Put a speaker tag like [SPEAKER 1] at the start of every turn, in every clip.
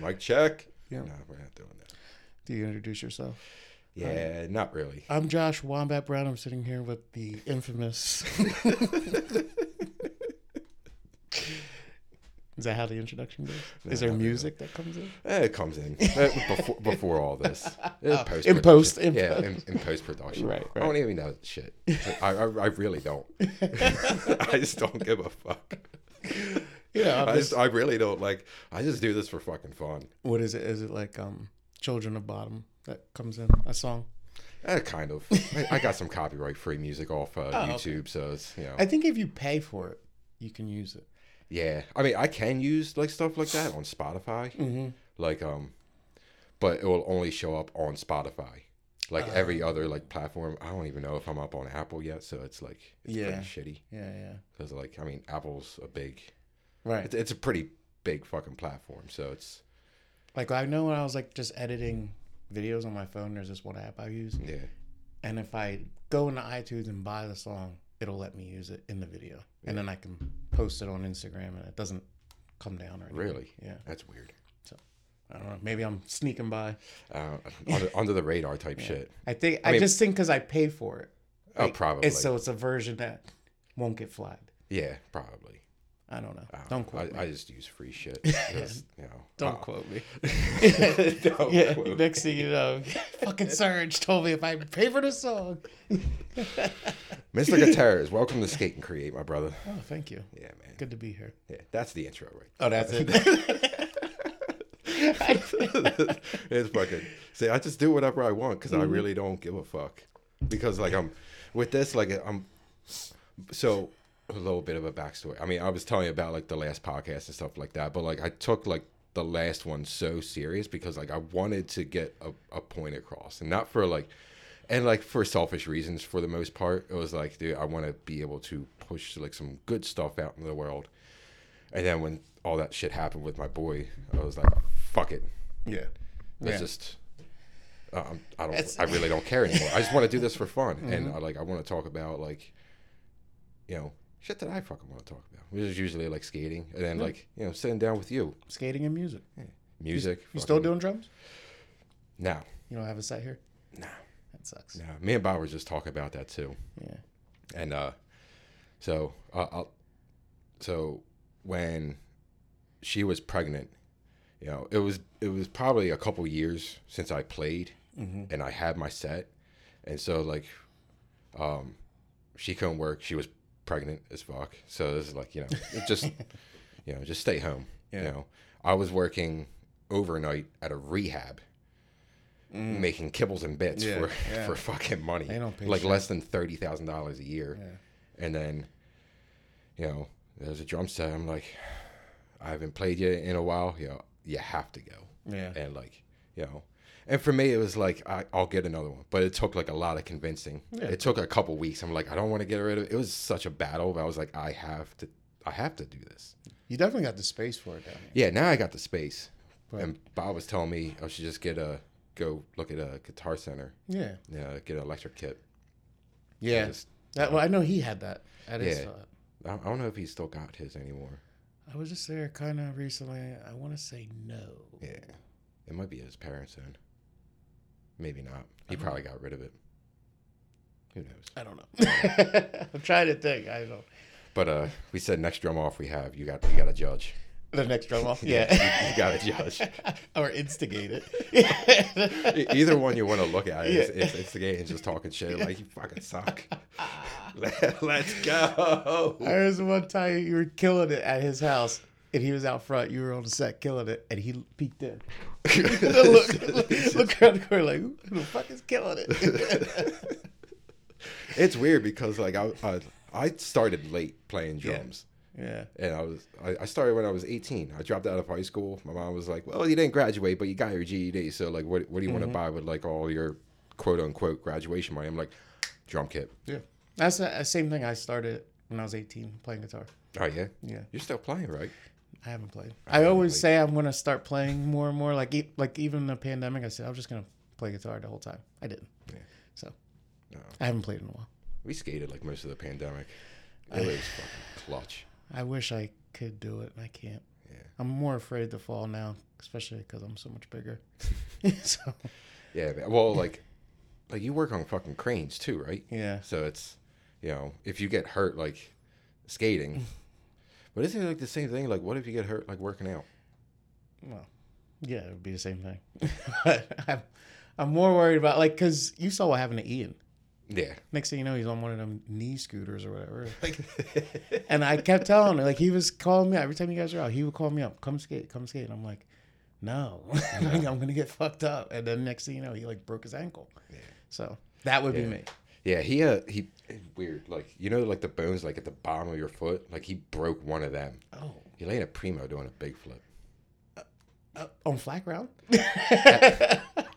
[SPEAKER 1] Mic check.
[SPEAKER 2] Yeah.
[SPEAKER 1] No, we're not doing that.
[SPEAKER 2] Do you introduce yourself?
[SPEAKER 1] Yeah, not really.
[SPEAKER 2] I'm Josh Wombat Brown. I'm sitting here with the infamous. Is that how the introduction goes? Is there music that comes in?
[SPEAKER 1] Eh, it comes in Eh, before, before all this. Eh, post-production.
[SPEAKER 2] in post, in
[SPEAKER 1] yeah,
[SPEAKER 2] post.
[SPEAKER 1] in, in post production.
[SPEAKER 2] Right,
[SPEAKER 1] I don't even know shit. I, I, I really don't. I just don't give a fuck.
[SPEAKER 2] Yeah.
[SPEAKER 1] I
[SPEAKER 2] I'm
[SPEAKER 1] just
[SPEAKER 2] just-
[SPEAKER 1] I really don't like. I just do this for fucking fun.
[SPEAKER 2] what is it? Is it like um, Children of Bottom that comes in a song?
[SPEAKER 1] Eh, kind of. I, I got some copyright free music off uh,
[SPEAKER 2] Oh, okay.
[SPEAKER 1] YouTube, so it's you know.
[SPEAKER 2] I think if you pay for it, you can use it.
[SPEAKER 1] yeah, I mean, I can use like stuff like that on Spotify.
[SPEAKER 2] Mm-hmm.
[SPEAKER 1] like um but it will only show up on spotify like every
[SPEAKER 2] Ah.
[SPEAKER 1] other like platform i don't even know if i'm up on apple yet so it's like it's
[SPEAKER 2] Yeah.
[SPEAKER 1] pretty shitty
[SPEAKER 2] Yeah, yeah.
[SPEAKER 1] because like i mean apple's a big
[SPEAKER 2] Right.
[SPEAKER 1] it's, it's a pretty big fucking platform so it's
[SPEAKER 2] Like I know when I was like just editing videos on my phone, there's this one app I use,
[SPEAKER 1] yeah
[SPEAKER 2] and if I go into iTunes and buy the song, it'll let me use it in the video, and then I can post it on Instagram, and it doesn't come down or anything.
[SPEAKER 1] Really?
[SPEAKER 2] Yeah.
[SPEAKER 1] that's weird
[SPEAKER 2] I don't know. Maybe I'm sneaking by.
[SPEAKER 1] uh, under, under the radar type shit
[SPEAKER 2] I think I,
[SPEAKER 1] mean-
[SPEAKER 2] just think because I pay for it.
[SPEAKER 1] oh
[SPEAKER 2] Like,
[SPEAKER 1] probably
[SPEAKER 2] It's, so it's a version that won't get flagged.
[SPEAKER 1] yeah probably
[SPEAKER 2] I don't know.
[SPEAKER 1] I
[SPEAKER 2] Don't
[SPEAKER 1] know.
[SPEAKER 2] quote me.
[SPEAKER 1] I, I just use free shit Just, you know,
[SPEAKER 2] don't
[SPEAKER 1] uh,
[SPEAKER 2] quote me.
[SPEAKER 1] don't
[SPEAKER 2] yeah.
[SPEAKER 1] quote
[SPEAKER 2] Next thing you know, fucking Serge told me if I pay for the song.
[SPEAKER 1] mr gutierrez welcome to skate and create my brother
[SPEAKER 2] Oh, thank you.
[SPEAKER 1] yeah man
[SPEAKER 2] Good to be here.
[SPEAKER 1] yeah, that's the intro right
[SPEAKER 2] Oh, that's it.
[SPEAKER 1] it's fucking. See, I just do whatever I want because I really don't give a fuck. Because like I'm with this, like I'm. So a little bit of a backstory. I mean, I was telling you about like the last podcast and stuff like that, but like I took like the last one so serious because like I wanted to get a, a point across, and not for like. And like for selfish reasons, for the most part, it was like, dude, I want to be able to push like some good stuff out in the world. And then when all that shit happened with my boy, I was like, fuck it,
[SPEAKER 2] yeah.
[SPEAKER 1] it's
[SPEAKER 2] Yeah.
[SPEAKER 1] just uh, I'm- I don't.
[SPEAKER 2] It's- Mm-hmm.
[SPEAKER 1] I really don't care anymore. I just want to do this for fun, and I like I want to talk about like, you know, shit that I fucking want to talk about. Which is usually like skating, and then like you know sitting down with you,
[SPEAKER 2] Skating and music.
[SPEAKER 1] music.
[SPEAKER 2] You still
[SPEAKER 1] fucking-
[SPEAKER 2] doing drums?
[SPEAKER 1] No,
[SPEAKER 2] You don't have a set here?
[SPEAKER 1] no,
[SPEAKER 2] That sucks.
[SPEAKER 1] no. Me and Bob were just talking about that too,
[SPEAKER 2] Yeah.
[SPEAKER 1] and uh, so uh, I'll, so when she was pregnant, you know, it was it was probably a couple years since I played.
[SPEAKER 2] Mm-hmm.
[SPEAKER 1] and I had my set, and so like, um, she couldn't work. She was pregnant as fuck. So this is like you know, it just you know, just stay home. You
[SPEAKER 2] Yeah.
[SPEAKER 1] know, I was working overnight at a rehab, making kibbles and bits
[SPEAKER 2] Mm. Yeah,
[SPEAKER 1] for
[SPEAKER 2] yeah.
[SPEAKER 1] for fucking money,
[SPEAKER 2] They don't pay
[SPEAKER 1] like
[SPEAKER 2] shit.
[SPEAKER 1] less than thirty thousand dollars a year,
[SPEAKER 2] Yeah.
[SPEAKER 1] and then, you know, there's a drum set. I'm like, I haven't played you in a while. You know, you have to go
[SPEAKER 2] Yeah.
[SPEAKER 1] and like you know and for me it was like I, i'll get another one but it took like a lot of convincing
[SPEAKER 2] Yeah.
[SPEAKER 1] it took a couple weeks i'm like i don't want to get rid of it it was such a battle but i was like i have to i have to do this
[SPEAKER 2] You definitely got the space for it down here.
[SPEAKER 1] yeah now i got the space
[SPEAKER 2] Right.
[SPEAKER 1] and bob was telling me i should just get a go look at a guitar center
[SPEAKER 2] Yeah.
[SPEAKER 1] yeah get an electric kit I
[SPEAKER 2] Yeah.
[SPEAKER 1] just-
[SPEAKER 2] That, well, I know he had that at his
[SPEAKER 1] Yeah.
[SPEAKER 2] spot.
[SPEAKER 1] I don't I don't know if he's still got his anymore
[SPEAKER 2] I was just there kind of recently. I want to say no.
[SPEAKER 1] yeah it might be his parents own maybe not he probably got rid of it who knows
[SPEAKER 2] I don't know. I'm trying to think. I don't.
[SPEAKER 1] But uh, we said next drum off we have you got you got to judge.
[SPEAKER 2] The next drum off? Yeah.
[SPEAKER 1] you, you got to judge.
[SPEAKER 2] or instigate it.
[SPEAKER 1] E- Either one you want to look at, it's,
[SPEAKER 2] Yeah.
[SPEAKER 1] it's, it's the game and just talking shit like you fucking suck. Let, us go.
[SPEAKER 2] I was one time you were killing it at his house, and he was out front. You were on the set killing it, and he peeked in. look, look, look around the corner, like who the fuck is killing it?
[SPEAKER 1] It's weird because like I I, I started late playing
[SPEAKER 2] Yeah.
[SPEAKER 1] drums.
[SPEAKER 2] yeah,
[SPEAKER 1] And I was I, I started when I was 18. I dropped out of high school. My mom was like, "Well, you didn't graduate, but you got your GED. So like, what what do you want to buy with like all your quote unquote graduation money?" I'm like, "Drum kit."
[SPEAKER 2] yeah. That's the uh, same thing I started when I was 18 playing guitar.
[SPEAKER 1] Oh yeah,
[SPEAKER 2] Yeah.
[SPEAKER 1] You're still playing, right?
[SPEAKER 2] I haven't played. I, always say I'm gonna start playing more and more. Like e- like even the pandemic, I said I'm just gonna play guitar the whole time. I didn't.
[SPEAKER 1] Yeah.
[SPEAKER 2] So
[SPEAKER 1] No.
[SPEAKER 2] I haven't played in a while.
[SPEAKER 1] We skated like most of the pandemic. It was fucking clutch.
[SPEAKER 2] I wish I could do it, and I can't.
[SPEAKER 1] Yeah.
[SPEAKER 2] I'm more afraid to fall now especially because I'm so much bigger. so
[SPEAKER 1] Yeah. man. Well, like, like you work on fucking cranes too, right?
[SPEAKER 2] yeah,
[SPEAKER 1] So it's, you know, if you get hurt like skating, but isn't it like the same thing? Like, what if you get hurt like working out?
[SPEAKER 2] well, yeah, it would be the same thing. But I'm, I'm more worried about like because you saw what happened to Ian.
[SPEAKER 1] Yeah.
[SPEAKER 2] Next thing you know, he's on one of them knee scooters or whatever.
[SPEAKER 1] Like,
[SPEAKER 2] And I kept telling him, like he was calling me out every time you guys were out. He would call me up, come skate, come skate. And I'm like, no, like, I'm gonna get fucked up. And then next thing you know, he like broke his ankle.
[SPEAKER 1] Yeah.
[SPEAKER 2] So that would
[SPEAKER 1] Yeah.
[SPEAKER 2] be me.
[SPEAKER 1] yeah, he uh he weird like you know like the bones like at the bottom of your foot like he broke one of them.
[SPEAKER 2] Oh,
[SPEAKER 1] He laid a primo doing a big flip
[SPEAKER 2] uh, on flat ground.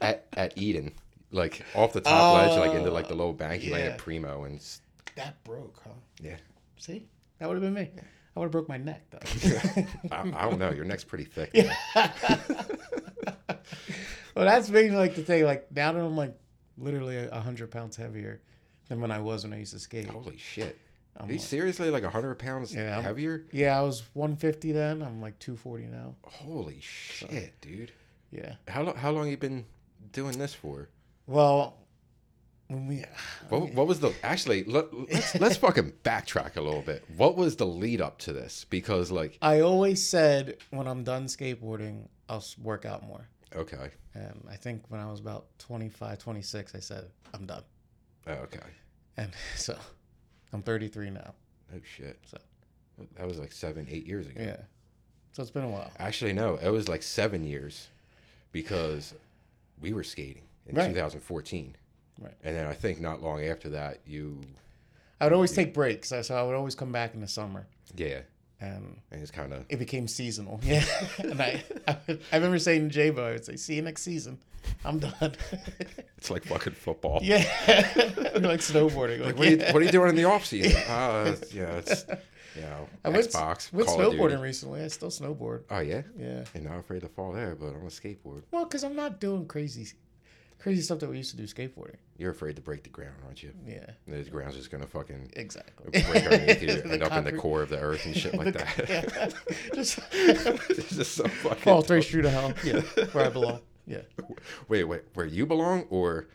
[SPEAKER 1] at at Eden like off the top ledge like into like the low bank. He laid a
[SPEAKER 2] yeah.
[SPEAKER 1] primo and s-
[SPEAKER 2] that broke, huh?
[SPEAKER 1] yeah.
[SPEAKER 2] See, that would have been me. I would have broke my neck though.
[SPEAKER 1] I, I don't know. Your neck's pretty thick.
[SPEAKER 2] well, that's been like the thing. Like now that I'm like literally a hundred pounds heavier than when I was when I used to skate.
[SPEAKER 1] Holy shit.
[SPEAKER 2] I'm
[SPEAKER 1] Are you
[SPEAKER 2] like-
[SPEAKER 1] seriously like 100 pounds
[SPEAKER 2] Yeah, I'm-
[SPEAKER 1] heavier?
[SPEAKER 2] yeah, I was 150 then. I'm like 240 now.
[SPEAKER 1] Holy shit, dude.
[SPEAKER 2] Yeah.
[SPEAKER 1] How, lo- how long you been doing this for?
[SPEAKER 2] Well, when we
[SPEAKER 1] What, what was the actually? Let, let's let's fucking backtrack a little bit. What was the lead up to this? Because like,
[SPEAKER 2] I always said when I'm done skateboarding, I'll s- work out more.
[SPEAKER 1] okay,
[SPEAKER 2] And Um, I think when I was about 25, 26, I said, I'm done.
[SPEAKER 1] oh, okay,
[SPEAKER 2] And so I'm 33 now.
[SPEAKER 1] oh shit,
[SPEAKER 2] So-
[SPEAKER 1] that was like seven, eight years ago.
[SPEAKER 2] Yeah. So it's been a while.
[SPEAKER 1] Actually, no, it was like seven years, because we were skating in
[SPEAKER 2] Right.
[SPEAKER 1] 2014,
[SPEAKER 2] Right.
[SPEAKER 1] and then I think not long after that, you,
[SPEAKER 2] I would always take breaks. I- So I would always come back in the summer.
[SPEAKER 1] yeah,
[SPEAKER 2] And
[SPEAKER 1] and it's kind of
[SPEAKER 2] it became seasonal. Yeah. and I, I, I remember saying to J-Bo, I would say, see you next season. I'm done.
[SPEAKER 1] it's like fucking football.
[SPEAKER 2] yeah. Or like snowboarding.
[SPEAKER 1] Like,
[SPEAKER 2] Like,
[SPEAKER 1] what, are you,
[SPEAKER 2] yeah.
[SPEAKER 1] what are you doing in the off season? Uh, it's- yeah, it's you know,
[SPEAKER 2] I went,
[SPEAKER 1] Xbox,
[SPEAKER 2] went
[SPEAKER 1] Call of Duty.
[SPEAKER 2] snowboarding recently. I still snowboard.
[SPEAKER 1] Oh yeah,
[SPEAKER 2] Yeah.
[SPEAKER 1] and not afraid to fall there, but I'm a skateboard.
[SPEAKER 2] Well, because I'm not doing crazy, crazy stuff that we used to do skateboarding.
[SPEAKER 1] You're afraid to break the ground, aren't you?
[SPEAKER 2] Yeah,
[SPEAKER 1] The ground's just gonna fucking
[SPEAKER 2] exactly.
[SPEAKER 1] break underneath you, end up in the
[SPEAKER 2] concrete-
[SPEAKER 1] core of the earth and shit like that.
[SPEAKER 2] Yeah. Just
[SPEAKER 1] it's just so fucking.
[SPEAKER 2] fall straight through to hell. Yeah, where I belong. Yeah.
[SPEAKER 1] Wait, wait, where you belong, or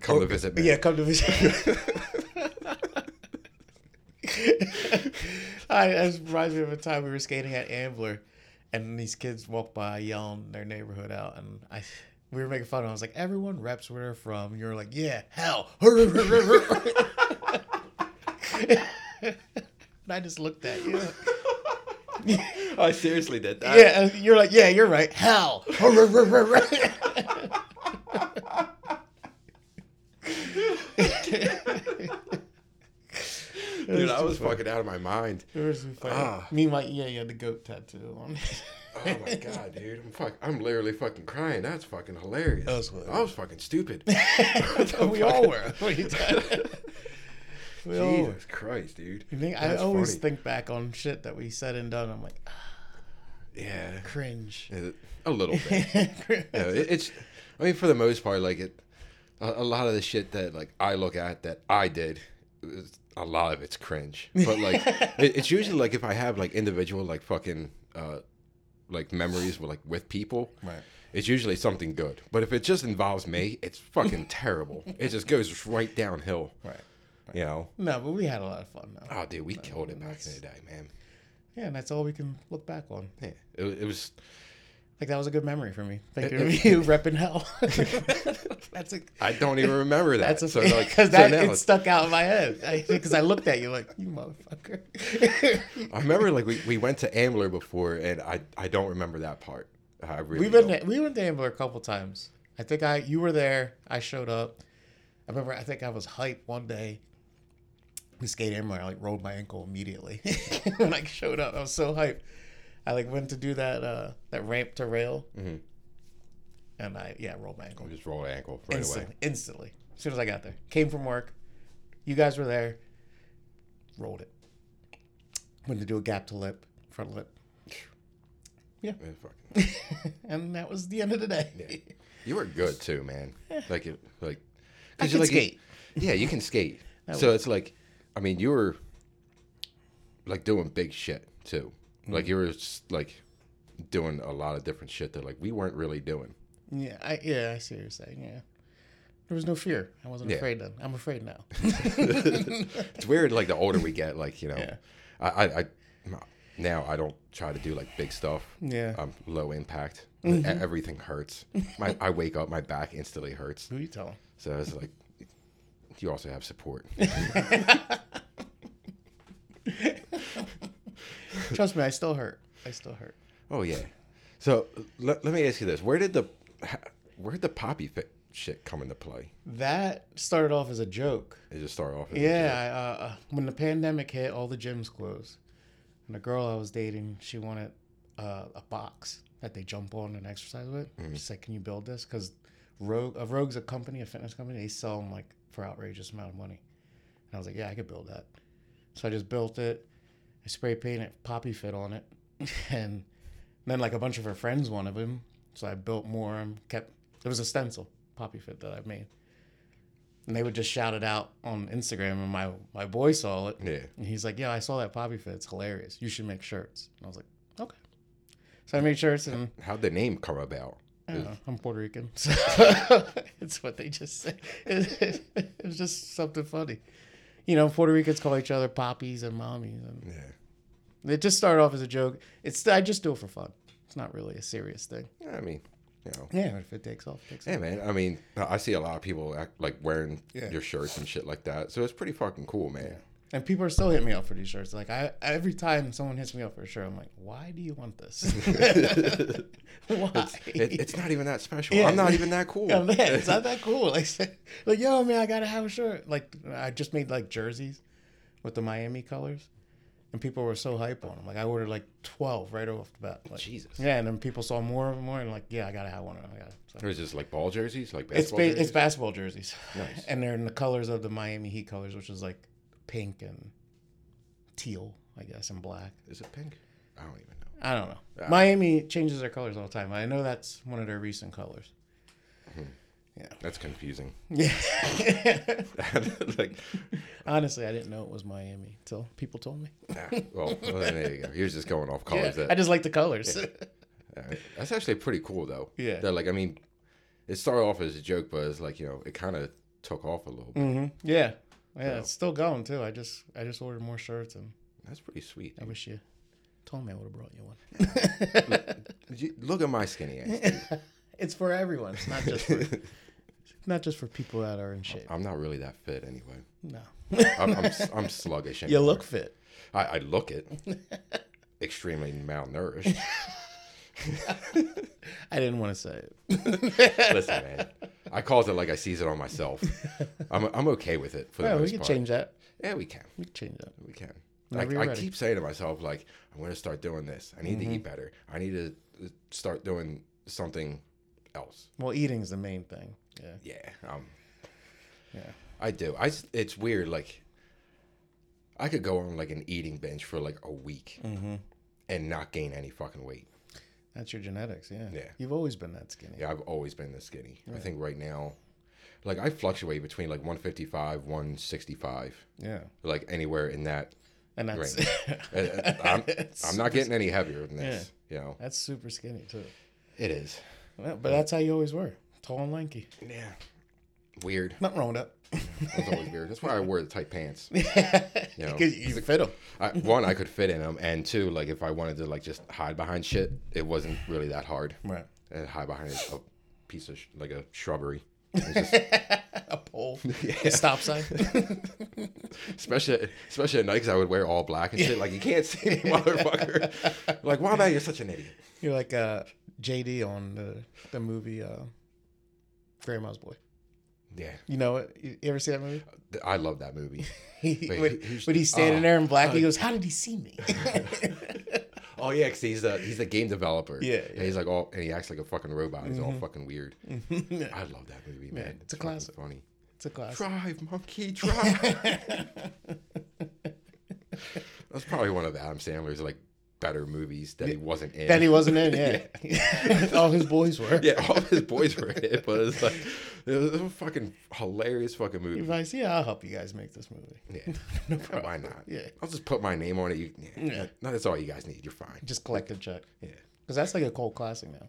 [SPEAKER 1] come
[SPEAKER 2] Oh,
[SPEAKER 1] to visit me?
[SPEAKER 2] Yeah, come to visit. I, that reminds me of a time we were skating at Ambler, and these kids walked by yelling their neighborhood out, and I we were making fun of. them. I was like, "Everyone reps where they're from." You're like, "Yeah, hell." and I just looked at you.
[SPEAKER 1] I seriously did that.
[SPEAKER 2] Yeah, and you're like, "Yeah, you're right." Hell.
[SPEAKER 1] dude, I was fucking out of my mind.
[SPEAKER 2] It was funny.
[SPEAKER 1] Ah.
[SPEAKER 2] Me, and my yeah, you had the goat tattoo on.
[SPEAKER 1] Oh my god, dude, I'm fuck, I'm literally fucking crying. That's fucking hilarious.
[SPEAKER 2] That was hilarious.
[SPEAKER 1] I was fucking stupid.
[SPEAKER 2] we all were. What are you talking We all were.
[SPEAKER 1] Jesus Christ, dude.
[SPEAKER 2] You think- I
[SPEAKER 1] That's
[SPEAKER 2] always
[SPEAKER 1] funny.
[SPEAKER 2] think back on shit that we said and done. I'm like, ah,
[SPEAKER 1] Yeah,
[SPEAKER 2] cringe.
[SPEAKER 1] Yeah, a little bit.
[SPEAKER 2] Cringe.
[SPEAKER 1] Yeah, it, it's. I mean, for the most part, like it, a, a lot of the shit that like I look at that I did, is- a lot of it's cringe. But like, it, it's usually like if I have like individual like fucking uh, like memories with like with people,
[SPEAKER 2] Right.
[SPEAKER 1] It's usually something good. But if it just involves me, it's fucking terrible. It just goes right downhill.
[SPEAKER 2] Right.
[SPEAKER 1] You know.
[SPEAKER 2] No, but we had a lot of fun though.
[SPEAKER 1] Oh, dude, we killed it back in the day, man.
[SPEAKER 2] Yeah, and that's all we can look back on.
[SPEAKER 1] Yeah, it, it was.
[SPEAKER 2] Like that was a good memory for me. Thank you, you repping hell. that's a
[SPEAKER 1] I don't even remember that.
[SPEAKER 2] that's a
[SPEAKER 1] so
[SPEAKER 2] because
[SPEAKER 1] like, so
[SPEAKER 2] that
[SPEAKER 1] now
[SPEAKER 2] it
[SPEAKER 1] it's-
[SPEAKER 2] stuck out in my head because I, looked at you like you motherfucker.
[SPEAKER 1] I remember like we, we went to Ambler before, and I, I don't remember that part. I really
[SPEAKER 2] We've been
[SPEAKER 1] don't.
[SPEAKER 2] to, we went to Ambler a couple times. I think I you were there. I showed up. I remember. I think I was hyped one day. We skated Ambler. I like rolled my ankle immediately when I showed up. I was so hyped. I like went to do that uh that ramp to rail,
[SPEAKER 1] Mhm.
[SPEAKER 2] and I yeah rolled my ankle
[SPEAKER 1] We just rolled an ankle right
[SPEAKER 2] instantly.
[SPEAKER 1] away.
[SPEAKER 2] Instantly, as soon as I got there, came from work. You guys were there. Rolled it. Went to do a gap to lip, front lip,
[SPEAKER 1] Man, fuck.
[SPEAKER 2] and that was the end of the day.
[SPEAKER 1] You were good too, man. Like it, like
[SPEAKER 2] I
[SPEAKER 1] you
[SPEAKER 2] could
[SPEAKER 1] like
[SPEAKER 2] skate.
[SPEAKER 1] yeah, you can skate. so it's like, I mean, you
[SPEAKER 2] Mm-hmm.
[SPEAKER 1] were like doing big shit too. Like you were just, like doing a lot of different shit that like we weren't really doing.
[SPEAKER 2] Yeah, I yeah, I see what you're saying. Yeah. There was no fear. I wasn't
[SPEAKER 1] Yeah.
[SPEAKER 2] afraid then. I'm afraid now.
[SPEAKER 1] It's weird. Like the older we get, like you know,
[SPEAKER 2] Yeah.
[SPEAKER 1] I, I, I now I don't try to do like big stuff.
[SPEAKER 2] Yeah. Mm-hmm.
[SPEAKER 1] I'm low impact. E- Everything hurts. My, I wake up, my back instantly hurts.
[SPEAKER 2] Who you telling?
[SPEAKER 1] So it's like, you also have support.
[SPEAKER 2] Trust me, I still hurt. I still hurt.
[SPEAKER 1] Oh yeah. So let, let me ask you this: Where did the where did the poppy fit shit come into play?
[SPEAKER 2] That started off as a joke.
[SPEAKER 1] It just started off. As a
[SPEAKER 2] Yeah, I, uh, uh, when the pandemic hit, all the gyms closed, and the girl I was dating, she wanted uh, a box that they jump on and exercise with. She said, "Can you build this?" Because Rogue, uh, Rogue's a company, a fitness company. They sell them like for outrageous amount of money, and I was like, "Yeah, I could build that." So I just built it. I spray painted Poppy Fit on it, and then like a bunch of her friends wanted them, so I built more and kept. It was a stencil Poppy Fit that I made. And they would just shout it out on Instagram, and my my boy saw it,
[SPEAKER 1] joke. Yeah.
[SPEAKER 2] and he's like, "Yeah, I saw that Poppy Fit. It's hilarious. You should make shirts." And I was like, "Okay." So I made shirts, and
[SPEAKER 1] How'd the name come about?
[SPEAKER 2] I don't know, I'm Puerto Rican, so it's what they just say. It, was just something funny. You know, Puerto Ricans call each other poppies and mommies, and
[SPEAKER 1] Yeah.
[SPEAKER 2] it just started off as a joke. It's I just do it for fun. It's not really a serious thing.
[SPEAKER 1] I mean, you know.
[SPEAKER 2] Yeah, if it takes off, it takes off.
[SPEAKER 1] Hey man, I mean, I see a lot of people act, like wearing
[SPEAKER 2] Yeah.
[SPEAKER 1] your shirts and shit like that, so it's pretty fucking cool, man.
[SPEAKER 2] And people are still hitting me up for these shirts. Like I, every time someone hits me up for a shirt, I'm like, "Why do you want this? Why?"
[SPEAKER 1] It, it's not even that special.
[SPEAKER 2] Yeah.
[SPEAKER 1] I'm not even that cool.
[SPEAKER 2] Yeah, man, it's not that cool. Like, like, yo, man, I gotta have a shirt. Like, I just made like jerseys with the Miami colors, and people were so hype on them. Like, I ordered like twelve right off the bat. Like,
[SPEAKER 1] Jesus.
[SPEAKER 2] Yeah, and then people saw more and more, and like, yeah, I gotta have one of them. I gotta. So.
[SPEAKER 1] It was just like ball jerseys, like
[SPEAKER 2] It's
[SPEAKER 1] basketball
[SPEAKER 2] ba- it's
[SPEAKER 1] jerseys.
[SPEAKER 2] basketball jerseys,
[SPEAKER 1] Nice.
[SPEAKER 2] and they're in the colors of the Miami Heat colors, which is like pink and teal, I guess, and black.
[SPEAKER 1] Is it pink? I don't even know.
[SPEAKER 2] I don't know.
[SPEAKER 1] Yeah.
[SPEAKER 2] Miami changes their colors all the time. I know that's one of their recent colors.
[SPEAKER 1] That's confusing.
[SPEAKER 2] Yeah.
[SPEAKER 1] like,
[SPEAKER 2] Honestly, I didn't know it was Miami until people told me.
[SPEAKER 1] ah, well, well, there you go. He was just going off colors.
[SPEAKER 2] Yeah,
[SPEAKER 1] Oh, that-
[SPEAKER 2] I just like the colors.
[SPEAKER 1] Alright. That's actually pretty cool though.
[SPEAKER 2] Yeah.
[SPEAKER 1] That like I mean, it started off as a joke, but it's like you know it kind of took off a little bit.
[SPEAKER 2] hmm Yeah. Yeah, it's still going too. I just I just ordered more shirts and
[SPEAKER 1] That's pretty sweet.
[SPEAKER 2] I wish you told me I would have brought you one.
[SPEAKER 1] You- Look at my skinny ass. dude.
[SPEAKER 2] It's for everyone. It's not just for not just for people that are in shape.
[SPEAKER 1] I'm not really that fit anyway.
[SPEAKER 2] No.
[SPEAKER 1] I'm I'm, s- I'm sluggish.
[SPEAKER 2] You
[SPEAKER 1] Anyway.
[SPEAKER 2] look fit.
[SPEAKER 1] I, I look it. Extremely malnourished.
[SPEAKER 2] I didn't want to say it.
[SPEAKER 1] Listen, man. I cause it like I seize it on myself. I'm I'm okay with it for the
[SPEAKER 2] Yeah,
[SPEAKER 1] most
[SPEAKER 2] we can
[SPEAKER 1] part.
[SPEAKER 2] change that.
[SPEAKER 1] Yeah, we can.
[SPEAKER 2] We can change that.
[SPEAKER 1] We can.
[SPEAKER 2] Whenever you're
[SPEAKER 1] Like, I
[SPEAKER 2] ready. Mm-hmm.
[SPEAKER 1] keep saying to myself, like, I'm going to start doing this. I need to eat better. I need to uh, start doing something else.
[SPEAKER 2] Well, eating's the main thing. Yeah.
[SPEAKER 1] Yeah. Um,
[SPEAKER 2] Yeah.
[SPEAKER 1] I do. I, s- it's weird. Like, I could go on like an eating binge for like a week
[SPEAKER 2] Mm-hmm.
[SPEAKER 1] and not gain any fucking weight.
[SPEAKER 2] That's your genetics, yeah.
[SPEAKER 1] Yeah.
[SPEAKER 2] You've always been that skinny.
[SPEAKER 1] Yeah, I've always been this skinny. I think right now, like, I fluctuate between like 155, 165,
[SPEAKER 2] Yeah.
[SPEAKER 1] like anywhere in that.
[SPEAKER 2] And that's
[SPEAKER 1] Uh, uh, I'm, I'm not getting any heavier than this. You know,
[SPEAKER 2] that's super skinny too.
[SPEAKER 1] it is.
[SPEAKER 2] Well, But that's how you always were. Tall and lanky.
[SPEAKER 1] Yeah. Weird.
[SPEAKER 2] Nothing wrong with that.
[SPEAKER 1] That's always weird. That's why I wear the tight pants. know.
[SPEAKER 2] Because you can fit them.
[SPEAKER 1] I, one, I could fit in them, and two, like if I wanted to like just hide behind shit, it wasn't really that hard.
[SPEAKER 2] Right.
[SPEAKER 1] And hide behind a piece of sh- like a shrubbery,
[SPEAKER 2] A pole. A stop sign.
[SPEAKER 1] especially especially at night 'cause I would wear all black and shit. Like you can't see me, motherfucker. like why man, you're such an idiot.
[SPEAKER 2] You're like uh, JD on the, the movie uh, Grandma's Boy.
[SPEAKER 1] Yeah,
[SPEAKER 2] You know it? You you ever see that movie?
[SPEAKER 1] Th- I love that movie. Wait,
[SPEAKER 2] when,
[SPEAKER 1] who's-
[SPEAKER 2] when he's standing
[SPEAKER 1] oh,
[SPEAKER 2] there in black, he goes, How did he see me?
[SPEAKER 1] Oh yeah, 'cause he's a he's a game developer.
[SPEAKER 2] Yeah, Mm-hmm.
[SPEAKER 1] and he's like all and he acts like a fucking robot. He's all fucking weird. I love that movie, man.
[SPEAKER 2] it's a
[SPEAKER 1] fucking
[SPEAKER 2] classic.
[SPEAKER 1] Funny.
[SPEAKER 2] it's a classic.
[SPEAKER 1] Drive, monkey, drive. That's probably one of Adam Sandler's like better movies that he wasn't in.
[SPEAKER 2] That he wasn't in, yeah. All his boys were.
[SPEAKER 1] yeah, all of his boys were in it, but it's like it was a fucking hilarious fucking
[SPEAKER 2] He's
[SPEAKER 1] movie.
[SPEAKER 2] like, Yeah, I'll help you guys make this movie.
[SPEAKER 1] Yeah, why not?
[SPEAKER 2] Yeah.
[SPEAKER 1] I'll just put my name on it. You, yeah,
[SPEAKER 2] Yeah.
[SPEAKER 1] no, that's all you guys need. You're fine.
[SPEAKER 2] Just collect a check.
[SPEAKER 1] Yeah,
[SPEAKER 2] because that's like a cult classic now.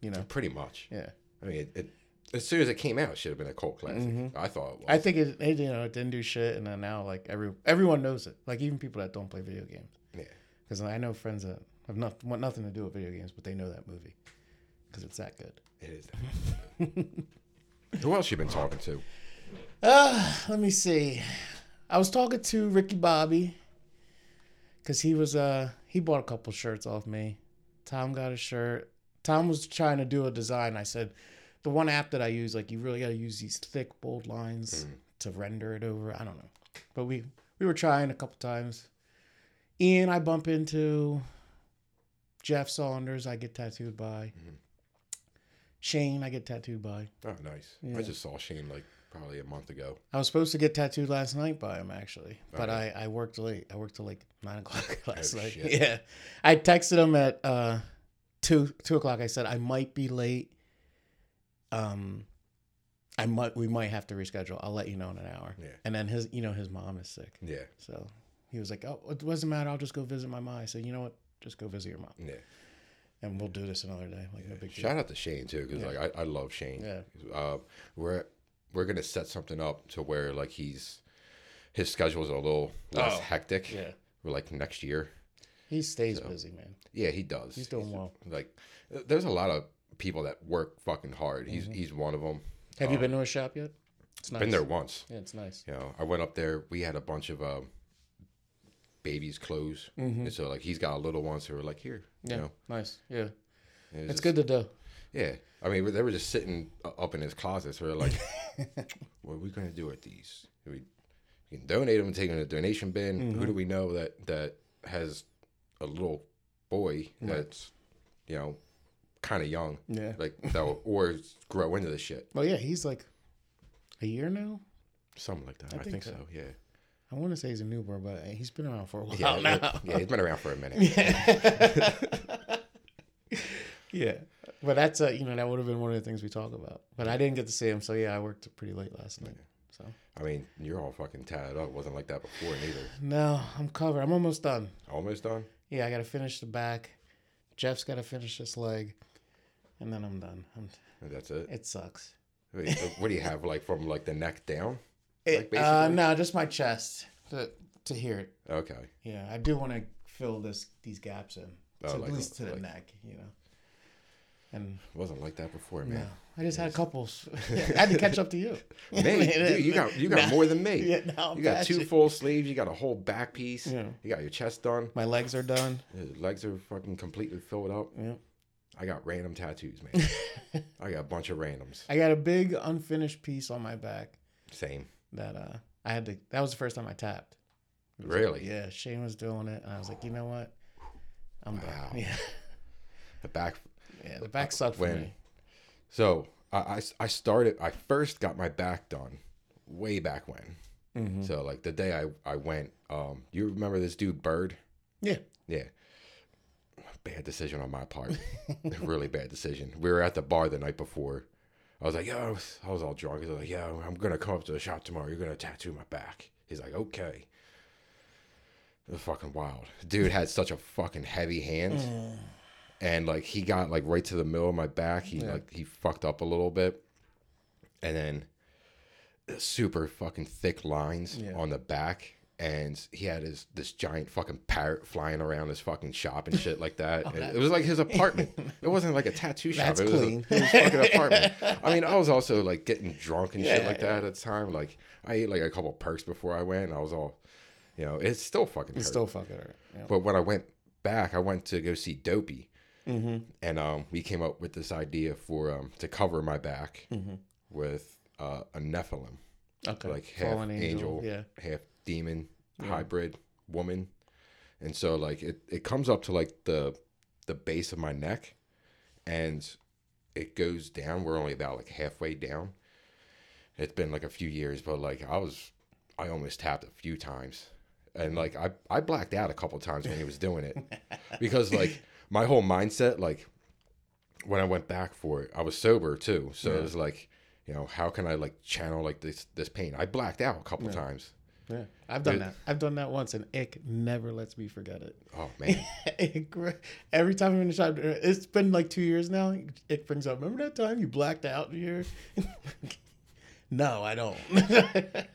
[SPEAKER 2] You know,
[SPEAKER 1] Pretty much.
[SPEAKER 2] yeah.
[SPEAKER 1] I mean, it, it, as soon as it came out, it should have been a cult classic. I thought it was.
[SPEAKER 2] Mm-hmm. I think it, it, you know, it didn't do shit, and then now like every everyone knows it. Like even people that don't play video games.
[SPEAKER 1] Yeah.
[SPEAKER 2] Because I know friends that have not want nothing to do with video games, but they know that movie because it's that good.
[SPEAKER 1] it is. Who else you been talking to?
[SPEAKER 2] Uh, let me see. I was talking to Ricky Bobby because he was uh he bought a couple shirts off me. Tom got a shirt. Tom was trying to do a design. I said, the one app that I use, like you really got to use these thick bold lines to render it over. I don't know, but we we were trying a couple times. Ian, I bump into Jeff Saunders. I get tattooed by Shane. I get tattooed by.
[SPEAKER 1] Oh, nice. I just saw Shane like probably a month ago.
[SPEAKER 2] I was supposed to get tattooed last night by him actually, but I, I worked late. I worked till like nine o'clock last night.
[SPEAKER 1] Oh, shit.
[SPEAKER 2] Yeah, I texted him at uh, two two o'clock. I said I might be late. Um, I might we might have to reschedule. I'll let you know in an hour.
[SPEAKER 1] Yeah.
[SPEAKER 2] And then his you know his mom is sick,
[SPEAKER 1] Yeah.
[SPEAKER 2] so he was like, oh, it doesn't matter. I'll just go visit my mom. I said, you know what, just go visit your mom,
[SPEAKER 1] Yeah.
[SPEAKER 2] and we'll do this another day. Like no big deal.
[SPEAKER 1] Shout out to Shane too, because like I, I love Shane.
[SPEAKER 2] Yeah.
[SPEAKER 1] Uh, we're we're gonna set something up to where like he's his schedule's a little less
[SPEAKER 2] Oh,
[SPEAKER 1] hectic.
[SPEAKER 2] yeah.
[SPEAKER 1] We're like next year.
[SPEAKER 2] He stays busy, man.
[SPEAKER 1] Yeah, he does.
[SPEAKER 2] He's doing well.
[SPEAKER 1] Like, th- there's a lot of people that work fucking hard. He's he's one of them.
[SPEAKER 2] Have you been to his shop yet? It's Mm-hmm. nice.
[SPEAKER 1] Been there once.
[SPEAKER 2] Yeah, it's nice.
[SPEAKER 1] You know, I went up there. We had a bunch of um, babies' clothes, and so like he's got a little one, so we're like here.
[SPEAKER 2] Mm-hmm. Yeah,
[SPEAKER 1] You know,
[SPEAKER 2] nice. Yeah,
[SPEAKER 1] And it was
[SPEAKER 2] it's
[SPEAKER 1] just-
[SPEAKER 2] good to do.
[SPEAKER 1] Yeah, I mean, they were just sitting u- up in his closet. So we're like, "What are we gonna do with these? We, we can donate them, take them to the donation bin. Who do we know that that has a little boy that's, you know, kind of young,
[SPEAKER 2] Yeah.
[SPEAKER 1] like that, will, or grow into the shit,
[SPEAKER 2] Well, yeah, he's like a year now.
[SPEAKER 1] something like that. I,
[SPEAKER 2] think
[SPEAKER 1] think, so. Yeah,
[SPEAKER 2] I want to say he's a newborn, but he's been around for a while
[SPEAKER 1] yeah,
[SPEAKER 2] now.
[SPEAKER 1] it- yeah. He's been around for a minute.
[SPEAKER 2] Yeah, but that's a you know that would have been one of the things we talk about. But I didn't get to see him, so yeah, I worked pretty late last night. So
[SPEAKER 1] I mean, you're all fucking tatted up. Wasn't like that before neither.
[SPEAKER 2] no, I'm covered. I'm almost done.
[SPEAKER 1] Almost done.
[SPEAKER 2] Yeah, I got to finish the back. Jeff's got to finish this leg, and then I'm done. I'm,
[SPEAKER 1] That's it.
[SPEAKER 2] it sucks.
[SPEAKER 1] Wait, uh, what do you have like from like the neck down?
[SPEAKER 2] It,
[SPEAKER 1] Like,
[SPEAKER 2] uh,
[SPEAKER 1] basically-
[SPEAKER 2] no, just my chest to to hear it.
[SPEAKER 1] Okay.
[SPEAKER 2] Yeah, I do want to fill this these gaps in,
[SPEAKER 1] Oh,
[SPEAKER 2] to,
[SPEAKER 1] like-
[SPEAKER 2] at least to the
[SPEAKER 1] like-
[SPEAKER 2] neck, you know. And
[SPEAKER 1] Wasn't like that before, man.
[SPEAKER 2] yeah, I just had a couple. I had to catch up to you.
[SPEAKER 1] Me, dude, you got you got more than me.
[SPEAKER 2] Yeah, now I'm
[SPEAKER 1] you got two
[SPEAKER 2] patchy.
[SPEAKER 1] full sleeves. You got a whole back piece.
[SPEAKER 2] Yeah.
[SPEAKER 1] You got your chest done.
[SPEAKER 2] My legs are done.
[SPEAKER 1] Your legs are fucking completely filled up.
[SPEAKER 2] Yeah.
[SPEAKER 1] I got random tattoos, man. I got a bunch of randoms.
[SPEAKER 2] I got a big unfinished piece on my back
[SPEAKER 1] Same.
[SPEAKER 2] that uh I had to. That was the first time I tapped.
[SPEAKER 1] Really?
[SPEAKER 2] Yeah, Shane was doing it, and I was like, you know what, I'm done.
[SPEAKER 1] Wow.
[SPEAKER 2] Yeah,
[SPEAKER 1] The back.
[SPEAKER 2] yeah. The back sucked for
[SPEAKER 1] When-
[SPEAKER 2] me.
[SPEAKER 1] So I, I I started. I first got my back done way back when.
[SPEAKER 2] Mm-hmm.
[SPEAKER 1] So like the day I I went. Um, you remember this dude Bird?
[SPEAKER 2] Yeah.
[SPEAKER 1] Yeah. Bad decision on my part. really bad decision. We were at the bar the night before. I was like, yo, I was- I was all drunk. He's like, yeah, I'm going to come up to the shop tomorrow. You're going to tattoo my back. He's like, okay. It was fucking wild. Dude had such a fucking heavy hand. And like he got like right to the middle of my back. He like he fucked up a little bit. And then super fucking thick lines
[SPEAKER 2] Yeah.
[SPEAKER 1] on the back and he had his this giant fucking parrot flying around his fucking shop and shit like that. And it was like his apartment. It wasn't like a tattoo shop.
[SPEAKER 2] That's
[SPEAKER 1] it was a-
[SPEAKER 2] clean.
[SPEAKER 1] it was fucking apartment. I mean, I was also like getting drunk and shit
[SPEAKER 2] Yeah,
[SPEAKER 1] like that at the time. Like I ate like a couple perks before I went. And I was all, you know, it's still fucking.
[SPEAKER 2] It's
[SPEAKER 1] hurt.
[SPEAKER 2] still fucking hurt. Yeah.
[SPEAKER 1] But when I went back, I went to go see Dopey,
[SPEAKER 2] Mm-hmm,
[SPEAKER 1] and um, we came up with this idea for um, to cover my back with uh, a Nephilim
[SPEAKER 2] mm-hmm. Okay.
[SPEAKER 1] like half
[SPEAKER 2] Fallen
[SPEAKER 1] angel,
[SPEAKER 2] Yeah.
[SPEAKER 1] half demon, hybrid woman. And so like it, it comes up to like the the base of my neck and it goes down. We're only about like halfway down. It's been like a few years, but like I was I almost tapped a few times. And like I, I blacked out a couple times when he was doing it. because like my whole mindset, like when I went back for it, I was sober too. So it was like, you know, how can I like channel like this this pain? I blacked out a couple times.
[SPEAKER 2] Yeah, I've done
[SPEAKER 1] It-
[SPEAKER 2] that. I've done that once, and Ick never lets me forget it.
[SPEAKER 1] Oh man,
[SPEAKER 2] Ick, re- every time I'm in the shop, uh, it's been like two years now. Ick brings up, "Remember that time you blacked out here?" no, I don't.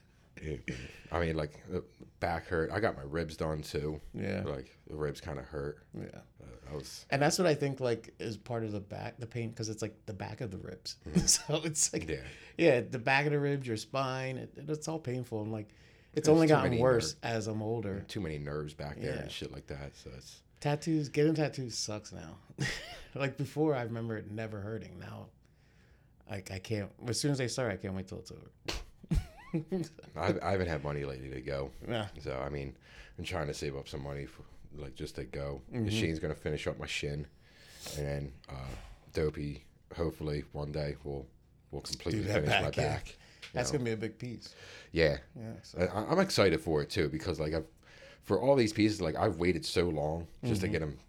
[SPEAKER 1] It- I mean, like the back hurt. I got my ribs done too.
[SPEAKER 2] yeah,
[SPEAKER 1] Like the ribs kind of hurt.
[SPEAKER 2] yeah.
[SPEAKER 1] Uh, I was
[SPEAKER 2] And that's what I think like is part of the back, the pain, because it's like the back of the ribs. so it's like, Mm-hmm. yeah.
[SPEAKER 1] yeah.
[SPEAKER 2] the back of the ribs, your spine, it, it's all painful. And like, it's
[SPEAKER 1] There's
[SPEAKER 2] only
[SPEAKER 1] too
[SPEAKER 2] gotten
[SPEAKER 1] many
[SPEAKER 2] worse as I'm older.
[SPEAKER 1] Too many nerves back there
[SPEAKER 2] Yeah.
[SPEAKER 1] and shit like that. So it's
[SPEAKER 2] Tattoos, getting tattoos sucks now. like before, I remember it never hurting. Now, like I can't. As soon as they start, I can't wait till it's over.
[SPEAKER 1] I, I haven't had money lately to go.
[SPEAKER 2] yeah,
[SPEAKER 1] So I mean, I'm trying to save up some money for like just to go.
[SPEAKER 2] Mhm.
[SPEAKER 1] The Shane's gonna finish up my shin, and then uh, Dopey hopefully one day will will completely
[SPEAKER 2] that
[SPEAKER 1] finish my
[SPEAKER 2] back, yeah.
[SPEAKER 1] back.
[SPEAKER 2] that's
[SPEAKER 1] know.
[SPEAKER 2] gonna be a big piece.
[SPEAKER 1] Yeah,
[SPEAKER 2] Yeah, so.
[SPEAKER 1] I, I- I'm excited for it too because like I've for all these pieces like I've waited so long just
[SPEAKER 2] Mm-hmm.
[SPEAKER 1] to get them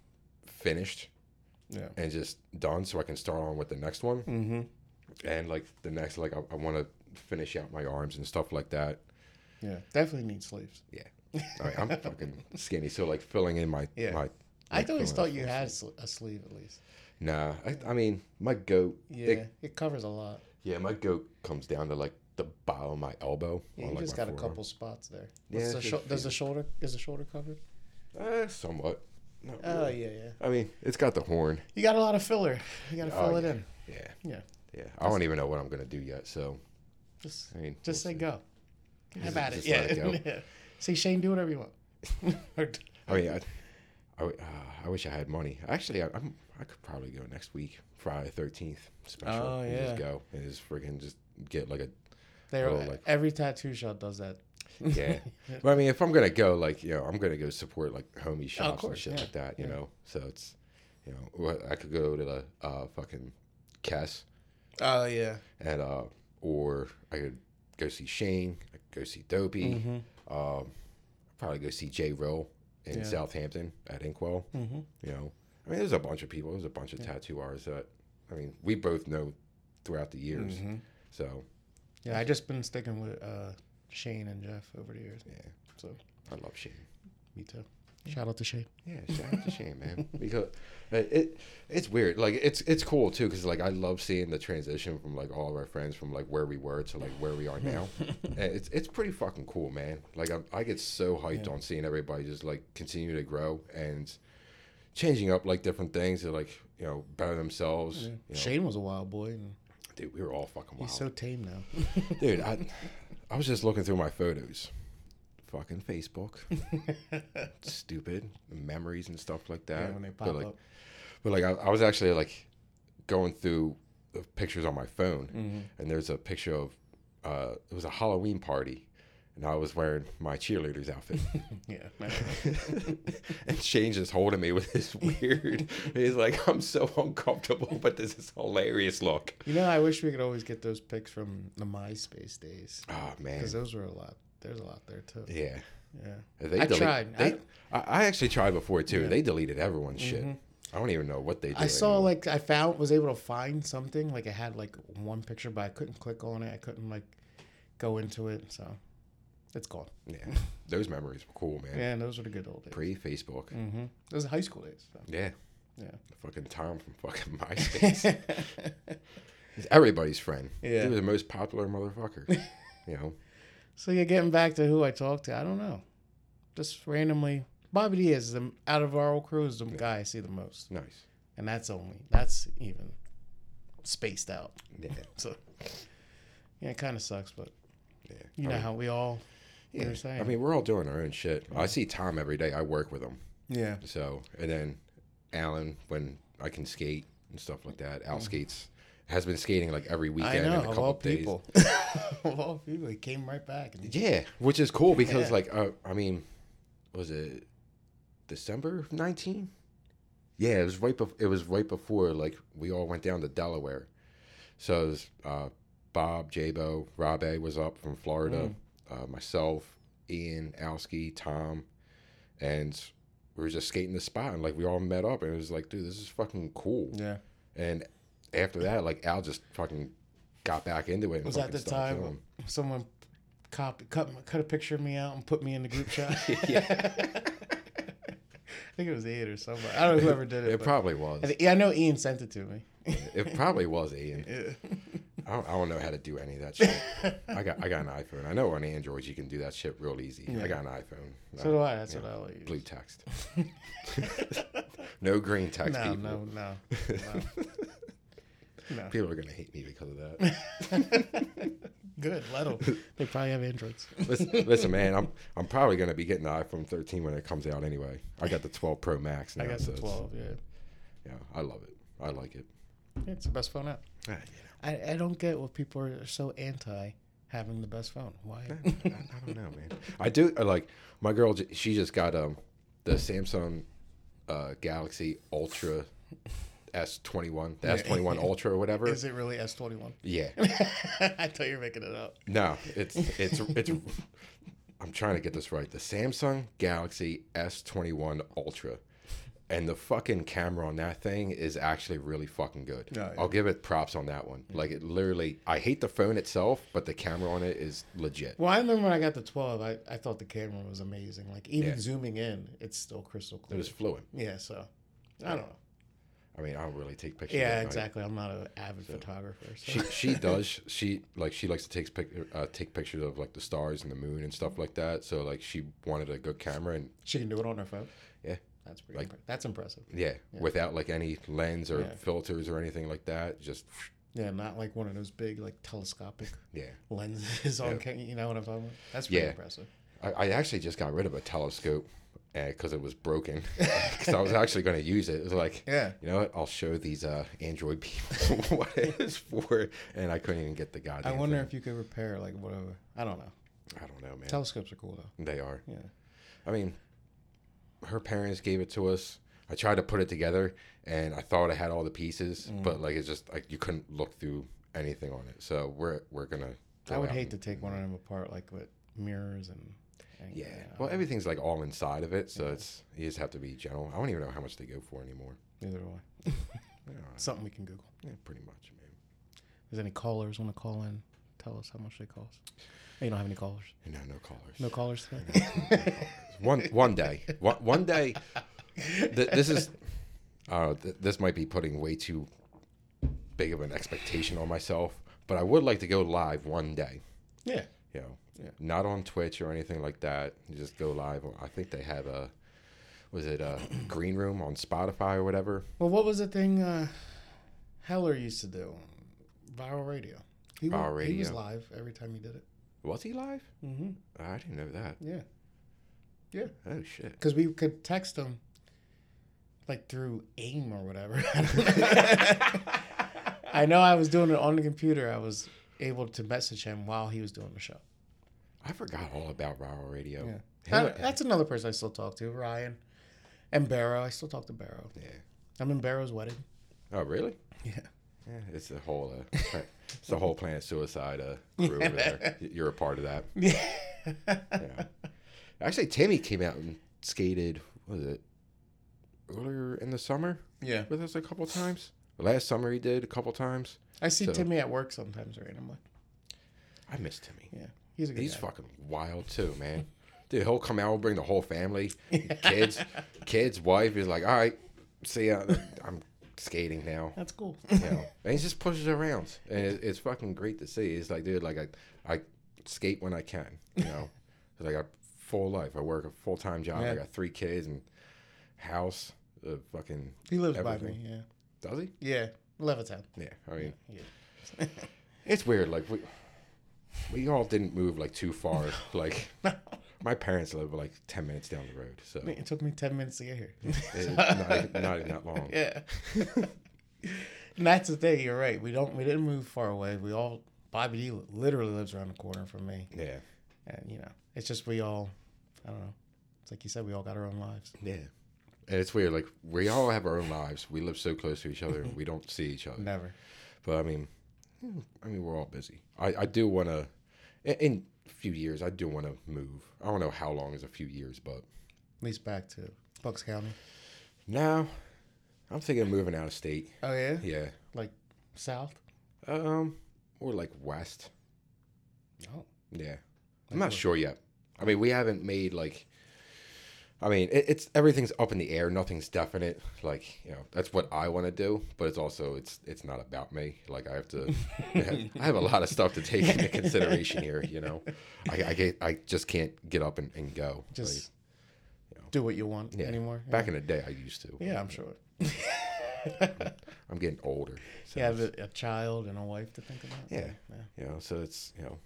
[SPEAKER 1] finished
[SPEAKER 2] yeah.
[SPEAKER 1] and just done so I can start on with the next one
[SPEAKER 2] Mm-hmm.
[SPEAKER 1] and like the next like I, I want to finish out my arms and stuff like that.
[SPEAKER 2] Yeah, definitely need sleeves.
[SPEAKER 1] I mean, I'm fucking skinny, so like filling in my
[SPEAKER 2] Yeah.
[SPEAKER 1] my.
[SPEAKER 2] I
[SPEAKER 1] like,
[SPEAKER 2] always
[SPEAKER 1] filling
[SPEAKER 2] thought
[SPEAKER 1] out
[SPEAKER 2] you
[SPEAKER 1] full
[SPEAKER 2] had sl- a sleeve at least.
[SPEAKER 1] Nah, I, I mean my goat.
[SPEAKER 2] Yeah,
[SPEAKER 1] It,
[SPEAKER 2] it covers a lot.
[SPEAKER 1] yeah, my goat comes down to like the bottom of my elbow.
[SPEAKER 2] Yeah,
[SPEAKER 1] on,
[SPEAKER 2] you
[SPEAKER 1] like,
[SPEAKER 2] just
[SPEAKER 1] my
[SPEAKER 2] got a
[SPEAKER 1] forearm.
[SPEAKER 2] couple spots there.
[SPEAKER 1] Yeah,
[SPEAKER 2] What's the
[SPEAKER 1] it's
[SPEAKER 2] shou-
[SPEAKER 1] just
[SPEAKER 2] does the shoulder is the shoulder covered?
[SPEAKER 1] Eh, somewhat. Not
[SPEAKER 2] Oh
[SPEAKER 1] really.
[SPEAKER 2] yeah, yeah.
[SPEAKER 1] I mean, it's got the horn.
[SPEAKER 2] You got a lot of filler. You got to
[SPEAKER 1] Oh,
[SPEAKER 2] fill it
[SPEAKER 1] yeah.
[SPEAKER 2] in.
[SPEAKER 1] Yeah.
[SPEAKER 2] Yeah.
[SPEAKER 1] Yeah. I don't even know what I'm gonna do yet. So
[SPEAKER 2] Just
[SPEAKER 1] I mean,
[SPEAKER 2] just
[SPEAKER 1] we'll see.
[SPEAKER 2] say go. How
[SPEAKER 1] Just-
[SPEAKER 2] about it?
[SPEAKER 1] just
[SPEAKER 2] Yeah.
[SPEAKER 1] let it
[SPEAKER 2] Say Shane, do whatever you want. Or-
[SPEAKER 1] I mean, I, Oh, I, w- uh, I wish I had money. Actually, I, I'm I could probably go next week, Friday thirteenth special.
[SPEAKER 2] Oh,
[SPEAKER 1] and
[SPEAKER 2] yeah.
[SPEAKER 1] Just go and just freaking just get like a
[SPEAKER 2] They're,
[SPEAKER 1] Oh, like-
[SPEAKER 2] every tattoo shop does that.
[SPEAKER 1] yeah. But I mean, if I'm gonna go, like you know, I'm gonna go support like homie shops
[SPEAKER 2] course,
[SPEAKER 1] and shit
[SPEAKER 2] yeah,
[SPEAKER 1] like that. You
[SPEAKER 2] yeah.
[SPEAKER 1] know, so it's you know, what- I could go to the uh, fucking Kess
[SPEAKER 2] Oh yeah.
[SPEAKER 1] and uh, or I could go see Shane. I could go see Dopey.
[SPEAKER 2] Mm-hmm.
[SPEAKER 1] Um, probably go see J. Rill in
[SPEAKER 2] Yeah.
[SPEAKER 1] Southampton at Inkwell.
[SPEAKER 2] Mm-hmm.
[SPEAKER 1] You know, I mean, there's a bunch of people. There's a bunch of tattoo artists that I mean, we both know throughout the years.
[SPEAKER 2] Mm-hmm.
[SPEAKER 1] So
[SPEAKER 2] Yeah, I just been sticking with uh, Shane and Jeff over the years.
[SPEAKER 1] yeah,
[SPEAKER 2] So
[SPEAKER 1] I love Shane.
[SPEAKER 2] me too. Shout out to Shane.
[SPEAKER 1] Yeah, shout out to Shane, man. Because uh, it it's weird. Like it's it's cool too, because like I love seeing the transition from like all of our friends from like where we were to like where we are now. And it's it's pretty fucking cool, man. Like I, I get so hyped on seeing everybody just like continue to grow and changing up like different things to like you know better themselves. You know,
[SPEAKER 2] Mm-hmm. Shane was a wild boy. And
[SPEAKER 1] dude, we were all fucking wild,
[SPEAKER 2] He's so tame now.
[SPEAKER 1] dude. I I was just looking through my photos, fucking Facebook, stupid memories and stuff like that.
[SPEAKER 2] when they
[SPEAKER 1] But,
[SPEAKER 2] pop
[SPEAKER 1] like,
[SPEAKER 2] up.
[SPEAKER 1] But like I, I was actually like going through the pictures on my phone,
[SPEAKER 2] Mm-hmm.
[SPEAKER 1] and there's a picture of uh, it was a Halloween party, and I was wearing my cheerleader's outfit,
[SPEAKER 2] Yeah.
[SPEAKER 1] and Shane just holding me with this weird. he's like, I'm so uncomfortable, but this is hilarious look.
[SPEAKER 2] you know, I wish we could always get those pics from the MySpace days
[SPEAKER 1] Oh man,
[SPEAKER 2] because those were a lot. There's a lot there too.
[SPEAKER 1] yeah.
[SPEAKER 2] Yeah.
[SPEAKER 1] They
[SPEAKER 2] I
[SPEAKER 1] delete-
[SPEAKER 2] tried.
[SPEAKER 1] They, I, I actually tried before too. They deleted everyone's shit.
[SPEAKER 2] Mhm.
[SPEAKER 1] I don't even know what they did.
[SPEAKER 2] I saw like I found was able to find something like it had like one picture, but I couldn't click on it. I couldn't like go into it, so it's gone.
[SPEAKER 1] yeah, those memories were cool, man.
[SPEAKER 2] Yeah, and those were the good old days.
[SPEAKER 1] Pre Facebook.
[SPEAKER 2] Mm-hmm. Those are high school days. So.
[SPEAKER 1] Yeah.
[SPEAKER 2] Yeah.
[SPEAKER 1] Fucking Tom from fucking MySpace. He's everybody's friend.
[SPEAKER 2] Yeah.
[SPEAKER 1] He was the most popular motherfucker. you know.
[SPEAKER 2] so yeah, getting back to who I talked to, I don't know, just randomly. Bobby Diaz is the, out of our whole crew is the guy I see the most,
[SPEAKER 1] Nice.
[SPEAKER 2] and that's only that's even spaced out.
[SPEAKER 1] Yeah.
[SPEAKER 2] So yeah, it kind of sucks, but
[SPEAKER 1] Yeah.
[SPEAKER 2] you know how we all.
[SPEAKER 1] yeah.
[SPEAKER 2] you're saying.
[SPEAKER 1] I mean, we're all doing our own shit. I see Tom every day. I work with him.
[SPEAKER 2] Yeah.
[SPEAKER 1] So and then Alan when I can skate and stuff like that. Al skates has been skating like every weekend
[SPEAKER 2] Mm. I know,
[SPEAKER 1] in a
[SPEAKER 2] of
[SPEAKER 1] couple
[SPEAKER 2] all
[SPEAKER 1] of days.
[SPEAKER 2] people. of all people, he came right back. And,
[SPEAKER 1] Yeah, which is cool because
[SPEAKER 2] Yeah.
[SPEAKER 1] like uh, I mean, was it December nineteen? Yeah, it was right. Bef- it was right before like we all went down to Delaware. So it was, uh, Bob, Jabo, Rob was up from Florida.
[SPEAKER 2] Mm.
[SPEAKER 1] Uh, myself, Ian, Alski, Tom, and we were just skating the spot and like we all met up and it was like, dude, this is fucking cool.
[SPEAKER 2] yeah.
[SPEAKER 1] And after that, like Al just fucking got back into it. And
[SPEAKER 2] Was that
[SPEAKER 1] fucking
[SPEAKER 2] the
[SPEAKER 1] started
[SPEAKER 2] time-
[SPEAKER 1] filming.
[SPEAKER 2] Someone copy, cut, cut a picture of me out and put me in the group chat.
[SPEAKER 1] Yeah.
[SPEAKER 2] I think it was Ian or somebody. I don't know whoever did it.
[SPEAKER 1] It
[SPEAKER 2] but-
[SPEAKER 1] probably was.
[SPEAKER 2] I, think, yeah, I know Ian sent it to me.
[SPEAKER 1] It probably was Ian. I don't, I don't know how to do any of that shit. I got I got an iPhone. I know on Android you can do that shit real easy. I got an iPhone.
[SPEAKER 2] so do I. That's
[SPEAKER 1] yeah.
[SPEAKER 2] what I like.
[SPEAKER 1] Blue text. no green text.
[SPEAKER 2] No,
[SPEAKER 1] people.
[SPEAKER 2] no, no, no.
[SPEAKER 1] People are gonna hate me because of that.
[SPEAKER 2] Good, let 'em. They probably have androids.
[SPEAKER 1] listen, listen, man. I'm I'm probably gonna be getting the iPhone 13 when it comes out anyway. I got the 12 Pro Max now.
[SPEAKER 2] I got
[SPEAKER 1] so
[SPEAKER 2] the
[SPEAKER 1] it's-
[SPEAKER 2] 12, yeah.
[SPEAKER 1] Yeah, I love it. I like it.
[SPEAKER 2] Yeah, It's the best phone out. I, I don't get what people are so anti having the best phone. Why?
[SPEAKER 1] I, I don't know, man. I do I like my girl. j- She just got um the Samsung uh, Galaxy Ultra S21, the S21 Ultra or whatever.
[SPEAKER 2] Is it really S21?
[SPEAKER 1] yeah,
[SPEAKER 2] I thought you were making it up.
[SPEAKER 1] no, it's it's it's. I'm trying to get this right. The Samsung Galaxy S21 Ultra. And the fucking camera on that thing is actually really fucking good.
[SPEAKER 2] Oh, Yeah,
[SPEAKER 1] I'll give it props on that one. Like it literally, I hate the phone itself, but the camera on it is legit.
[SPEAKER 2] Well, I remember when I got the 12, I, I thought the camera was amazing. Like, even
[SPEAKER 1] Yeah.
[SPEAKER 2] zooming in, it's still crystal
[SPEAKER 1] It
[SPEAKER 2] clear.
[SPEAKER 1] was fluent.
[SPEAKER 2] yeah, so I don't know.
[SPEAKER 1] I mean, I don't really take pictures.
[SPEAKER 2] Yeah,
[SPEAKER 1] at night.
[SPEAKER 2] exactly. I'm not an avid photographer. So.
[SPEAKER 1] she she does she like she likes to take pic, uh, take pictures of like the stars and the moon and stuff like that. So like she wanted a good camera and
[SPEAKER 2] She can do it on her phone.
[SPEAKER 1] Yeah.
[SPEAKER 2] that's pretty. impre- that's impressive.
[SPEAKER 1] yeah, without like any lens or
[SPEAKER 2] Yeah.
[SPEAKER 1] filters or anything like that. Just
[SPEAKER 2] Yeah, not like one of those big like telescopic
[SPEAKER 1] yeah.
[SPEAKER 2] lenses on. ca- You know what I'm talking about? That's pretty
[SPEAKER 1] Yeah.
[SPEAKER 2] impressive.
[SPEAKER 1] I, I actually just got rid of a telescope because it was broken. Because I was actually going to use it. It was like
[SPEAKER 2] Yeah.
[SPEAKER 1] You know what? I'll show these uh, Android people what it is for, and I couldn't even get the
[SPEAKER 2] I
[SPEAKER 1] goddamn.
[SPEAKER 2] wonder if you could repair like whatever. I don't know.
[SPEAKER 1] thing. I don't know, man.
[SPEAKER 2] Telescopes are cool though.
[SPEAKER 1] they are.
[SPEAKER 2] Yeah.
[SPEAKER 1] I mean, her parents gave it to us. I tried to put it together, and I thought I had all the pieces,
[SPEAKER 2] Mm.
[SPEAKER 1] but like it's just like you couldn't look through anything on it. So we're we're gonna.
[SPEAKER 2] I
[SPEAKER 1] go
[SPEAKER 2] would
[SPEAKER 1] out
[SPEAKER 2] hate to
[SPEAKER 1] and-
[SPEAKER 2] take one of them apart like with mirrors and. and
[SPEAKER 1] Yeah. Well, everything's like all inside of it, so it's you just have to be general. I don't even know how much they go for anymore.
[SPEAKER 2] Either way,
[SPEAKER 1] Yeah, all right.
[SPEAKER 2] something we can Google.
[SPEAKER 1] Yeah, pretty much, man.
[SPEAKER 2] If there's any callers want to call in, tell us how much they cost. Hey, you don't have any callers.
[SPEAKER 1] And no, no callers.
[SPEAKER 2] No callers today.
[SPEAKER 1] One one day, one, one day. Th- this is. Uh, th- this might be putting way too big of an expectation on myself, but I would like to go live one day.
[SPEAKER 2] yeah.
[SPEAKER 1] you know, not on Twitch or anything like that. You just go live. on- I think they have a, was it a green room on Spotify or whatever?
[SPEAKER 2] Well, what was the thing uh, Heller used to do? Viral radio. He wa-
[SPEAKER 1] Viral
[SPEAKER 2] He was
[SPEAKER 1] radio.
[SPEAKER 2] live every time he did it.
[SPEAKER 1] Was he live?
[SPEAKER 2] Mm-hmm.
[SPEAKER 1] I didn't know that.
[SPEAKER 2] Yeah,
[SPEAKER 1] Oh shit!
[SPEAKER 2] because we could text him like through AIM E or whatever. I know I was doing it on the computer. I was able to message him while he was doing the show.
[SPEAKER 1] I forgot all about Viral Radio.
[SPEAKER 2] Yeah.
[SPEAKER 1] Him-
[SPEAKER 2] That- that's another person I still talk to, Ryan and Barrow. I still talk to Barrow.
[SPEAKER 1] yeah.
[SPEAKER 2] I'm in Barrow's wedding.
[SPEAKER 1] Oh really?
[SPEAKER 2] Yeah.
[SPEAKER 1] Yeah, it's the whole, uh, it's the whole Planet Suicide uh, crew over there. You're a part of that. Yeah. Actually, Timmy came out and skated. what Was it earlier in the summer
[SPEAKER 2] yeah.
[SPEAKER 1] with us a couple times? Last summer he did a couple times.
[SPEAKER 2] I see
[SPEAKER 1] So-
[SPEAKER 2] Timmy at work sometimes randomly.
[SPEAKER 1] I miss Timmy.
[SPEAKER 2] Yeah. He's a good
[SPEAKER 1] He's
[SPEAKER 2] guy.
[SPEAKER 1] fucking wild too, man. Dude, he'll come out, bring the whole family, kids, kids, wife. He's like, all right, see, ya. I'm skating now.
[SPEAKER 2] That's cool.
[SPEAKER 1] You know? And he just pushes around, and it, it's fucking great to see. It's like, dude, like I, I skate when I can. You know, 'Cause I got full life. I work a full time job.
[SPEAKER 2] Yeah.
[SPEAKER 1] I got three kids and house. Uh, fucking
[SPEAKER 2] He lives
[SPEAKER 1] Everything.
[SPEAKER 2] by me.
[SPEAKER 1] does he?
[SPEAKER 2] Yeah. Yeah. Levittown.
[SPEAKER 1] Yeah, I mean,
[SPEAKER 2] Yeah.
[SPEAKER 1] it's weird. Like we, we all didn't move like too far. Like my parents live like ten minutes down the road, so it,
[SPEAKER 2] It took me 10 minutes to get here.
[SPEAKER 1] not, even, not even that long.
[SPEAKER 2] yeah. and that's the thing. You're right. We don't. We didn't move far away. We all. Bobby D literally lives around the corner from me,
[SPEAKER 1] Yeah,
[SPEAKER 2] and you know, it's just we all. I don't know. It's like you said, we all got our own lives.
[SPEAKER 1] yeah. And it's weird. Like we all have our own lives. We live so close to each other. We don't see each other.
[SPEAKER 2] Never.
[SPEAKER 1] But I mean, hmm, I mean, we're all busy. I, I do want to, in, in a few years, I do want to move. I don't know how long is a few years, but
[SPEAKER 2] At least back to Bucks County.
[SPEAKER 1] now I'm thinking of moving out of state.
[SPEAKER 2] Oh yeah.
[SPEAKER 1] Yeah.
[SPEAKER 2] Like south.
[SPEAKER 1] Um, or like west.
[SPEAKER 2] Oh.
[SPEAKER 1] Yeah. I'm not sure yet. I mean, we haven't made like. I mean, it, it's everything's up in the air. Nothing's definite. Like you know, that's what I want to do, but it's also it's it's not about me. Like I have to, I have a lot of stuff to take into consideration here. You know, I, I get I just can't get up and, and go.
[SPEAKER 2] Just
[SPEAKER 1] you know.
[SPEAKER 2] do what you want
[SPEAKER 1] Like, yeah.
[SPEAKER 2] anymore.
[SPEAKER 1] Back in the day, I used to.
[SPEAKER 2] yeah, I'm sure.
[SPEAKER 1] I'm getting older. So,
[SPEAKER 2] You have a, a child and a wife to think about.
[SPEAKER 1] Yeah.
[SPEAKER 2] yeah
[SPEAKER 1] You know, so it's you know,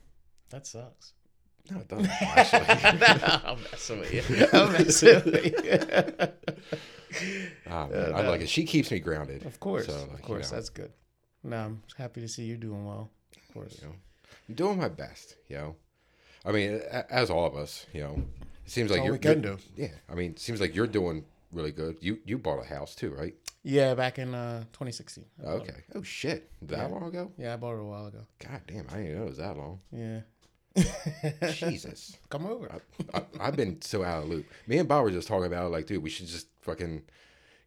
[SPEAKER 2] that sucks.
[SPEAKER 1] no, it doesn't actually.
[SPEAKER 2] I'm messing with you. I'm messing with you.
[SPEAKER 1] Ah, man, I like it. She keeps me grounded.
[SPEAKER 2] Of course,
[SPEAKER 1] So, like,
[SPEAKER 2] of
[SPEAKER 1] you
[SPEAKER 2] course,
[SPEAKER 1] know.
[SPEAKER 2] that's good. No, I'm happy to see you doing well. Of course,
[SPEAKER 1] you know i'm doing my best you know i mean a- as all of us you know it seems like
[SPEAKER 2] all
[SPEAKER 1] you're,
[SPEAKER 2] we can
[SPEAKER 1] you're-
[SPEAKER 2] do.
[SPEAKER 1] yeah i mean it seems like you're doing really good you you bought a house too right
[SPEAKER 2] Yeah, back in uh, 2016. I bought it.
[SPEAKER 1] okay oh shit that long ago
[SPEAKER 2] Yeah, I bought it a while ago.
[SPEAKER 1] god damn i didn't know it was that long
[SPEAKER 2] Yeah.
[SPEAKER 1] jesus
[SPEAKER 2] Come over.
[SPEAKER 1] Uh, I, i've been so out of the loop me and bob were just talking about it, like dude we should just fucking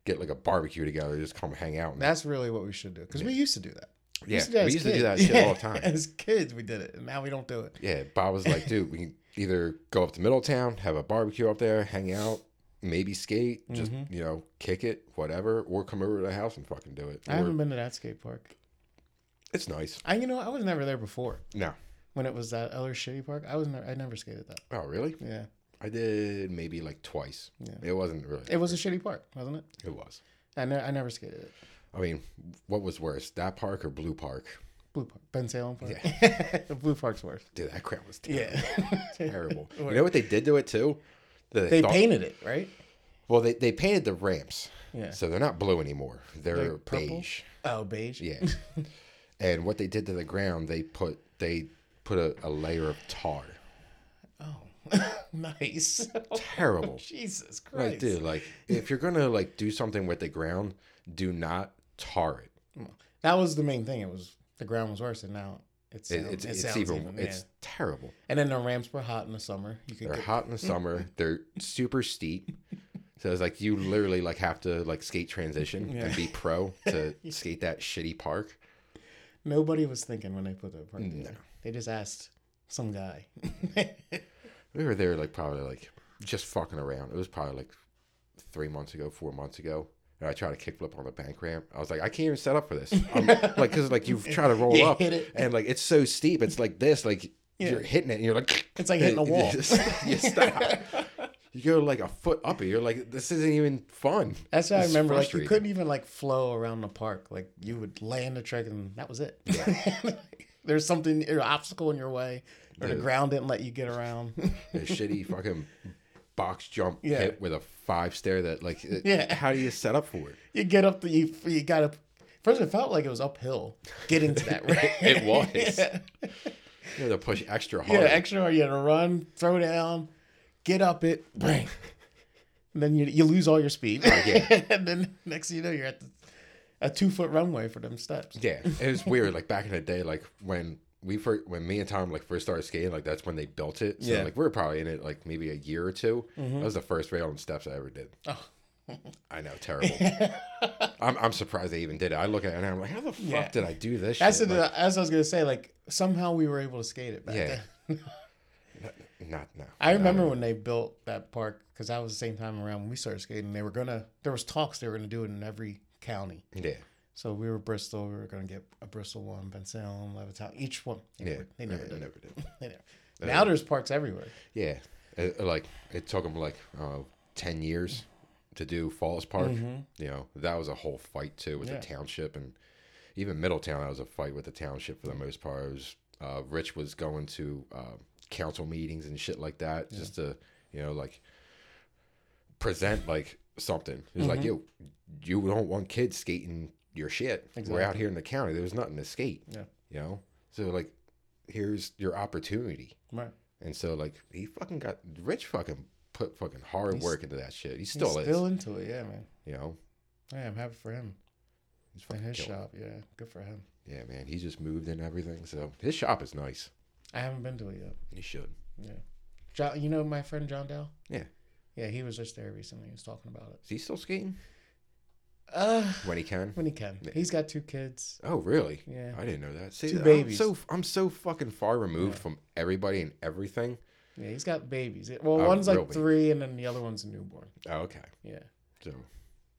[SPEAKER 1] get like a barbecue together just come hang out and,
[SPEAKER 2] That's really what we should do because we used to do that.
[SPEAKER 1] yeah
[SPEAKER 2] that
[SPEAKER 1] we
[SPEAKER 2] as
[SPEAKER 1] used to do
[SPEAKER 2] kids.
[SPEAKER 1] that shit all the
[SPEAKER 2] Yeah,
[SPEAKER 1] time
[SPEAKER 2] As kids, we did it, and now we don't do it.
[SPEAKER 1] Yeah, Bob was like, dude, we can either go up to Middletown, have a barbecue up there, hang out, maybe skate, just
[SPEAKER 2] Mm-hmm.
[SPEAKER 1] you know, kick it, whatever, or come over to the house and fucking do it.
[SPEAKER 2] I haven't
[SPEAKER 1] Or,
[SPEAKER 2] been to that skate park.
[SPEAKER 1] it's nice.
[SPEAKER 2] I, you know, I was never there before
[SPEAKER 1] No.
[SPEAKER 2] when it was that other shitty park. I was never, I never skated that.
[SPEAKER 1] Oh, really?
[SPEAKER 2] Yeah,
[SPEAKER 1] I did maybe like twice.
[SPEAKER 2] Yeah.
[SPEAKER 1] It wasn't really.
[SPEAKER 2] it was a shitty park, wasn't it?
[SPEAKER 1] It was.
[SPEAKER 2] I, ne- I never skated it.
[SPEAKER 1] I mean, what was worse, that park or Blue Park?
[SPEAKER 2] Blue Park, Ben Salem Park. the Blue Park's worse.
[SPEAKER 1] Dude, that crowd was terrible.
[SPEAKER 2] Yeah,
[SPEAKER 1] terrible. You know what they did to it too? They,
[SPEAKER 2] they
[SPEAKER 1] thought-
[SPEAKER 2] painted it right.
[SPEAKER 1] Well, they, they painted the ramps,
[SPEAKER 2] Yeah.
[SPEAKER 1] so they're not blue anymore. They're,
[SPEAKER 2] purple?
[SPEAKER 1] beige.
[SPEAKER 2] Oh, beige.
[SPEAKER 1] Yeah. and what they did to the ground, they put they put a, a layer of tar.
[SPEAKER 2] Oh, nice.
[SPEAKER 1] Terrible.
[SPEAKER 2] Jesus Christ.
[SPEAKER 1] like, dude, like if you're gonna like do something with the ground, do not tar it.
[SPEAKER 2] That was the main thing. It was the ground was worse, and now it's
[SPEAKER 1] It- it's it's even, it's terrible.
[SPEAKER 2] And then the ramps were hot in the summer. You could
[SPEAKER 1] They're
[SPEAKER 2] get,
[SPEAKER 1] hot in the summer. They're super steep. So it's like you literally like have to like skate transition and be pro to skate that shitty park.
[SPEAKER 2] nobody was thinking when they put that
[SPEAKER 1] Mm,
[SPEAKER 2] park together. They just asked some guy.
[SPEAKER 1] We were there like probably like just fucking around. It was probably like three months ago, four months ago. And I tried to kickflip on the bank ramp. I was like, I can't even set up for this. I'm, like, cause like you try to roll
[SPEAKER 2] You
[SPEAKER 1] up
[SPEAKER 2] hit it.
[SPEAKER 1] and like it's so steep. It's like this. Like you're hitting it and you're like,
[SPEAKER 2] It's like hitting a
[SPEAKER 1] you
[SPEAKER 2] wall.
[SPEAKER 1] just- you stop. You go like a foot up and you're like, this isn't even fun.
[SPEAKER 2] That's how I
[SPEAKER 1] It's
[SPEAKER 2] remember. Like you
[SPEAKER 1] frustrating.
[SPEAKER 2] couldn't even like flow around the park. Like you would land a trick, and that was it. There's something an obstacle in your way, or the ground didn't let you get around.
[SPEAKER 1] The shitty fucking box jump
[SPEAKER 2] Yeah.
[SPEAKER 1] hit with a five stair that like, it-
[SPEAKER 2] Yeah.
[SPEAKER 1] how do you set up for it?
[SPEAKER 2] you get up the you, you got up. First, it felt like it was uphill. Get into that ramp.
[SPEAKER 1] It was. You had to push extra hard.
[SPEAKER 2] Yeah, extra hard. You had to run, throw down, get up it, bang. And then you, you lose all your speed.
[SPEAKER 1] Oh, yeah.
[SPEAKER 2] and then next thing you know, you're at the, a two foot runway for them steps.
[SPEAKER 1] Yeah, it was weird. Like back in the day, like when we first, when me and Tom like first started skating, like that's when they built it. So
[SPEAKER 2] Yeah. Mm-hmm.
[SPEAKER 1] like we were probably in it like maybe a year or 2 That was the first rail and steps I ever did.
[SPEAKER 2] Oh.
[SPEAKER 1] I know, terrible. I'm, I'm surprised they even did it. I look at it and I'm like, how the fuck
[SPEAKER 2] Yeah.
[SPEAKER 1] did I do this?
[SPEAKER 2] That's
[SPEAKER 1] shit?
[SPEAKER 2] the-
[SPEAKER 1] Like,
[SPEAKER 2] as I was going to say, like, somehow we were able to skate it back
[SPEAKER 1] Yeah.
[SPEAKER 2] then.
[SPEAKER 1] not no.
[SPEAKER 2] I remember when they built that park because that was the same time around when we started skating. They were going to, there was talks they were going to do it in every county.
[SPEAKER 1] Yeah,
[SPEAKER 2] So we were Bristol. We were going to get a Bristol one, Bensalem, Levittown, each one. They
[SPEAKER 1] yeah.
[SPEAKER 2] never, they never
[SPEAKER 1] Yeah,
[SPEAKER 2] did.
[SPEAKER 1] never did.
[SPEAKER 2] They never. Now there's parks everywhere.
[SPEAKER 1] Yeah, It- like it took them like uh, ten years to do Falls Park. You know that was a whole fight too with
[SPEAKER 2] Mm-hmm. Yeah.
[SPEAKER 1] the township and even Middletown. That was a fight with the township for the most part. It was uh, Rich was going to uh, council meetings and shit like that just to you know like present like something. It was like yo,
[SPEAKER 2] Mm-hmm.
[SPEAKER 1] you don't want kids skating your shit. We're out here in the county. There was nothing to skate.
[SPEAKER 2] Yeah.
[SPEAKER 1] You know, so like here's your opportunity.
[SPEAKER 2] Right.
[SPEAKER 1] And so like he fucking got Rich fucking put fucking hard work into that shit. He still
[SPEAKER 2] He's
[SPEAKER 1] is.
[SPEAKER 2] still into it, yeah, man.
[SPEAKER 1] you know.
[SPEAKER 2] Yeah, I'm happy for him.
[SPEAKER 1] He's
[SPEAKER 2] And
[SPEAKER 1] fucking
[SPEAKER 2] his
[SPEAKER 1] killing it.
[SPEAKER 2] shop, yeah, good for him.
[SPEAKER 1] Yeah, man. He just moved and everything. So his shop is nice.
[SPEAKER 2] I haven't been to it yet.
[SPEAKER 1] He should.
[SPEAKER 2] Yeah, John, you know my friend John Dow.
[SPEAKER 1] Yeah.
[SPEAKER 2] Yeah, he was just there recently. He was talking about it.
[SPEAKER 1] Is he still skating?
[SPEAKER 2] Uh
[SPEAKER 1] When he can?
[SPEAKER 2] when he can. He's got two kids.
[SPEAKER 1] Oh really?
[SPEAKER 2] Yeah.
[SPEAKER 1] I didn't know that. See,
[SPEAKER 2] Two
[SPEAKER 1] I'm
[SPEAKER 2] babies.
[SPEAKER 1] so I'm so fucking far removed from everybody and everything.
[SPEAKER 2] Yeah, he's got babies. Well,
[SPEAKER 1] Oh,
[SPEAKER 2] one's
[SPEAKER 1] real
[SPEAKER 2] like
[SPEAKER 1] baby.
[SPEAKER 2] three, and then the other one's a newborn.
[SPEAKER 1] Oh, okay.
[SPEAKER 2] Yeah,
[SPEAKER 1] So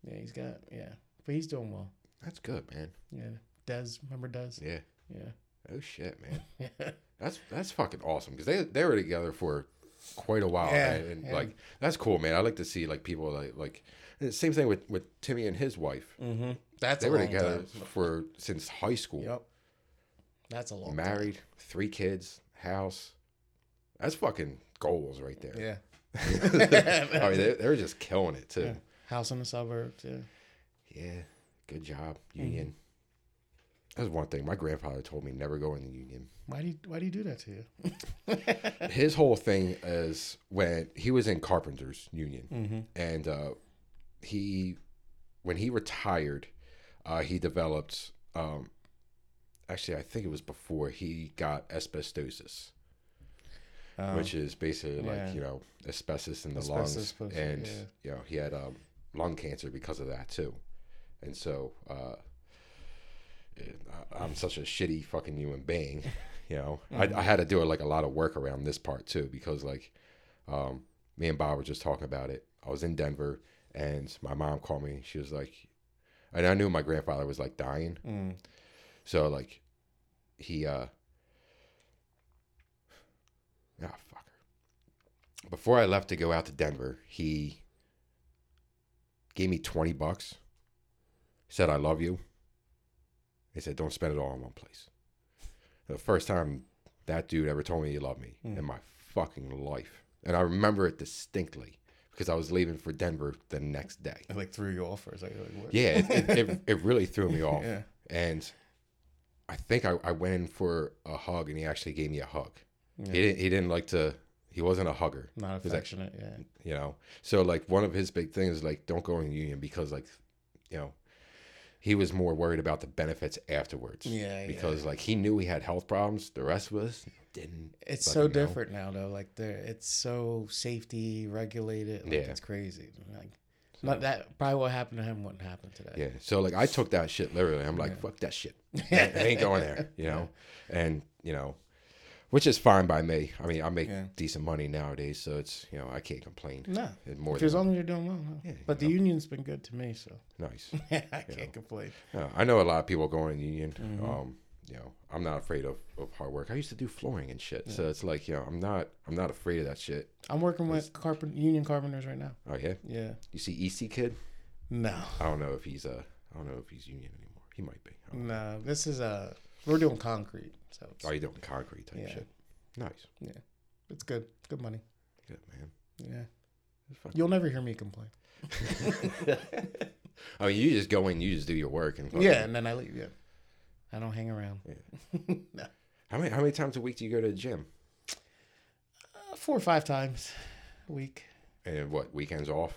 [SPEAKER 2] yeah, he's got yeah, but he's doing well.
[SPEAKER 1] that's good, man.
[SPEAKER 2] Yeah, Dez, remember Dez?
[SPEAKER 1] Yeah.
[SPEAKER 2] Yeah,
[SPEAKER 1] Oh shit, man.
[SPEAKER 2] yeah.
[SPEAKER 1] That's that's fucking awesome because they they were together for quite a while,
[SPEAKER 2] Yeah,
[SPEAKER 1] man. and
[SPEAKER 2] yeah.
[SPEAKER 1] like that's cool, man. I like to see like people like like and same thing with with Timmy and his wife.
[SPEAKER 2] Mm-hmm. That's
[SPEAKER 1] They
[SPEAKER 2] a
[SPEAKER 1] were
[SPEAKER 2] long
[SPEAKER 1] together
[SPEAKER 2] time.
[SPEAKER 1] for since high school.
[SPEAKER 2] Yep, that's a long
[SPEAKER 1] Married, three kids, house. That's fucking goals right there.
[SPEAKER 2] Time. Yeah,
[SPEAKER 1] I mean, they, they were just killing it too.
[SPEAKER 2] house in the suburbs. Yeah, Mm-hmm.
[SPEAKER 1] Yeah, good job, union. That's one thing. My grandfather told me never go in the union.
[SPEAKER 2] why do you, why do you do that to you?
[SPEAKER 1] his whole thing is when he was in carpenters union
[SPEAKER 2] Mm-hmm.
[SPEAKER 1] and uh, he when he retired uh, he developed um, actually i think it was before he got asbestosis
[SPEAKER 2] Um,
[SPEAKER 1] which is basically
[SPEAKER 2] yeah.
[SPEAKER 1] like you know asbestos in the
[SPEAKER 2] Asbestos,
[SPEAKER 1] lungs
[SPEAKER 2] yeah.
[SPEAKER 1] and you know he had um, lung cancer because of that too and so uh, I- i'm such a shitty fucking human being you know I, I had to do like a lot of work around this part too because like um, me and bob were just talking about it i was in denver and my mom called me she was like and i knew my grandfather was like dying
[SPEAKER 2] mm,
[SPEAKER 1] so like, he uh, ah fucker. Before I left to go out to Denver, he gave me twenty bucks. Said I love you. He said don't spend it all in one place. The first time that dude ever told me he loved me in my fucking life, and I remember it distinctly because I was leaving for Denver the next day.
[SPEAKER 2] it, like threw you off for a second. Like, what?
[SPEAKER 1] Yeah, it, it, it, it really threw me off
[SPEAKER 2] yeah.
[SPEAKER 1] and I think I, I went in for a hug, and he actually gave me a hug.
[SPEAKER 2] Yeah.
[SPEAKER 1] He didn't. He didn't like to. He wasn't a hugger,
[SPEAKER 2] Not
[SPEAKER 1] He's like-
[SPEAKER 2] affectionate. Yeah.
[SPEAKER 1] you know. So like one of his big things is like don't go in the union because like, you know, he was more worried about the benefits afterwards.
[SPEAKER 2] Yeah, yeah.
[SPEAKER 1] Because like he knew he had health problems. The rest of us didn't.
[SPEAKER 2] It's
[SPEAKER 1] fucking
[SPEAKER 2] so
[SPEAKER 1] know.
[SPEAKER 2] different now, though. Like there, it's so safety regulated. Like,
[SPEAKER 1] Yeah.
[SPEAKER 2] it's crazy. Like not that probably what happened to him wouldn't happen today.
[SPEAKER 1] Yeah. So like I took that shit literally. I'm like,
[SPEAKER 2] Yeah.
[SPEAKER 1] fuck that shit. It ain't going there. You know? And, you know, which is fine by me. I mean, I make
[SPEAKER 2] Yeah.
[SPEAKER 1] decent money nowadays, so it's you know, I can't complain.
[SPEAKER 2] No.
[SPEAKER 1] It More
[SPEAKER 2] If as
[SPEAKER 1] than
[SPEAKER 2] long as you're doing well. no.
[SPEAKER 1] Yeah, you
[SPEAKER 2] but the union's been good to me, so
[SPEAKER 1] nice.
[SPEAKER 2] I can't complain.
[SPEAKER 1] Yeah, I know a lot of people going in the union.
[SPEAKER 2] Mm-hmm.
[SPEAKER 1] Um, you know, I'm not afraid of, of hard work. I used to do flooring and shit. So it's like, you know, I'm not I'm not afraid of that shit.
[SPEAKER 2] I'm working with carpent union carpenters right now.
[SPEAKER 1] Oh yeah?
[SPEAKER 2] Yeah.
[SPEAKER 1] You see EC kid?
[SPEAKER 2] No.
[SPEAKER 1] I don't know if he's uh I don't know if he's union anymore. He might be. I don't know.
[SPEAKER 2] No. This is uh, we're doing concrete, so it's,
[SPEAKER 1] Oh, you doing concrete type
[SPEAKER 2] Mm. Yeah.
[SPEAKER 1] shit. Nice.
[SPEAKER 2] it's good. Good money.
[SPEAKER 1] Good man.
[SPEAKER 2] Yeah.
[SPEAKER 1] Fuck.
[SPEAKER 2] You'll never hear me complain.
[SPEAKER 1] I mean, you just go in, you just do your work, and fucking-
[SPEAKER 2] Yeah, and then I leave. Yeah. I don't hang around. no.
[SPEAKER 1] How many how many times a week do you go to the gym?
[SPEAKER 2] Uh, four or five times a week.
[SPEAKER 1] And what weekends off,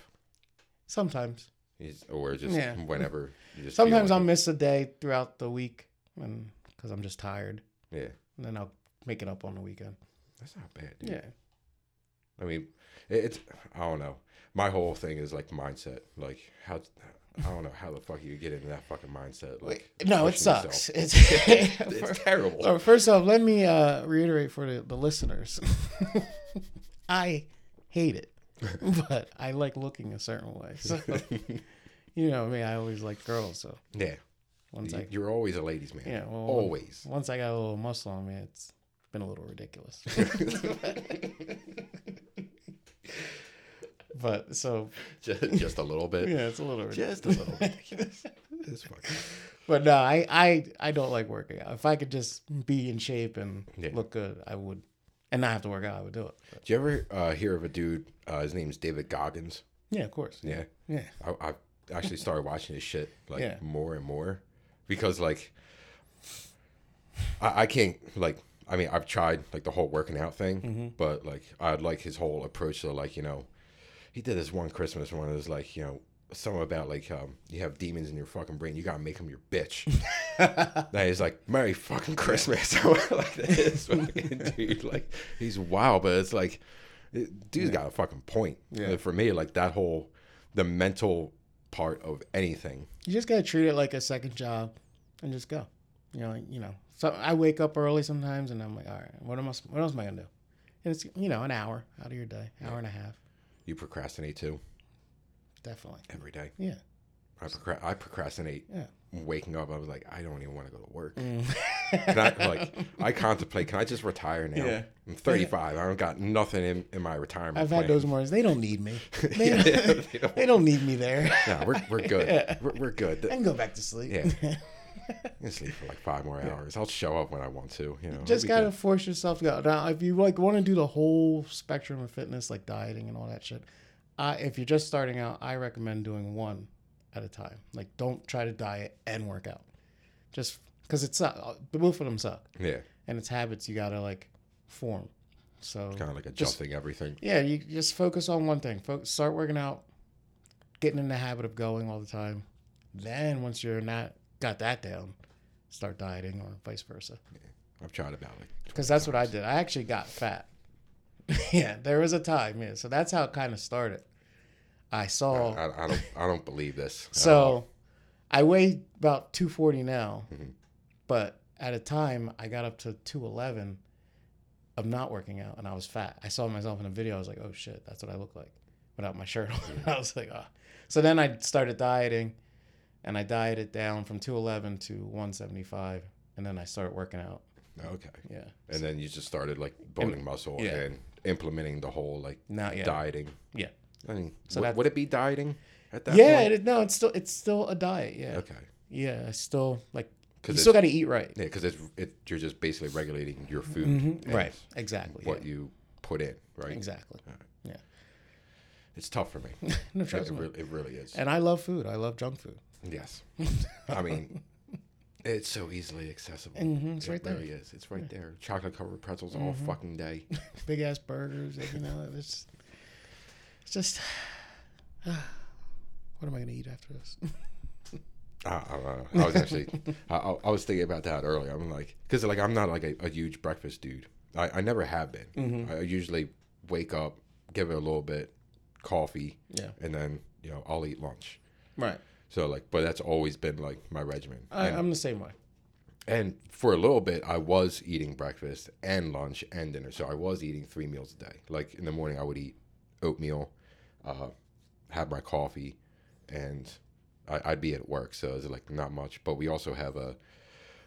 [SPEAKER 2] Sometimes.
[SPEAKER 1] Is- or just
[SPEAKER 2] Yeah.
[SPEAKER 1] whenever? You just feel
[SPEAKER 2] Sometimes
[SPEAKER 1] like
[SPEAKER 2] I'll miss a day throughout the week and because I'm just tired.
[SPEAKER 1] it. yeah.
[SPEAKER 2] And then I'll make it up on the weekend.
[SPEAKER 1] That's not bad. Dude.
[SPEAKER 2] Yeah.
[SPEAKER 1] I mean, it, it's I don't know. My whole thing is like mindset. Like how I don't know how the fuck you get into that fucking mindset. Like
[SPEAKER 2] No,
[SPEAKER 1] pushing
[SPEAKER 2] it
[SPEAKER 1] yourself.
[SPEAKER 2] sucks. Oh, It's,
[SPEAKER 1] It's terrible.
[SPEAKER 2] so first off, let me uh, reiterate for the, the listeners. I hate it, but I like looking a certain way. So, you know me, I always like girls. So
[SPEAKER 1] yeah,
[SPEAKER 2] once I,
[SPEAKER 1] You- you're always a ladies' man.
[SPEAKER 2] yeah, well,
[SPEAKER 1] always.
[SPEAKER 2] Once I got a little muscle on me, it's been a little ridiculous. but so
[SPEAKER 1] just, just a little bit.
[SPEAKER 2] yeah, it's a little ridiculous.
[SPEAKER 1] Just a little bit. It's fucking.
[SPEAKER 2] But no, I, I I don't like working out. If I could just be in shape and
[SPEAKER 1] Yeah.
[SPEAKER 2] look good, I would, and not have to work out, I would do it. But,
[SPEAKER 1] Do you ever uh, hear of a dude? Uh, his name's David Goggins.
[SPEAKER 2] yeah, of course.
[SPEAKER 1] Yeah.
[SPEAKER 2] Yeah.
[SPEAKER 1] I, I actually started watching his shit like
[SPEAKER 2] Yeah.
[SPEAKER 1] more and more because like I, I can't like I mean I've tried like the whole working out thing, but like I like his whole approach to like you know he did this one Christmas one that was like you know something about like um, you have demons in your fucking brain you gotta make them your bitch. That is like Merry fucking Christmas. like this fucking dude, like he's wild, but it's like it- dude's got a fucking point.
[SPEAKER 2] Yeah.
[SPEAKER 1] And for me, like that whole the mental part of anything.
[SPEAKER 2] You just gotta treat it like a second job, and just go. You know, like, you know. So I wake up early sometimes, and I'm like, all right, what am I? What else am I gonna do? And it's you know an hour out of your day, hour and a half,
[SPEAKER 1] You procrastinate too
[SPEAKER 2] definitely.
[SPEAKER 1] every day.
[SPEAKER 2] Yeah,
[SPEAKER 1] I, procra- I procrastinate
[SPEAKER 2] yeah.
[SPEAKER 1] waking up. I was like, I don't even want to go to work. Can I, like, I contemplate, can I just retire now?
[SPEAKER 2] Yeah.
[SPEAKER 1] I'm 35. I don't got nothing in, in my retirement.
[SPEAKER 2] I've had
[SPEAKER 1] plan.
[SPEAKER 2] those mornings. They don't need me. They,
[SPEAKER 1] Yeah,
[SPEAKER 2] don't,
[SPEAKER 1] they don't-
[SPEAKER 2] they don't need me there.
[SPEAKER 1] No, we're, we're good.
[SPEAKER 2] Yeah.
[SPEAKER 1] We're, we're good.
[SPEAKER 2] I can go back to sleep.
[SPEAKER 1] Yeah. I can sleep for like five more hours. I'll show up when I want to. You know, it'll
[SPEAKER 2] Just
[SPEAKER 1] be
[SPEAKER 2] gotta
[SPEAKER 1] good.
[SPEAKER 2] force yourself to go. Now, if you like want to do the whole spectrum of fitness, like dieting and all that shit, I, if you're just starting out, I recommend doing one at a time. Like, don't try to diet and work out, just because it's uh, both of them suck,
[SPEAKER 1] yeah,
[SPEAKER 2] and it's habits you gotta like form. So
[SPEAKER 1] kind of like
[SPEAKER 2] just-
[SPEAKER 1] adjusting everything.
[SPEAKER 2] Yeah, you just focus on one thing. Focus, start working out, getting in the habit of going all the time. Then once you're not got that down, start dieting or vice versa.
[SPEAKER 1] I've tried about it.
[SPEAKER 2] Because that's what I did. I actually got fat. yeah, there was a time. Yeah, so that's how it kind of started. I saw.
[SPEAKER 1] I, I don't. I don't believe this. at all.
[SPEAKER 2] Oh. So I weigh about 240 now, but at a time I got up to 211 of not working out and I was fat. I saw myself in a video. I was like, oh shit, that's what I look like without my shirt on. I was like, ah. So then I started dieting and I dieted down from 211 to 175 and then I started working out.
[SPEAKER 1] okay,
[SPEAKER 2] Yeah.
[SPEAKER 1] and then you just started like building muscle
[SPEAKER 2] yeah.
[SPEAKER 1] and implementing the whole like
[SPEAKER 2] Now, yeah.
[SPEAKER 1] dieting.
[SPEAKER 2] Yeah.
[SPEAKER 1] I mean,
[SPEAKER 2] So
[SPEAKER 1] would,
[SPEAKER 2] that's-
[SPEAKER 1] would it be dieting at that
[SPEAKER 2] Yeah,
[SPEAKER 1] point?
[SPEAKER 2] it, no, it's still it's still a diet. Yeah,
[SPEAKER 1] Okay,
[SPEAKER 2] yeah, it's still like you
[SPEAKER 1] because it's
[SPEAKER 2] still got to eat right. Mm-hmm,
[SPEAKER 1] yeah, 'cause it's it, you're just basically regulating your food, and
[SPEAKER 2] Right, exactly.
[SPEAKER 1] What
[SPEAKER 2] yeah,
[SPEAKER 1] you put in, right?
[SPEAKER 2] exactly.
[SPEAKER 1] It's tough for me.
[SPEAKER 2] No,
[SPEAKER 1] it,
[SPEAKER 2] trust
[SPEAKER 1] it,
[SPEAKER 2] me.
[SPEAKER 1] really, it really is.
[SPEAKER 2] And I love food. I love junk food.
[SPEAKER 1] Yes. I mean, it's so easily accessible.
[SPEAKER 2] Mhm, it's
[SPEAKER 1] it
[SPEAKER 2] right there. Mm-hmm.
[SPEAKER 1] really is. It's right there. Chocolate covered pretzels all fucking day.
[SPEAKER 2] Big ass burgers. You know, it's, it's just. what am I going to eat after this?
[SPEAKER 1] I, I, I was actually, I, I I was thinking about that earlier. I'm like, because like I'm not like a, a huge breakfast dude. I, I never have been.
[SPEAKER 2] Mm-hmm.
[SPEAKER 1] I usually wake up, give it a little bit, coffee,
[SPEAKER 2] Yeah.
[SPEAKER 1] and then you know I'll eat lunch.
[SPEAKER 2] Right.
[SPEAKER 1] So like, but that's always been like my regimen.
[SPEAKER 2] I, I'm the same way.
[SPEAKER 1] And for a little bit, I was eating breakfast and lunch and dinner. So I was eating three meals a day. Like in the morning, I would eat oatmeal, uh, have my coffee, and I, I'd be at work. So it's like not much. But we also have a,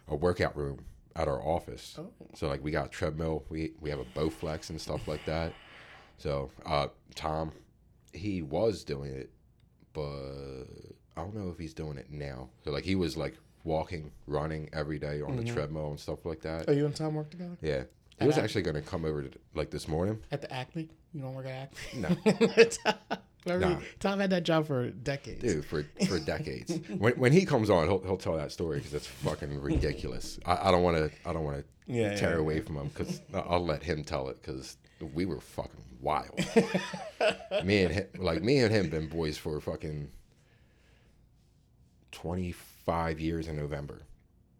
[SPEAKER 1] a workout room at our office.
[SPEAKER 2] Oh.
[SPEAKER 1] So like we got a treadmill, we, we have a Bowflex and stuff like that. So uh, Tom, he was doing it, but I don't know if he's doing it now. So like he was like walking, running every day on the treadmill and stuff like that.
[SPEAKER 2] Oh, you and Tom work together?
[SPEAKER 1] Yeah. He
[SPEAKER 2] Mm-hmm. And
[SPEAKER 1] was
[SPEAKER 2] I-
[SPEAKER 1] actually going to come over to, like this morning.
[SPEAKER 2] At the Acme? You don't work at Acme?
[SPEAKER 1] No.
[SPEAKER 2] Tom,
[SPEAKER 1] Nah.
[SPEAKER 2] Tom had that job for decades.
[SPEAKER 1] Dude, for for decades. when, when he comes on, he'll, he'll tell that story because it's fucking ridiculous. I, I don't want to I don't want to
[SPEAKER 2] Yeah, yeah,
[SPEAKER 1] tear
[SPEAKER 2] yeah.
[SPEAKER 1] away from him because I'll let him tell it because we were fucking wild. me and him, like me and him, been boys for fucking twenty five years in November.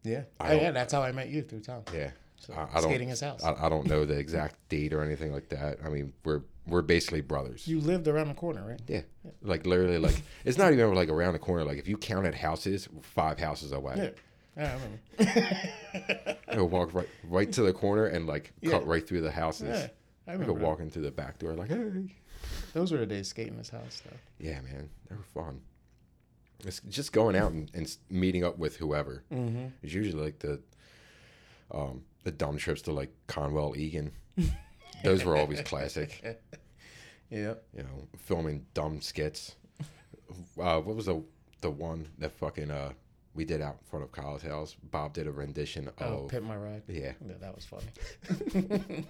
[SPEAKER 2] Yeah.
[SPEAKER 1] I
[SPEAKER 2] Oh, yeah,
[SPEAKER 1] don't-
[SPEAKER 2] that's how I met you through Tom.
[SPEAKER 1] Yeah, I, I don't.
[SPEAKER 2] Skating his house.
[SPEAKER 1] I, I don't know the exact date or anything like that. I mean, we're we're basically brothers.
[SPEAKER 2] you lived around the corner, right?
[SPEAKER 1] Yeah. Like literally, like it's not even like around the corner. Like if you counted houses, five houses away,
[SPEAKER 2] Yeah, I remember.
[SPEAKER 1] I could walk right right to the corner and like cut
[SPEAKER 2] Yeah.
[SPEAKER 1] right through the houses.
[SPEAKER 2] Yeah, I
[SPEAKER 1] I could
[SPEAKER 2] remember.
[SPEAKER 1] walk into the back door like, hey.
[SPEAKER 2] Those were the days skating his house, though.
[SPEAKER 1] Yeah, man, they were fun. It's just going out and, and s- meeting up with whoever.
[SPEAKER 2] Hmm.
[SPEAKER 1] Mm-hmm. It's usually like the um, the dumb trips to like Conwell, Egan. Those were always classic.
[SPEAKER 2] Yep.
[SPEAKER 1] you know, filming dumb skits. Uh, what was the the one that fucking uh we did out in front of Kyle's house? Bob did a rendition
[SPEAKER 2] Oh,
[SPEAKER 1] of
[SPEAKER 2] Pimp My Ride.
[SPEAKER 1] yeah,
[SPEAKER 2] Yeah, that was funny.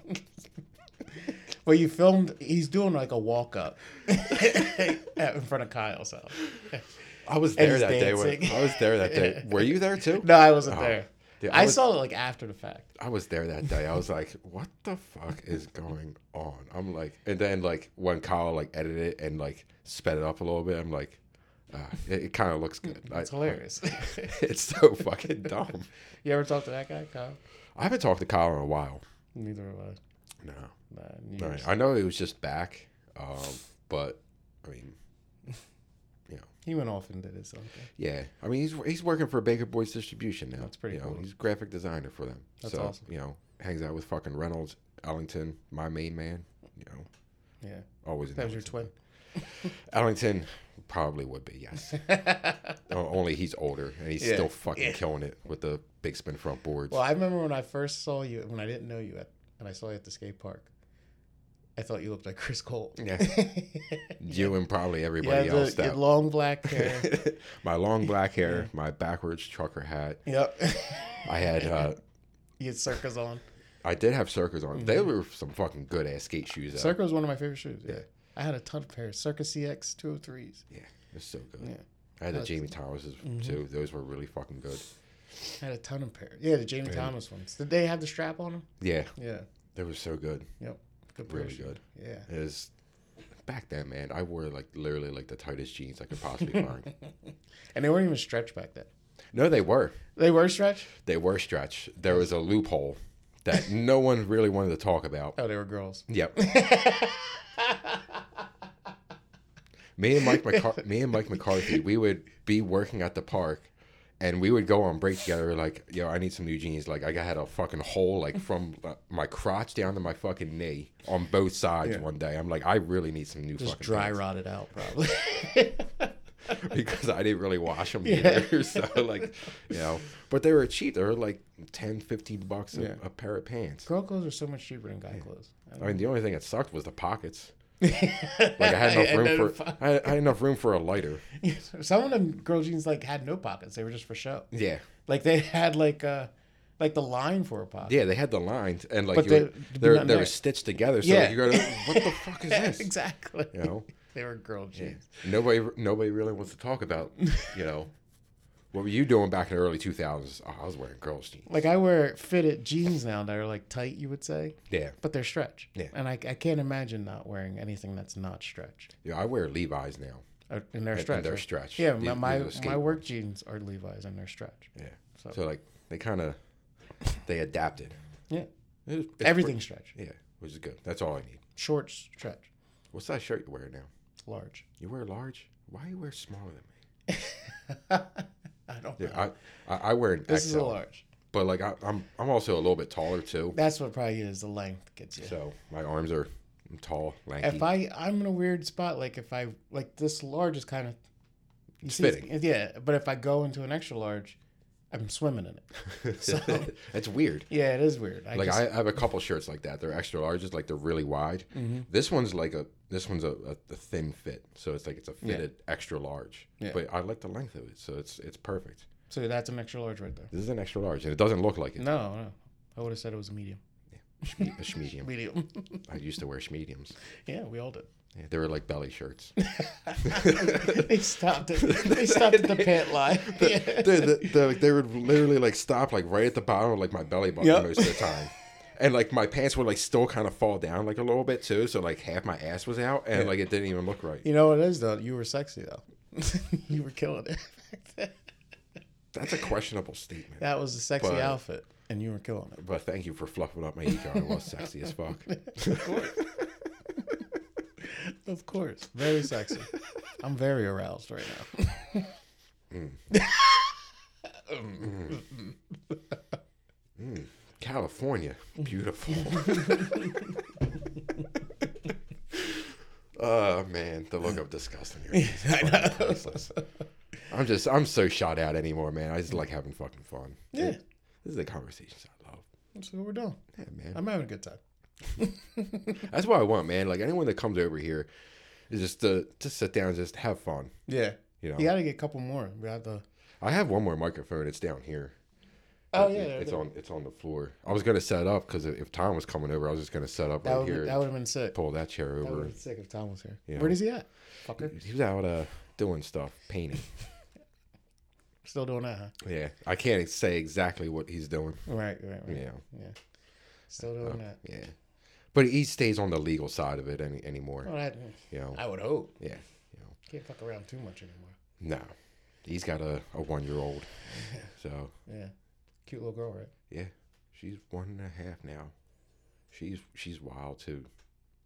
[SPEAKER 2] well, you filmed. He's doing like a walk up in front of Kyle's house.
[SPEAKER 1] I was there
[SPEAKER 2] he's
[SPEAKER 1] that day. When,
[SPEAKER 2] dancing.
[SPEAKER 1] I was there that day. Were you there too?
[SPEAKER 2] No, I wasn't
[SPEAKER 1] Oh,
[SPEAKER 2] there.
[SPEAKER 1] dude,
[SPEAKER 2] I,
[SPEAKER 1] was,
[SPEAKER 2] saw it like after the fact.
[SPEAKER 1] I was there that day. I was like, "What the fuck is going on?" I'm like, and then like when Kyle like edited it and like sped it up a little bit, I'm like, uh, it, it kind of looks good.
[SPEAKER 2] It's
[SPEAKER 1] I-
[SPEAKER 2] hilarious.
[SPEAKER 1] it's so fucking dumb.
[SPEAKER 2] you ever talk to that guy, Kyle?
[SPEAKER 1] I haven't talked to Kyle in a while.
[SPEAKER 2] Neither of us.
[SPEAKER 1] No.
[SPEAKER 2] Nah,
[SPEAKER 1] All
[SPEAKER 2] neither.
[SPEAKER 1] right. I know he was just back, um, but I mean,
[SPEAKER 2] He went off and did his own thing.
[SPEAKER 1] yeah, I mean he's he's working for Baker Boys Distribution now.
[SPEAKER 2] That's pretty
[SPEAKER 1] you know,
[SPEAKER 2] cool.
[SPEAKER 1] He's graphic designer for them.
[SPEAKER 2] That's
[SPEAKER 1] so,
[SPEAKER 2] awesome.
[SPEAKER 1] You know, hangs out with fucking Reynolds Ellington, my main man. You know,
[SPEAKER 2] Yeah.
[SPEAKER 1] always.
[SPEAKER 2] That was your twin.
[SPEAKER 1] Ellington probably would be yes. O- Only he's older and he's
[SPEAKER 2] Yeah.
[SPEAKER 1] still fucking
[SPEAKER 2] Yeah.
[SPEAKER 1] killing it with the big spin front boards.
[SPEAKER 2] Well, I remember when I first saw you, when I didn't know you, at, and I saw you at the skate park. I thought you looked like Chris Cole.
[SPEAKER 1] Yeah.
[SPEAKER 2] you
[SPEAKER 1] you and probably everybody
[SPEAKER 2] had
[SPEAKER 1] else.
[SPEAKER 2] the, your long black hair.
[SPEAKER 1] that my long black hair, my backwards trucker hat.
[SPEAKER 2] yep.
[SPEAKER 1] I had. uh
[SPEAKER 2] you had circles on.
[SPEAKER 1] I did have circus on. They were some fucking good ass skate shoes. Though.
[SPEAKER 2] Circa was one of my favorite shoes. Yeah.
[SPEAKER 1] Yeah.
[SPEAKER 2] I had a ton of pairs. Circa CX 203s.
[SPEAKER 1] They're so good.
[SPEAKER 2] Yeah.
[SPEAKER 1] I had the
[SPEAKER 2] That's- Mm-hmm.
[SPEAKER 1] Jamie Thomas's too. Those were really fucking good.
[SPEAKER 2] I had a ton of pairs. Yeah, the Jamie
[SPEAKER 1] Yeah.
[SPEAKER 2] Thomas ones. Did they have the strap on them?
[SPEAKER 1] Yeah,
[SPEAKER 2] Yeah.
[SPEAKER 1] they were so good.
[SPEAKER 2] Good pair of
[SPEAKER 1] Really
[SPEAKER 2] shoes.
[SPEAKER 1] good.
[SPEAKER 2] Yeah.
[SPEAKER 1] It was back then, man. I wore like literally like the tightest jeans I could possibly find.
[SPEAKER 2] And they weren't even stretched back then.
[SPEAKER 1] No, they were.
[SPEAKER 2] They were stretched?
[SPEAKER 1] They were stretched. There was a loophole that no one really wanted to talk about.
[SPEAKER 2] Oh, they were girls.
[SPEAKER 1] Yep. me and Mike McCar- me and Mike McCarthy, we would be working at the park and we would go on break together like, yo, I need some new jeans. Like I had a fucking hole like from uh, my crotch down to my fucking knee on both sides one day. I'm like, I really need some new
[SPEAKER 2] Just
[SPEAKER 1] fucking
[SPEAKER 2] dry
[SPEAKER 1] pants.
[SPEAKER 2] rotted out, probably.
[SPEAKER 1] because I didn't really wash them either. So like, you know, but they were cheap. They were like 10, 15 bucks a,
[SPEAKER 2] Yeah.
[SPEAKER 1] a pair of pants.
[SPEAKER 2] Girl clothes are so much cheaper than guy clothes. I
[SPEAKER 1] I mean, the only thing that sucked was the pockets.
[SPEAKER 2] like
[SPEAKER 1] Like I had enough room for I, I had enough room for a lighter.
[SPEAKER 2] some of them girl jeans like had no pockets. They were just for show.
[SPEAKER 1] Yeah,
[SPEAKER 2] Like they had like uh like the line for a pocket.
[SPEAKER 1] yeah, they had the lines and like
[SPEAKER 2] But
[SPEAKER 1] you
[SPEAKER 2] they-
[SPEAKER 1] would-
[SPEAKER 2] but
[SPEAKER 1] they were,
[SPEAKER 2] not
[SPEAKER 1] they
[SPEAKER 2] there.
[SPEAKER 1] were stitched together. So
[SPEAKER 2] Yeah.
[SPEAKER 1] like, you go to what the fuck is this?
[SPEAKER 2] exactly.
[SPEAKER 1] You know,
[SPEAKER 2] They were girl jeans.
[SPEAKER 1] nobody nobody really wants to talk about. You know, what were you doing back in the early two thousands? Oh, I was wearing girls jeans.
[SPEAKER 2] Like I wear fitted jeans now that are like tight, you would say,
[SPEAKER 1] Yeah,
[SPEAKER 2] but they're stretch.
[SPEAKER 1] Yeah.
[SPEAKER 2] And I, I can't imagine not wearing anything that's not stretch.
[SPEAKER 1] yeah, I wear Levi's now.
[SPEAKER 2] Uh, And they're
[SPEAKER 1] and
[SPEAKER 2] stretch.
[SPEAKER 1] they're
[SPEAKER 2] right?
[SPEAKER 1] stretch.
[SPEAKER 2] Yeah,
[SPEAKER 1] These-
[SPEAKER 2] my my,
[SPEAKER 1] these are
[SPEAKER 2] my
[SPEAKER 1] skateboards.
[SPEAKER 2] work jeans are Levi's and they're stretch.
[SPEAKER 1] Yeah.
[SPEAKER 2] So-
[SPEAKER 1] So, like they kind of they adapted.
[SPEAKER 2] Yeah.
[SPEAKER 1] It was- it's
[SPEAKER 2] Everything stretch.
[SPEAKER 1] pretty- yeah, which is good. That's all I need.
[SPEAKER 2] Shorts stretch.
[SPEAKER 1] What's that shirt you wear now?
[SPEAKER 2] Large.
[SPEAKER 1] You wear large. Why you wear smaller than me?
[SPEAKER 2] I don't know.
[SPEAKER 1] Yeah, I I, I wear an
[SPEAKER 2] this is a
[SPEAKER 1] XL,
[SPEAKER 2] large.
[SPEAKER 1] but like I, I'm I'm also a little bit taller too.
[SPEAKER 2] That's what probably is the length gets you.
[SPEAKER 1] So my arms are I'm tall, lanky.
[SPEAKER 2] if I I'm in a weird spot, like if I like this large is kind of you
[SPEAKER 1] It's
[SPEAKER 2] see,
[SPEAKER 1] fitting.
[SPEAKER 2] yeah. But if I go into an extra large, I'm swimming in it. so-
[SPEAKER 1] That's weird.
[SPEAKER 2] Yeah, it is weird. I
[SPEAKER 1] Like
[SPEAKER 2] just-
[SPEAKER 1] I have a couple shirts like that. They're extra large, just like they're really wide.
[SPEAKER 2] Mhm.
[SPEAKER 1] This one's like a this one's a, a, a thin fit, so it's like it's a
[SPEAKER 2] Yeah.
[SPEAKER 1] fitted extra large.
[SPEAKER 2] Yeah.
[SPEAKER 1] But I like the length of it, so it's it's perfect.
[SPEAKER 2] so that's an extra large right there.
[SPEAKER 1] This is an extra large, and it doesn't look like it.
[SPEAKER 2] No, no. I would have said it was a medium.
[SPEAKER 1] Schme- a schmedium.
[SPEAKER 2] Medium.
[SPEAKER 1] I used to wear schmediums.
[SPEAKER 2] yeah, we all did.
[SPEAKER 1] Yeah, they were like belly shirts.
[SPEAKER 2] they stopped it. They stopped at the pant line. Yeah.
[SPEAKER 1] they, they, they, like, they would literally like stop like right at the bottom of like my belly button
[SPEAKER 2] Yep.
[SPEAKER 1] most of the time. And like my pants would like still kind of fall down like a little bit too, so like half my ass was out, and like it didn't even look right.
[SPEAKER 2] You know what it is though? You were sexy though. you were killing it. back then.
[SPEAKER 1] That's a questionable statement.
[SPEAKER 2] that was a sexy
[SPEAKER 1] But-
[SPEAKER 2] outfit, and you were killing it.
[SPEAKER 1] But thank you for fluffing up my ego. I was sexy as fuck.
[SPEAKER 2] Of course. Very sexy. I'm very aroused right now.
[SPEAKER 1] California, beautiful. oh man, the look of disgust in your face. is fucking priceless. I'm just, I'm so shot out anymore, man. I just like having fucking fun.
[SPEAKER 2] Yeah.
[SPEAKER 1] This is the conversations I love.
[SPEAKER 2] That's what we're doing.
[SPEAKER 1] Yeah, man.
[SPEAKER 2] I'm having a good time.
[SPEAKER 1] That's what I want, man. Like anyone that comes over here is just to just sit down and just have fun.
[SPEAKER 2] Yeah.
[SPEAKER 1] You know,
[SPEAKER 2] You gotta get a couple more. We have the
[SPEAKER 1] I have one more microphone. It's down here.
[SPEAKER 2] Oh
[SPEAKER 1] It-
[SPEAKER 2] yeah.
[SPEAKER 1] it's
[SPEAKER 2] that-
[SPEAKER 1] on. It's on the floor. I was gonna set it up because if Tom was coming over, I was just gonna set up
[SPEAKER 2] that
[SPEAKER 1] right
[SPEAKER 2] would
[SPEAKER 1] here.
[SPEAKER 2] that would have been sick.
[SPEAKER 1] pull that chair
[SPEAKER 2] That would have
[SPEAKER 1] over.
[SPEAKER 2] been sick if Tom was here.
[SPEAKER 1] Yeah.
[SPEAKER 2] Where is he at? Fucker.
[SPEAKER 1] He was out uh, doing stuff, painting.
[SPEAKER 2] Still doing that, huh?
[SPEAKER 1] yeah, I can't say exactly what he's doing.
[SPEAKER 2] Right, right, right.
[SPEAKER 1] Yeah,
[SPEAKER 2] Yeah. Still doing that.
[SPEAKER 1] yeah, but he stays on the legal side of it any anymore.
[SPEAKER 2] Well, I,
[SPEAKER 1] You know,
[SPEAKER 2] I would hope.
[SPEAKER 1] yeah, you know,
[SPEAKER 2] Can't fuck around too much anymore.
[SPEAKER 1] no, he's got a, a one year old, so
[SPEAKER 2] Yeah. Cute little girl, right?
[SPEAKER 1] yeah, she's one and a half now. She's she's wild too.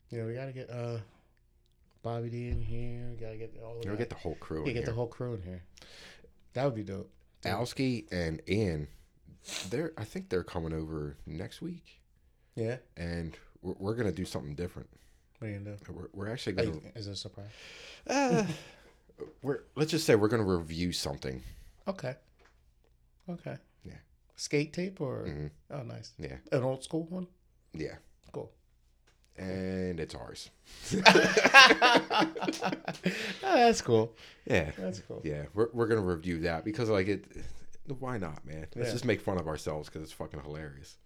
[SPEAKER 2] Yeah, we gotta get uh Bobby D in here. We gotta get all
[SPEAKER 1] You
[SPEAKER 2] of
[SPEAKER 1] know,
[SPEAKER 2] that.
[SPEAKER 1] get the whole crew.
[SPEAKER 2] Yeah,
[SPEAKER 1] in
[SPEAKER 2] get the
[SPEAKER 1] here.
[SPEAKER 2] whole crew in here. That would be dope.
[SPEAKER 1] Alski and Ian, they're I think they're coming over next week,
[SPEAKER 2] Yeah.
[SPEAKER 1] and we're, we're gonna do something different.
[SPEAKER 2] What are you gonna do?
[SPEAKER 1] We're, we're actually
[SPEAKER 2] Are
[SPEAKER 1] gonna
[SPEAKER 2] you- Is it a surprise?
[SPEAKER 1] uh, we're let's just say we're gonna review something.
[SPEAKER 2] Okay. Okay.
[SPEAKER 1] Yeah.
[SPEAKER 2] Skate tape or
[SPEAKER 1] Mhm.
[SPEAKER 2] oh nice.
[SPEAKER 1] Yeah,
[SPEAKER 2] An old school one?
[SPEAKER 1] yeah,
[SPEAKER 2] Cool.
[SPEAKER 1] and it's ours.
[SPEAKER 2] oh, that's cool.
[SPEAKER 1] Yeah,
[SPEAKER 2] That's cool.
[SPEAKER 1] yeah, we're we're gonna review that because like it. Why not, man? Let's
[SPEAKER 2] Yeah.
[SPEAKER 1] just make fun of ourselves because it's fucking hilarious.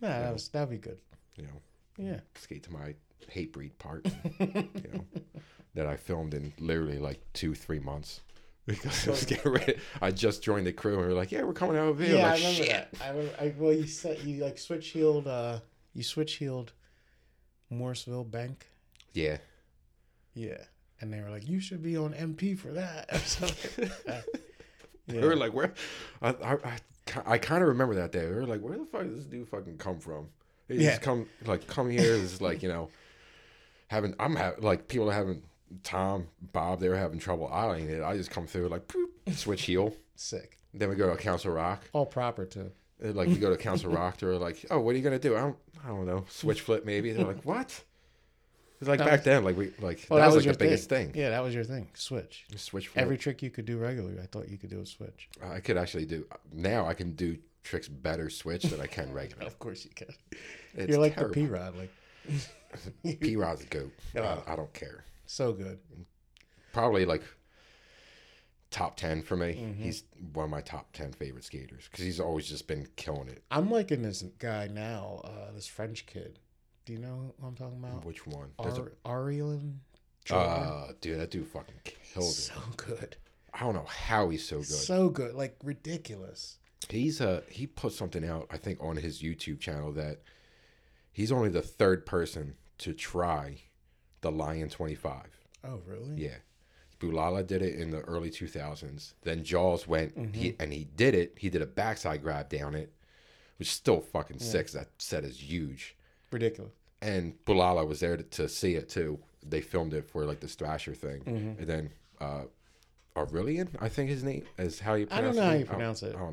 [SPEAKER 2] Nah, that was that'd be good.
[SPEAKER 1] You know,
[SPEAKER 2] Yeah.
[SPEAKER 1] skate to my hate breed part. you know, that I filmed in literally like two, three months. Because I was getting ready. I just joined the crew and we were like, yeah, we're coming out of video.
[SPEAKER 2] Yeah,
[SPEAKER 1] like,
[SPEAKER 2] I remember
[SPEAKER 1] shit.
[SPEAKER 2] that. I remember. I, well, you said you like switch heeled. Uh, you switch heeled Morrisville Bank.
[SPEAKER 1] Yeah.
[SPEAKER 2] Yeah, and they were like, "You should be on MP for that." Or something. like that. yeah.
[SPEAKER 1] We were like, where? I, I, I, I kind of remember that day. We were like, where the fuck does this dude fucking come from? He
[SPEAKER 2] Yeah.
[SPEAKER 1] just come, like, come here is like, you know, having, I'm having, like, people are having, Tom, Bob, they were having trouble eyeing it. I just come through, like, poop, switch heel.
[SPEAKER 2] Sick.
[SPEAKER 1] Then we go to Council Rock.
[SPEAKER 2] All proper too.
[SPEAKER 1] And, Uh, like you go to Council Rock, they're like, "Oh, what are you gonna do?" I don't, I don't know, switch flip maybe. They're like, "What?" It's like
[SPEAKER 2] That
[SPEAKER 1] back
[SPEAKER 2] was-
[SPEAKER 1] then, like we like
[SPEAKER 2] Well,
[SPEAKER 1] that, was, like the biggest thing.
[SPEAKER 2] Yeah, that was your thing. Switch.
[SPEAKER 1] Switch flip.
[SPEAKER 2] Every trick you could do regularly, I thought you could do a switch.
[SPEAKER 1] I could actually do now. I can do tricks better switch than I can regular.
[SPEAKER 2] Of course you could.
[SPEAKER 1] It's
[SPEAKER 2] You're like
[SPEAKER 1] terrible.
[SPEAKER 2] the P Rod, like
[SPEAKER 1] P Rod's a goat.
[SPEAKER 2] Yeah.
[SPEAKER 1] I, I don't care.
[SPEAKER 2] Oh, so good.
[SPEAKER 1] Probably like top ten for me.
[SPEAKER 2] Mm-hmm.
[SPEAKER 1] He's one of my top ten favorite skaters because he's always just been killing it.
[SPEAKER 2] I'm liking this guy now. Uh, this French kid. Do you know who I'm talking about?
[SPEAKER 1] Which one? There's
[SPEAKER 2] Ar- Arielin.
[SPEAKER 1] a, uh, dude, that dude fucking killed it.
[SPEAKER 2] so good.
[SPEAKER 1] I don't know how he's so good.
[SPEAKER 2] So good. Like ridiculous.
[SPEAKER 1] He's uh he put something out I think on his YouTube channel that he's only the third person to try the Lion 25.
[SPEAKER 2] Oh, really?
[SPEAKER 1] Yeah. Bulala did it in the early 2000s. Then Jaws went he
[SPEAKER 2] Mm-hmm.
[SPEAKER 1] and he did it. He did a backside grab down it, which is still fucking sick. 'cause That set is huge.
[SPEAKER 2] Ridiculous.
[SPEAKER 1] And Bulala was there to, to see it too. They filmed it for like the Thrasher thing.
[SPEAKER 2] Mm-hmm.
[SPEAKER 1] And then uh Aurelian, I think his name is how you
[SPEAKER 2] I don't
[SPEAKER 1] pronounce
[SPEAKER 2] know
[SPEAKER 1] it.
[SPEAKER 2] how
[SPEAKER 1] I
[SPEAKER 2] you
[SPEAKER 1] don't-
[SPEAKER 2] pronounce it.
[SPEAKER 1] I don't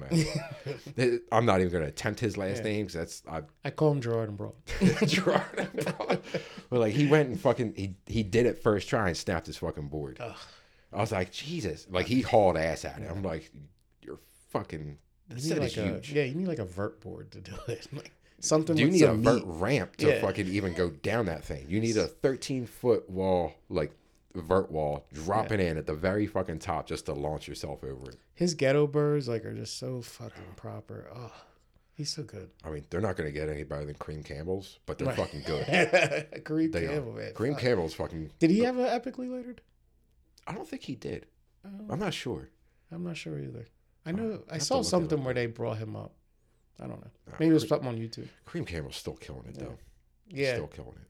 [SPEAKER 1] know. Th- I'm not even going to attempt his last name 'cause that's I,
[SPEAKER 2] I call him Gerard and Brawl.
[SPEAKER 1] Gerard. but like he went and fucking he he did it first try and snapped his fucking board.
[SPEAKER 2] Ugh.
[SPEAKER 1] I was like Jesus, like he hauled ass at it. I'm like, you're fucking. That
[SPEAKER 2] You need
[SPEAKER 1] set
[SPEAKER 2] like
[SPEAKER 1] is
[SPEAKER 2] a,
[SPEAKER 1] huge.
[SPEAKER 2] yeah, you need like a vert board to do it. Like something
[SPEAKER 1] Do you
[SPEAKER 2] with
[SPEAKER 1] need a
[SPEAKER 2] some
[SPEAKER 1] vert
[SPEAKER 2] meat.
[SPEAKER 1] ramp to
[SPEAKER 2] Yeah.
[SPEAKER 1] fucking even go down that thing? You need a 13 foot wall, like vert wall, dropping in at the very fucking top just to launch yourself over it.
[SPEAKER 2] His ghetto birds like are just so fucking proper. Oh, he's so good.
[SPEAKER 1] I mean, they're not going to get any better than Cream Campbell's, but they're fucking good.
[SPEAKER 2] Kareem
[SPEAKER 1] They
[SPEAKER 2] Campbell,
[SPEAKER 1] are.
[SPEAKER 2] man.
[SPEAKER 1] Cream
[SPEAKER 2] Fuck.
[SPEAKER 1] Campbell's fucking.
[SPEAKER 2] Did he have an epically lettered?
[SPEAKER 1] I don't think he did.
[SPEAKER 2] Oh,
[SPEAKER 1] I'm not sure.
[SPEAKER 2] I'm not sure either. I know I
[SPEAKER 1] have to
[SPEAKER 2] saw
[SPEAKER 1] look it
[SPEAKER 2] something
[SPEAKER 1] up.
[SPEAKER 2] where they brought him up. I don't know.
[SPEAKER 1] Nah,
[SPEAKER 2] Maybe it was
[SPEAKER 1] Kareem-
[SPEAKER 2] something on YouTube.
[SPEAKER 1] Cream Campbell's still killing it though.
[SPEAKER 2] Yeah,
[SPEAKER 1] Still killing it.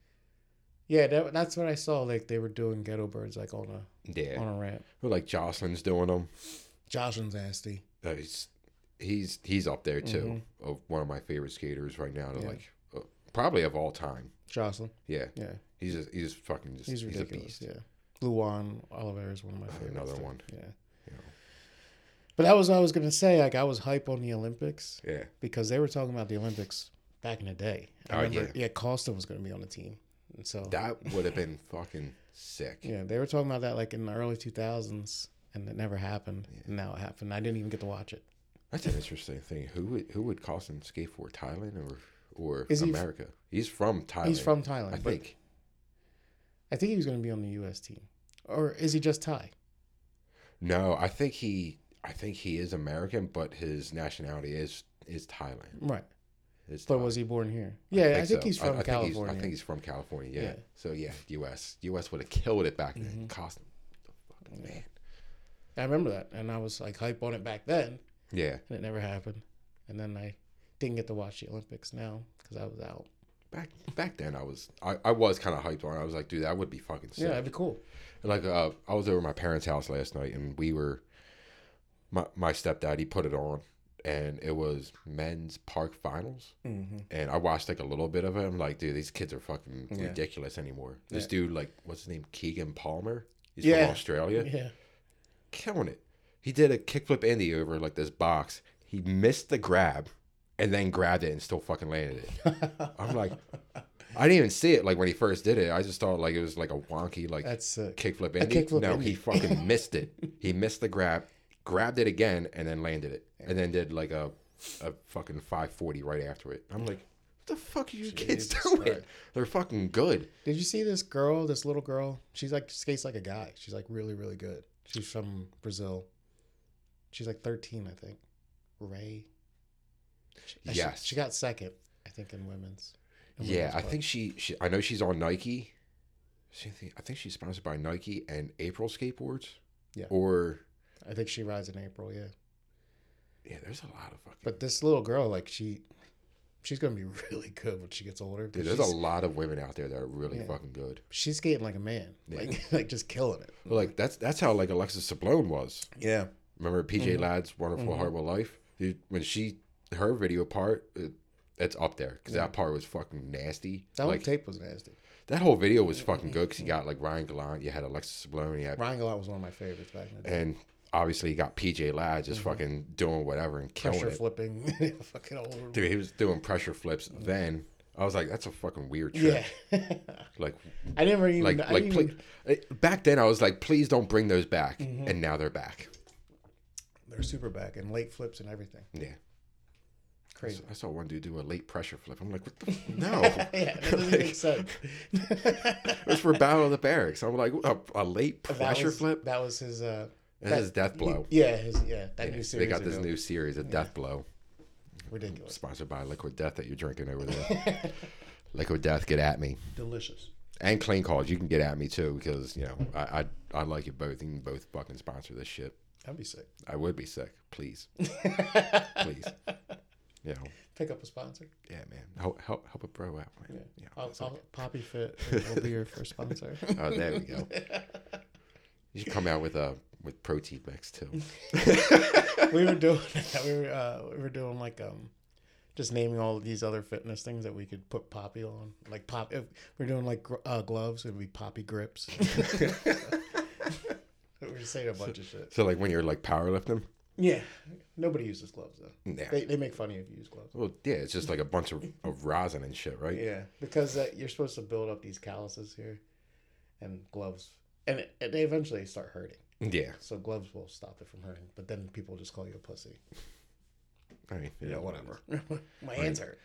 [SPEAKER 2] yeah. That, that's what I saw. Like they were doing ghetto birds like on a
[SPEAKER 1] Yeah.
[SPEAKER 2] on a ramp.
[SPEAKER 1] Well, like Jocelyn's doing them.
[SPEAKER 2] Jocelyn's nasty.
[SPEAKER 1] Uh, he's he's he's up there too. Of one of my favorite skaters right now. To
[SPEAKER 2] Mm-hmm. Yeah.
[SPEAKER 1] like uh, probably of all time.
[SPEAKER 2] Jocelyn.
[SPEAKER 1] Yeah.
[SPEAKER 2] Yeah,
[SPEAKER 1] He's just he's just fucking just
[SPEAKER 2] he's
[SPEAKER 1] he's, a
[SPEAKER 2] ridiculous.
[SPEAKER 1] beast.
[SPEAKER 2] Yeah, Luan Oliver is one of my favorites.
[SPEAKER 1] Another
[SPEAKER 2] too.
[SPEAKER 1] one.
[SPEAKER 2] Yeah.
[SPEAKER 1] You know.
[SPEAKER 2] But that was what I was gonna say. Like I was hype on the Olympics
[SPEAKER 1] Yeah.
[SPEAKER 2] because they were talking about the Olympics back in the day. I
[SPEAKER 1] Oh,
[SPEAKER 2] remember, yeah. Costin was gonna be on the team, and so
[SPEAKER 1] That would have been fucking sick.
[SPEAKER 2] Yeah, they were talking about that like in the early 2000s, and it never happened. And now it happened. I didn't even get to watch it.
[SPEAKER 1] That's an interesting thing. Who would who would cost him skate for Thailand or or
[SPEAKER 2] Is he f-
[SPEAKER 1] America? he's from Thailand.
[SPEAKER 2] He's from Thailand.
[SPEAKER 1] I
[SPEAKER 2] but
[SPEAKER 1] think.
[SPEAKER 2] I think he was going to be on the U.S. team, or is he just Thai?
[SPEAKER 1] No, I think he I think he is American, but his nationality is is Thailand.
[SPEAKER 2] Right.
[SPEAKER 1] It's
[SPEAKER 2] But
[SPEAKER 1] Thai.
[SPEAKER 2] was he born here? Yeah, I
[SPEAKER 1] so.
[SPEAKER 2] think, he's from
[SPEAKER 1] I think he's-
[SPEAKER 2] California.
[SPEAKER 1] I think he's from California. Yeah.
[SPEAKER 2] Yeah. Mm-hmm.
[SPEAKER 1] So yeah, U.S. U.S. would have killed it back then. Cost
[SPEAKER 2] Yeah.
[SPEAKER 1] man.
[SPEAKER 2] I remember that, and I was like hype on it back then,
[SPEAKER 1] Yeah.
[SPEAKER 2] and it never happened. And then I didn't get to watch the Olympics now because I was out.
[SPEAKER 1] Back back then, I was I, I was kind of hyped on. it. I was like, dude, that would be fucking sick.
[SPEAKER 2] Yeah, that'd be cool.
[SPEAKER 1] Like uh, I was over at my parents' house last night, and we were my my stepdad. He put it on, and it was men's park finals.
[SPEAKER 2] Mm-hmm.
[SPEAKER 1] And I watched like a little bit of it. I'm like, dude, these kids are fucking
[SPEAKER 2] Yeah.
[SPEAKER 1] ridiculous anymore. This
[SPEAKER 2] Yeah.
[SPEAKER 1] dude, like, what's his name, Keegan Palmer. He's
[SPEAKER 2] Yeah.
[SPEAKER 1] from Australia.
[SPEAKER 2] Yeah.
[SPEAKER 1] killing it. He did a kickflip indie over like this box. He missed the grab and then grabbed it and still fucking landed it. I'm like, I didn't even see it like when he first did it. I just thought like it was like a wonky like
[SPEAKER 2] That's sick.
[SPEAKER 1] kickflip Andy.
[SPEAKER 2] kickflip
[SPEAKER 1] no,
[SPEAKER 2] Andy.
[SPEAKER 1] he fucking missed it. He missed the grab, grabbed it again, and then landed it, and then did like a a fucking five forty right after it. I'm like, what the fuck are you kids
[SPEAKER 2] Jesus
[SPEAKER 1] doing?
[SPEAKER 2] Christ.
[SPEAKER 1] They're fucking good.
[SPEAKER 2] Did you see this girl? This little girl. She's like skates like a guy. She's like really really good. She's from Brazil. She's like 13, I think. Ray. She-
[SPEAKER 1] Yes.
[SPEAKER 2] She, got second, I think, in women's. in
[SPEAKER 1] yeah,
[SPEAKER 2] women's
[SPEAKER 1] I
[SPEAKER 2] bike.
[SPEAKER 1] think she, she. I know she's on Nike. She, thi- I think she's sponsored by Nike and April Skateboards.
[SPEAKER 2] Yeah.
[SPEAKER 1] Or
[SPEAKER 2] I think she rides in April. Yeah.
[SPEAKER 1] yeah, there's a lot of fucking.
[SPEAKER 2] But this little girl, like she, she's gonna be really good when she gets older.
[SPEAKER 1] Dude,
[SPEAKER 2] she's,
[SPEAKER 1] there's a lot of women out there that are really
[SPEAKER 2] Yeah.
[SPEAKER 1] fucking good.
[SPEAKER 2] she's skating like a man,
[SPEAKER 1] Yeah.
[SPEAKER 2] like like just killing it.
[SPEAKER 1] Like that's that's how like Alexis Sablone was.
[SPEAKER 2] Yeah.
[SPEAKER 1] Remember PJ
[SPEAKER 2] Mhm.
[SPEAKER 1] Ladd's Wonderful
[SPEAKER 2] Mhm.
[SPEAKER 1] Horrible Life? Dude, when she her video part, uh, that's up there because that part was fucking nasty.
[SPEAKER 2] That Mm-hmm. whole
[SPEAKER 1] like
[SPEAKER 2] tape was nasty.
[SPEAKER 1] that whole video was fucking good because you got like Ryan Gallant, you had Alexis Sablone, you had,
[SPEAKER 2] Ryan Gallant was one of my favorites back in the day.
[SPEAKER 1] and obviously you got PJ Ladd
[SPEAKER 2] Mm-hmm.
[SPEAKER 1] just fucking doing whatever and killing
[SPEAKER 2] Pressure
[SPEAKER 1] it.
[SPEAKER 2] flipping, fucking old.
[SPEAKER 1] Dude, he was doing pressure flips. Then I was like, that's a fucking weird trip.
[SPEAKER 2] yeah.
[SPEAKER 1] Like
[SPEAKER 2] I never even
[SPEAKER 1] like
[SPEAKER 2] I
[SPEAKER 1] like
[SPEAKER 2] didn't
[SPEAKER 1] please,
[SPEAKER 2] even-
[SPEAKER 1] back then I was like, please don't bring those back,
[SPEAKER 2] Mm-hmm.
[SPEAKER 1] and now they're back.
[SPEAKER 2] they're super back and late flips and everything.
[SPEAKER 1] Yeah.
[SPEAKER 2] Crazy.
[SPEAKER 1] I saw one dude do a late pressure flip. I'm like, what the? f- No.
[SPEAKER 2] yeah, that doesn't make sense.
[SPEAKER 1] It was for Battle of the Barracks. I'm like, a, a late pressure
[SPEAKER 2] was,
[SPEAKER 1] flip?
[SPEAKER 2] That was his. uh
[SPEAKER 1] This is Death Blow.
[SPEAKER 2] Yeah, his, yeah. That new
[SPEAKER 1] they
[SPEAKER 2] series.
[SPEAKER 1] got this
[SPEAKER 2] ago.
[SPEAKER 1] new series, A Death Blow,
[SPEAKER 2] ridiculous,
[SPEAKER 1] sponsored by Liquid Death that you're drinking over there. Liquid Death, get at me.
[SPEAKER 2] delicious.
[SPEAKER 1] And Clean Calls, you can get at me too because, you know, I, I, I like you both. You can both fucking sponsor this shit.
[SPEAKER 2] That'd be sick.
[SPEAKER 1] I would be sick. Please. Please. You know,
[SPEAKER 2] Pick up a sponsor.
[SPEAKER 1] yeah, man. Help, help, help a bro out, man. Yeah.
[SPEAKER 2] I'll, I'll Poppy Fit will be your first sponsor.
[SPEAKER 1] Oh, there we go. You should come out with a with protein mix too.
[SPEAKER 2] we were doing we were uh, we were doing like um just naming all of these other fitness things that we could put Poppy on. Like pop, if we're doing like gr- uh, gloves, it'd be Poppy grips. we're just saying a bunch of shit.
[SPEAKER 1] So like when you're like powerlifting,
[SPEAKER 2] Yeah, nobody uses gloves though.
[SPEAKER 1] yeah.
[SPEAKER 2] They, they make fun of you if you use gloves.
[SPEAKER 1] Well, yeah, it's just like a bunch of, of rosin and shit, right?
[SPEAKER 2] Yeah, because uh, you're supposed to build up these calluses here, and gloves, and, it, and they eventually start hurting.
[SPEAKER 1] Yeah.
[SPEAKER 2] So gloves will stop it from hurting, but then people just call you a pussy.
[SPEAKER 1] I mean,
[SPEAKER 2] Yeah, whatever. My hands hurt.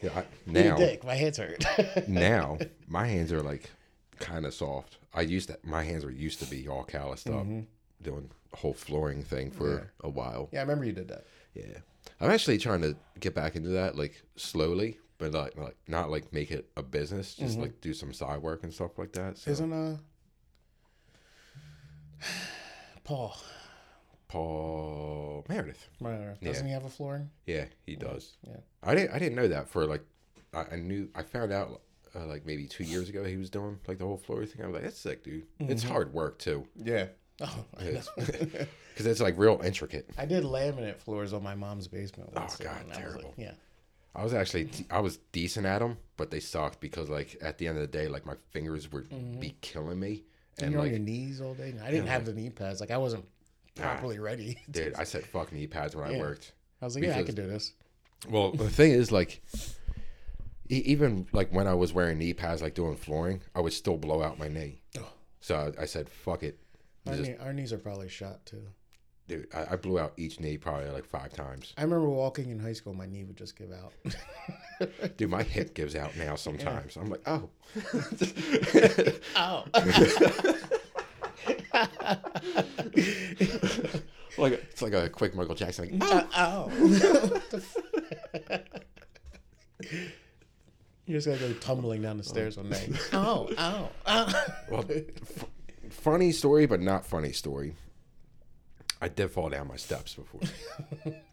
[SPEAKER 1] Yeah, I,
[SPEAKER 2] Now,
[SPEAKER 1] now,
[SPEAKER 2] dick. My hands hurt.
[SPEAKER 1] now my hands are like kind of soft. I used to, my hands were used to be all calloused up, doing the whole flooring thing for a while.
[SPEAKER 2] Mm-hmm. yeah, I remember you did that.
[SPEAKER 1] Yeah. I'm actually trying to get back into that, like slowly, but like, like not like make it a business, just like do some side work and stuff like that. So,
[SPEAKER 2] Mm-hmm. Isn't uh Paul
[SPEAKER 1] Paul Meredith.
[SPEAKER 2] Meyer, doesn't he have a flooring?
[SPEAKER 1] Yeah, he does.
[SPEAKER 2] Yeah.
[SPEAKER 1] I didn't. I didn't know that for like. I, I knew. I found out uh, like maybe two years ago he was doing like the whole floor thing. I was like, that's sick, dude. It's
[SPEAKER 2] Mm-hmm.
[SPEAKER 1] hard work too,
[SPEAKER 2] Yeah. Oh, I, know.
[SPEAKER 1] because it's like real intricate.
[SPEAKER 2] I did laminate floors on my mom's basement. Once
[SPEAKER 1] Oh, God,
[SPEAKER 2] and I was like,
[SPEAKER 1] terrible.
[SPEAKER 2] yeah.
[SPEAKER 1] I was actually I was decent at them, but they sucked because like at the end of the day, like my fingers would be killing me, and
[SPEAKER 2] Mm-hmm. You're on
[SPEAKER 1] like
[SPEAKER 2] your knees all day. I didn't have the knee pads. Like I wasn't properly ready.
[SPEAKER 1] dude, I said fuck knee pads when I worked.
[SPEAKER 2] I was like, yeah, I
[SPEAKER 1] because-
[SPEAKER 2] could do this.
[SPEAKER 1] Well, the thing is, like, e- even like when I was wearing knee pads, like doing flooring, I would still blow out my knee. So I, I said, "Fuck it,
[SPEAKER 2] Our,
[SPEAKER 1] Just-
[SPEAKER 2] knee, our knees are probably shot too.
[SPEAKER 1] dude." I, I blew out each knee probably like five times.
[SPEAKER 2] I remember walking in high school, my knee would just give out.
[SPEAKER 1] Dude, my hip gives out now sometimes. I'm like, oh,
[SPEAKER 2] Ow.
[SPEAKER 1] like it's like a quick Michael Jackson. Like, "Ah."
[SPEAKER 2] Uh, ow. What the f- you just gotta go tumbling down the stairs one night. Ow, ow, ow.
[SPEAKER 1] well, f- funny story, but not funny story. I did fall down my steps before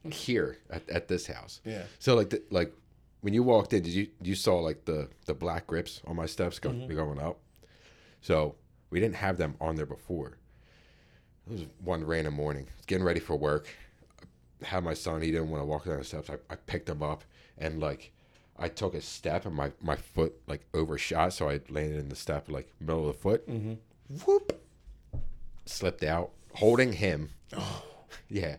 [SPEAKER 1] here at, at this house.
[SPEAKER 2] Yeah.
[SPEAKER 1] So like the, like when you walked in, did you you saw like the the black grips on my steps going going up? So we didn't have them on there before. It was one random morning. I was getting ready for work. I had my son. He didn't want to walk down the steps. I, I picked him up and like I took a step and my my foot like overshot, so I landed in the step like middle of the foot. Whoop! Slipped out, holding him. yeah.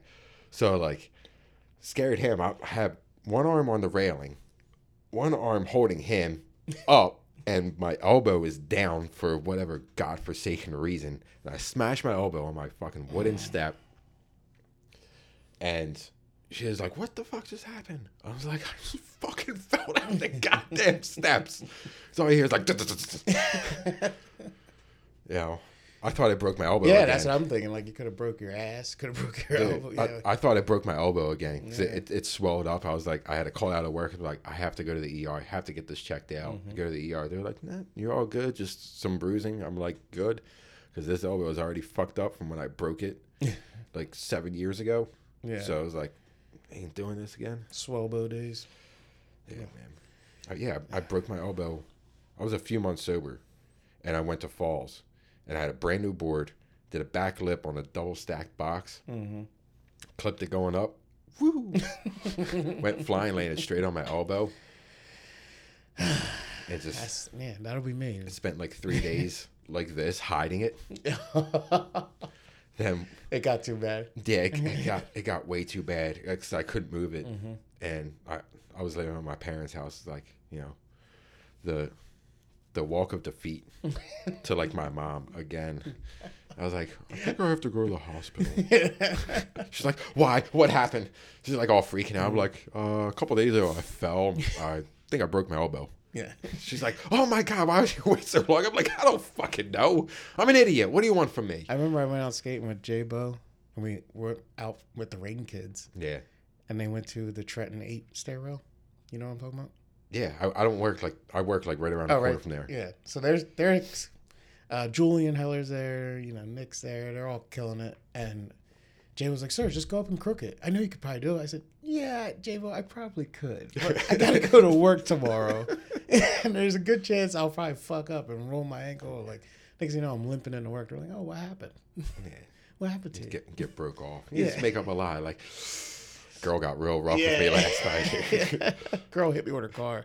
[SPEAKER 1] So like scared him. I had one arm on the railing, one arm holding him, up and my elbow is down for whatever godforsaken reason. And I smash my elbow on my fucking wooden step. And she was like, What the fuck just happened? I was like, I just fucking fell down the goddamn steps. So I hear is like, you know, I thought it broke my elbow.
[SPEAKER 2] Yeah,
[SPEAKER 1] again.
[SPEAKER 2] that's what I'm thinking. Like you could have broke your ass, could have broke your elbow.
[SPEAKER 1] Dude,
[SPEAKER 2] Yeah.
[SPEAKER 1] I, I thought it broke my elbow again 'cause it, it, it swelled up. I was like, I had to call out of work and be like, I have to go to the ER. I have to get this checked out.
[SPEAKER 2] Mm-hmm.
[SPEAKER 1] Go to the ER. They're like, Nah, you're all good. Just some bruising. I'm like, good, because this elbow is already fucked up from when I broke it, like seven years ago.
[SPEAKER 2] yeah.
[SPEAKER 1] So I was like, ain't doing this again.
[SPEAKER 2] Swellbo days.
[SPEAKER 1] Yeah, man. Uh, yeah, I broke my elbow. I was a few months sober, and I went to Falls, and I had a brand new board. Did a back lip on a double stacked box.
[SPEAKER 2] Mhm.
[SPEAKER 1] Clipped it going up. Woo! went flying, landed straight on my elbow. It just
[SPEAKER 2] That's yeah, that'll be me.
[SPEAKER 1] spent like three days like this hiding it. Then
[SPEAKER 2] it got too bad.
[SPEAKER 1] yeah, it, it got it got way too bad because I couldn't move it, and I I was living at my parents' house, like you know, the the walk of defeat to like my mom again. I was like, I think I have to go to the hospital. She's like, why? What happened? She's like all freaking out. I'm like, uh, a couple days ago, I fell. I think I broke my elbow.
[SPEAKER 2] yeah.
[SPEAKER 1] She's like, oh my god, why would you wait so long? I'm like, I don't fucking know. I'm an idiot. What do you want from me?
[SPEAKER 2] I remember I went out skating with J Bo and we were out with the Rain Kids
[SPEAKER 1] Yeah,
[SPEAKER 2] and they went to the Trenton eight stairwell. You know what I'm talking about?
[SPEAKER 1] yeah. I, I don't work like I work like right around the
[SPEAKER 2] Oh,
[SPEAKER 1] corner
[SPEAKER 2] right.
[SPEAKER 1] from there.
[SPEAKER 2] Yeah. So there's there's uh, Julian Heller's there, you know, Nick's there, they're all killing it. And Jay was like, Sir, just go up and crook it. I know you could probably do it. I said, Yeah, Jay, well, I probably could. But I gotta go to work tomorrow. and there's a good chance I'll probably fuck up and roll my ankle or like next thing you know, I'm limping into work. They're like, Oh, what happened?
[SPEAKER 1] Yeah.
[SPEAKER 2] What happened to you?
[SPEAKER 1] get get broke off. You
[SPEAKER 2] Yeah.
[SPEAKER 1] just make up a lie like girl got real rough with
[SPEAKER 2] Yeah.
[SPEAKER 1] me last night.
[SPEAKER 2] Girl hit me with her car.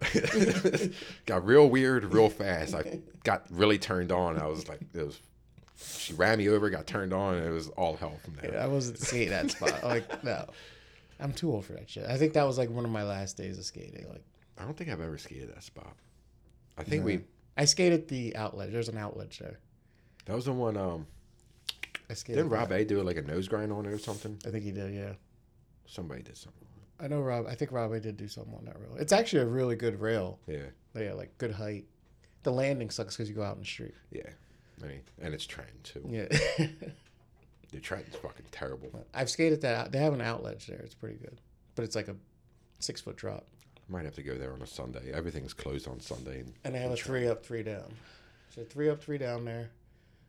[SPEAKER 1] got real weird real fast. I got really turned on. I was like it was she ran me over, got turned on, and it was all hell from there.
[SPEAKER 2] I wasn't skating that spot. Like, no. I'm too old for that shit. I think that was like one of my last days of skating. Like
[SPEAKER 1] I don't think I've ever skated that spot. I think we
[SPEAKER 2] I skated the outlet. There's an outlet there.
[SPEAKER 1] that was the one um
[SPEAKER 2] I skated.
[SPEAKER 1] didn't Rob A do like a nose grind on it or something?
[SPEAKER 2] I think he did. Yeah.
[SPEAKER 1] Somebody did something.
[SPEAKER 2] I know Rob. I think Rob did do something on that rail. It's actually a really good rail.
[SPEAKER 1] Yeah.
[SPEAKER 2] Yeah, like good height. The landing sucks because you go out in the street.
[SPEAKER 1] Yeah. I mean, and it's Trenton too.
[SPEAKER 2] Yeah.
[SPEAKER 1] The Trenton's fucking terrible.
[SPEAKER 2] I've skated that. out. They have an outlet there. It's pretty good, but it's like a six foot drop,
[SPEAKER 1] Might have to go there on a Sunday. Everything's closed on Sunday. And,
[SPEAKER 2] and they have a three up, three down. So three up, three down there,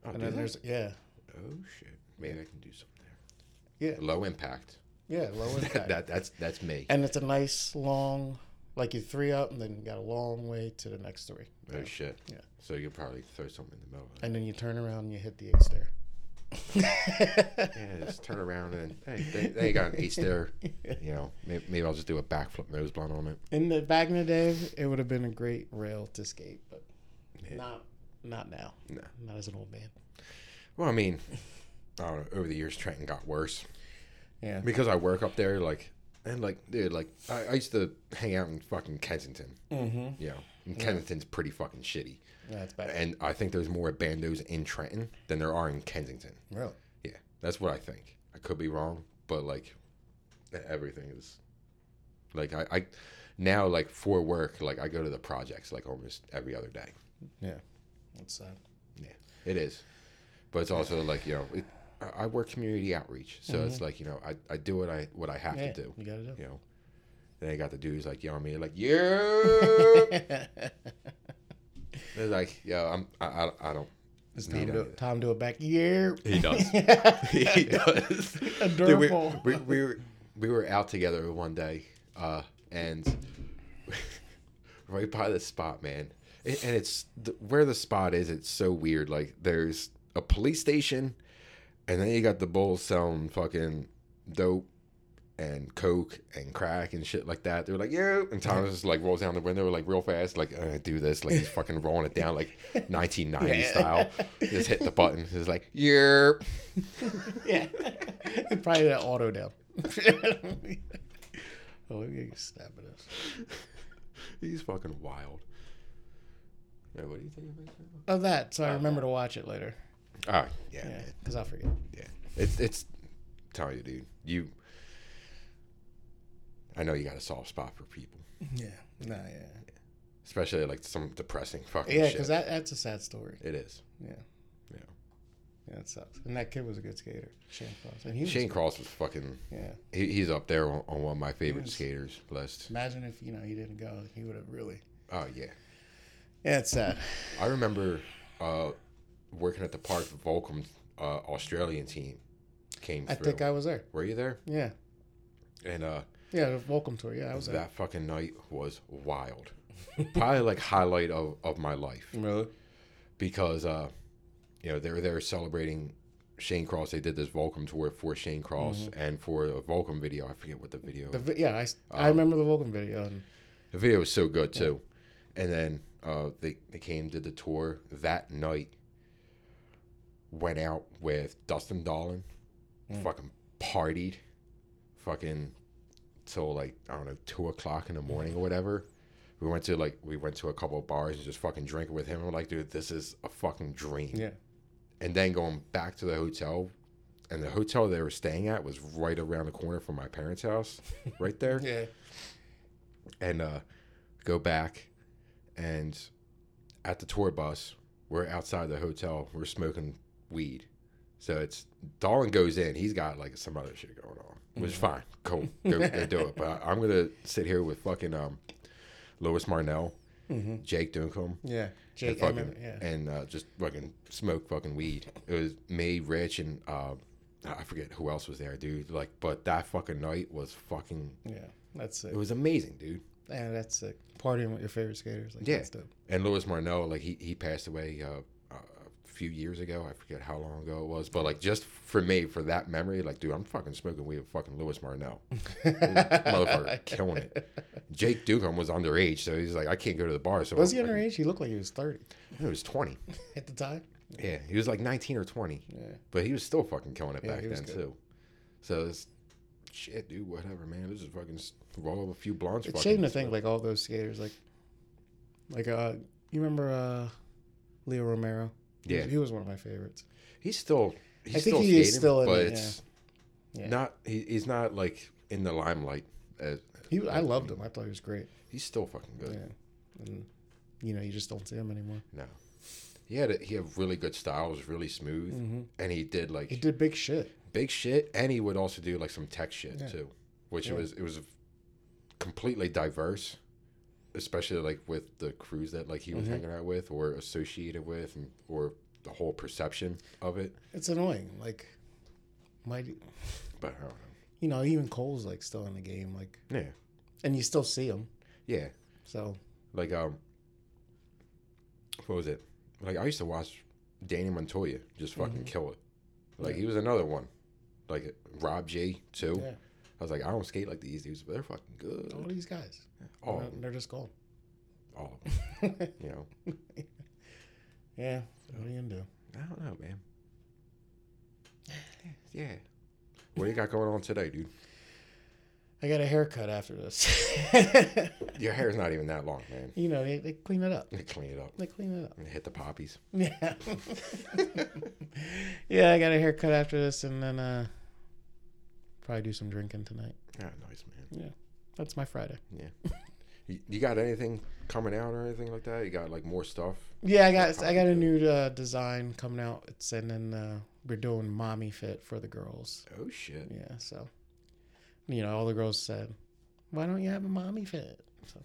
[SPEAKER 1] oh,
[SPEAKER 2] and
[SPEAKER 1] do
[SPEAKER 2] then
[SPEAKER 1] they?
[SPEAKER 2] there's yeah,
[SPEAKER 1] Oh shit! Maybe I can do something there.
[SPEAKER 2] Yeah.
[SPEAKER 1] Low impact.
[SPEAKER 2] yeah, low impact.
[SPEAKER 1] that that's that's me.
[SPEAKER 2] and it's a nice long, like you three up, and then you got a long way to the next three,
[SPEAKER 1] Oh shit.
[SPEAKER 2] Yeah.
[SPEAKER 1] So you will probably throw something in the middle. Of it.
[SPEAKER 2] and then you turn around and you hit the eight stair.
[SPEAKER 1] Yeah, just turn around and hey, they, they got an ace there. You know, maybe, maybe I'll just do a backflip nose blunt on it.
[SPEAKER 2] In the back in the day, it would have been a great rail to skate, but
[SPEAKER 1] Yeah.
[SPEAKER 2] not not now.
[SPEAKER 1] No.
[SPEAKER 2] Not as an old man.
[SPEAKER 1] Well, I mean, I don't know. Over the years, Trenton got worse
[SPEAKER 2] Yeah.
[SPEAKER 1] because I work up there. Like, and like, dude, like I, I used to hang out in fucking Kensington.
[SPEAKER 2] Mm-hmm.
[SPEAKER 1] You know, and Kensington's pretty fucking shitty.
[SPEAKER 2] That's bad.
[SPEAKER 1] And I think there's more bandos in Trenton than there are in Kensington.
[SPEAKER 2] Really?
[SPEAKER 1] Yeah, that's what I think. I could be wrong, but like e, everything is like I, I now like for work, like I go to the projects like almost every other day.
[SPEAKER 2] That's sad.
[SPEAKER 1] It is, but it's also like you know it, I- I work community outreach, so it's like you know I, I do what I what I have
[SPEAKER 2] Yeah,
[SPEAKER 1] to do.
[SPEAKER 2] You gotta do.
[SPEAKER 1] You know, then I got the dudes like yelling at me like yeah, they're like yo I'm I I, I don't.
[SPEAKER 2] Does Tom,
[SPEAKER 1] Need
[SPEAKER 2] do
[SPEAKER 1] a-
[SPEAKER 2] it, Tom do it back? Yeah.
[SPEAKER 1] He does. he does.
[SPEAKER 2] A
[SPEAKER 1] Dude, we,
[SPEAKER 2] durable.
[SPEAKER 1] we, we, were, we were out together one day, uh, and right by the spot, man. It, and it's th- where the spot is. It's so weird. Like there's a police station, and then you got the bulls selling fucking dope and coke and crack and shit like that. They were like, "Yeah," and Thomas just like rolls down the window like real fast, like uh, do this, like he's fucking rolling it down like 1990
[SPEAKER 2] Yeah.
[SPEAKER 1] style. Just hit the button. He's like, "Yeah."
[SPEAKER 2] yeah. Probably that auto down. oh, we snap at us.
[SPEAKER 1] He's fucking wild. Yeah, what do you think of it?
[SPEAKER 2] of Oh, that, so I remember to watch it later.
[SPEAKER 1] Ah, yeah,
[SPEAKER 2] Yeah,
[SPEAKER 1] man,
[SPEAKER 2] because I'll forget.
[SPEAKER 1] yeah. It's it's telling you, dude. You, I know you got a soft spot for people,
[SPEAKER 2] Yeah, no, yeah,
[SPEAKER 1] especially like some depressing fucking
[SPEAKER 2] yeah,
[SPEAKER 1] shit.
[SPEAKER 2] because that, that's a sad story.
[SPEAKER 1] it is.
[SPEAKER 2] Yeah,
[SPEAKER 1] Yeah.
[SPEAKER 2] yeah, it sucks. And that kid was a good skater, Shane Cross, and he was,
[SPEAKER 1] Shane Cross was fucking.
[SPEAKER 2] yeah.
[SPEAKER 1] He, he's up there on, on one of my favorite
[SPEAKER 2] was-
[SPEAKER 1] skaters list.
[SPEAKER 2] Imagine if you know he didn't go, he would have really.
[SPEAKER 1] Oh yeah.
[SPEAKER 2] Yeah, it's sad.
[SPEAKER 1] I remember uh, working at the park. The Volcom uh, Australian team came
[SPEAKER 2] I
[SPEAKER 1] through.
[SPEAKER 2] think I was there.
[SPEAKER 1] Were you there?
[SPEAKER 2] Yeah,
[SPEAKER 1] And uh,
[SPEAKER 2] yeah, the welcome tour. Yeah, I was there.
[SPEAKER 1] that fucking night was wild. Probably like highlight of, of my life
[SPEAKER 2] Really?
[SPEAKER 1] because uh, you know they were there celebrating Shane Cross. They did this Volcom tour for Shane Cross and for a Volcom video. I forget what Mm-hmm. the video.
[SPEAKER 2] The, vi- yeah, I, s- I remember the welcome video. And,
[SPEAKER 1] The video was so good too. And then uh, they they came did the tour that night. Went out with Dustin Dolan, fucking partied, fucking till like I don't know two o'clock in the morning or whatever. We went to like we went to a couple of bars and just fucking drinking with him. We're like, dude, this is a fucking dream.
[SPEAKER 2] yeah,
[SPEAKER 1] And then going back to the hotel, and the hotel they were staying at was right around the corner from my parents' house, right there
[SPEAKER 2] yeah,
[SPEAKER 1] and uh, go back. And at the tour bus, we're outside the hotel. We're smoking weed. So it's Dolan goes in. He's got like some other shit going on, which is fine. Cool, go, go do it. But I, I'm gonna sit here with fucking um, Louis Marnell, Jake Duncombe,
[SPEAKER 2] Mm-hmm. yeah.
[SPEAKER 1] and
[SPEAKER 2] Jake, I
[SPEAKER 1] fucking
[SPEAKER 2] remember. Yeah,
[SPEAKER 1] and uh, just fucking smoke fucking weed. It was me, Rich, and uh, I forget who else was there, dude. Like, but that fucking night was fucking.
[SPEAKER 2] yeah, that's sick.
[SPEAKER 1] It was amazing, dude.
[SPEAKER 2] Yeah, that's sick. Partying with your favorite skaters, like
[SPEAKER 1] Yeah.
[SPEAKER 2] that's dope.
[SPEAKER 1] And Louis Marneau, like he, he passed away uh, a few years ago. I forget how long ago it was, but like just for me, for that memory, like dude, I'm fucking smoking weed with fucking Louis Marneau, motherfucker, killing it. Jake Dugan was underage, so he's like, I can't go to the bar. So
[SPEAKER 2] Was he
[SPEAKER 1] I-
[SPEAKER 2] underage? He looked like he was thirty
[SPEAKER 1] I think He was 20.
[SPEAKER 2] at the time.
[SPEAKER 1] Yeah, he was like 19 or 20,
[SPEAKER 2] Yeah.
[SPEAKER 1] but he was still fucking killing it
[SPEAKER 2] Yeah,
[SPEAKER 1] back
[SPEAKER 2] he was
[SPEAKER 1] then
[SPEAKER 2] good.
[SPEAKER 1] too. So it's shit, dude. Whatever, man. This is fucking s- roll up a few blunts.
[SPEAKER 2] It's
[SPEAKER 1] fucking
[SPEAKER 2] shame to
[SPEAKER 1] smoke.
[SPEAKER 2] think like all those skaters, like, like uh, you remember uh, Leo Romero? He was-
[SPEAKER 1] Yeah.
[SPEAKER 2] he was one of my favorites.
[SPEAKER 1] He's still. He's
[SPEAKER 2] I think
[SPEAKER 1] still
[SPEAKER 2] he is
[SPEAKER 1] skating,
[SPEAKER 2] still in
[SPEAKER 1] but
[SPEAKER 2] it,
[SPEAKER 1] it's
[SPEAKER 2] yeah. Yeah.
[SPEAKER 1] not. He, he's not like in the limelight. As,
[SPEAKER 2] He, I loved him. I thought he was great.
[SPEAKER 1] he's still fucking good.
[SPEAKER 2] Yeah, and you know, you just don't see him anymore.
[SPEAKER 1] No, he had a, he had really good style. Was really smooth, and he did like
[SPEAKER 2] Mm. He did big shit.
[SPEAKER 1] big shit, and he would also do like some tech shit
[SPEAKER 2] Yeah.
[SPEAKER 1] too, which
[SPEAKER 2] Yeah.
[SPEAKER 1] was it was completely diverse, especially like with the crews that like he
[SPEAKER 2] Mm-hmm.
[SPEAKER 1] was hanging out with or associated with, and, or the whole perception of it.
[SPEAKER 2] It's annoying. Like, my,
[SPEAKER 1] But I don't know.
[SPEAKER 2] you know, even Cole's like still in the game. Like,
[SPEAKER 1] Yeah,
[SPEAKER 2] and you still see him.
[SPEAKER 1] yeah.
[SPEAKER 2] So
[SPEAKER 1] Like um, what was it? Like I used to watch Danny Montoya just fucking kill it. Like he was another one. Like Rob J too.
[SPEAKER 2] yeah, Oh,
[SPEAKER 1] I was like, I don't skate like these dudes, but they're fucking good.
[SPEAKER 2] all these guys,
[SPEAKER 1] All,
[SPEAKER 2] they're, they're just gold.
[SPEAKER 1] all of them. oh, you know,
[SPEAKER 2] Yeah. What are you gonna do?
[SPEAKER 1] I don't know, man. Yeah. What do you got going on today, dude?
[SPEAKER 2] I got a haircut after this.
[SPEAKER 1] Your hair's not even that long, man.
[SPEAKER 2] you know, they, they clean it up.
[SPEAKER 1] Clean it up.
[SPEAKER 2] They clean it up.
[SPEAKER 1] Hit the poppies.
[SPEAKER 2] Yeah. yeah, I got a haircut after this and then uh probably do some drinking tonight.
[SPEAKER 1] Ah, nice, man.
[SPEAKER 2] That's my Friday.
[SPEAKER 1] You, you got anything coming out or anything like that? You got like more stuff?
[SPEAKER 2] Yeah, I got I got a new uh, design coming out. It's and then uh, we're doing mommy fit for the girls.
[SPEAKER 1] Oh shit.
[SPEAKER 2] Yeah, so you know, all the girls said, "Why don't you have a mommy fit?" So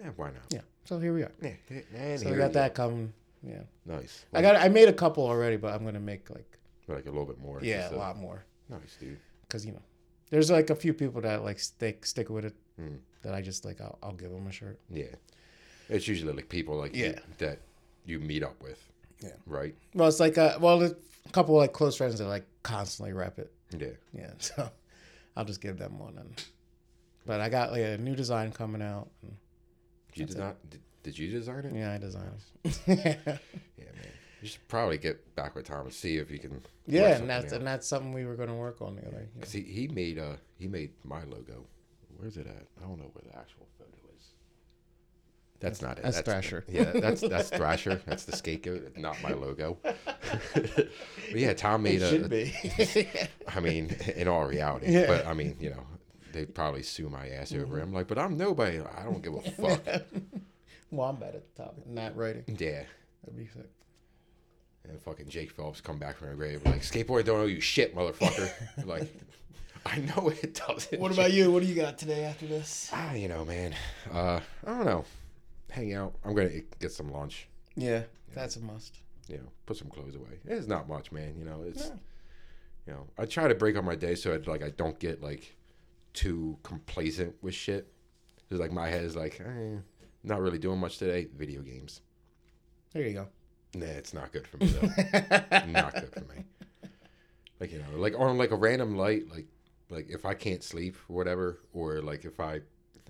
[SPEAKER 1] Yeah, why not?
[SPEAKER 2] yeah, so here we are.
[SPEAKER 1] Yeah, yeah, and
[SPEAKER 2] So we
[SPEAKER 1] here
[SPEAKER 2] got
[SPEAKER 1] you
[SPEAKER 2] that coming. Yeah,
[SPEAKER 1] go. Nice.
[SPEAKER 2] I got I made a couple already, but I'm gonna make like
[SPEAKER 1] like a little bit more.
[SPEAKER 2] yeah
[SPEAKER 1] just
[SPEAKER 2] a
[SPEAKER 1] a-
[SPEAKER 2] lot more.
[SPEAKER 1] Nice, dude.
[SPEAKER 2] because you know there's like a few people that like stick stick with it
[SPEAKER 1] Mm.
[SPEAKER 2] that i just like I'll, I'll give them a shirt
[SPEAKER 1] Yeah. It's usually like people like you-
[SPEAKER 2] Yeah.
[SPEAKER 1] that you meet up with.
[SPEAKER 2] Yeah.
[SPEAKER 1] Right.
[SPEAKER 2] well it's like a well there's a couple like close friends that like constantly rep it
[SPEAKER 1] Yeah.
[SPEAKER 2] yeah so i'll just give them one and but i got like a new design coming out and,
[SPEAKER 1] You did not. Did, did you design it?
[SPEAKER 2] yeah i designed it
[SPEAKER 1] Yeah, man. You should probably get back with Tom and see if you can.
[SPEAKER 2] yeah and that's and that's something we were going to work on together yeah.
[SPEAKER 1] Because he, he made uh he made my logo. Where's it at? I don't know where the actual photo is. That's not it.
[SPEAKER 2] That's Thrasher.
[SPEAKER 1] Yeah, that's that's Thrasher. That's the scapegoat. Not my logo. but yeah, Tom made a. I
[SPEAKER 2] Should be.
[SPEAKER 1] mean, in all reality,
[SPEAKER 2] Yeah. Mm-hmm.
[SPEAKER 1] but I mean, you know, they'd probably sue my ass over him. Like, but I'm nobody. I don't give a fuck.
[SPEAKER 2] Wombat at the top, not writing.
[SPEAKER 1] yeah.
[SPEAKER 2] That'd be sick.
[SPEAKER 1] And fucking Jake Phelps come back from the grave like skateboard don't owe you shit, motherfucker. like, I know it doesn't.
[SPEAKER 2] What about you? What do you got today after this?
[SPEAKER 1] Ah, you know, man. Uh, I don't know. Hang out. I'm gonna get some lunch.
[SPEAKER 2] Yeah, that's a must.
[SPEAKER 1] You know, put some clothes away. It's not much, man. You know, it's you know, I try to break up my day so I'd, like I don't get like too complacent with shit. It's like my head is like, eh, not really doing much today. Video games.
[SPEAKER 2] There you go.
[SPEAKER 1] Nah, it's not good for me though. not good for me. Like you know, like on like a random light, like like if I can't sleep or whatever, or like if I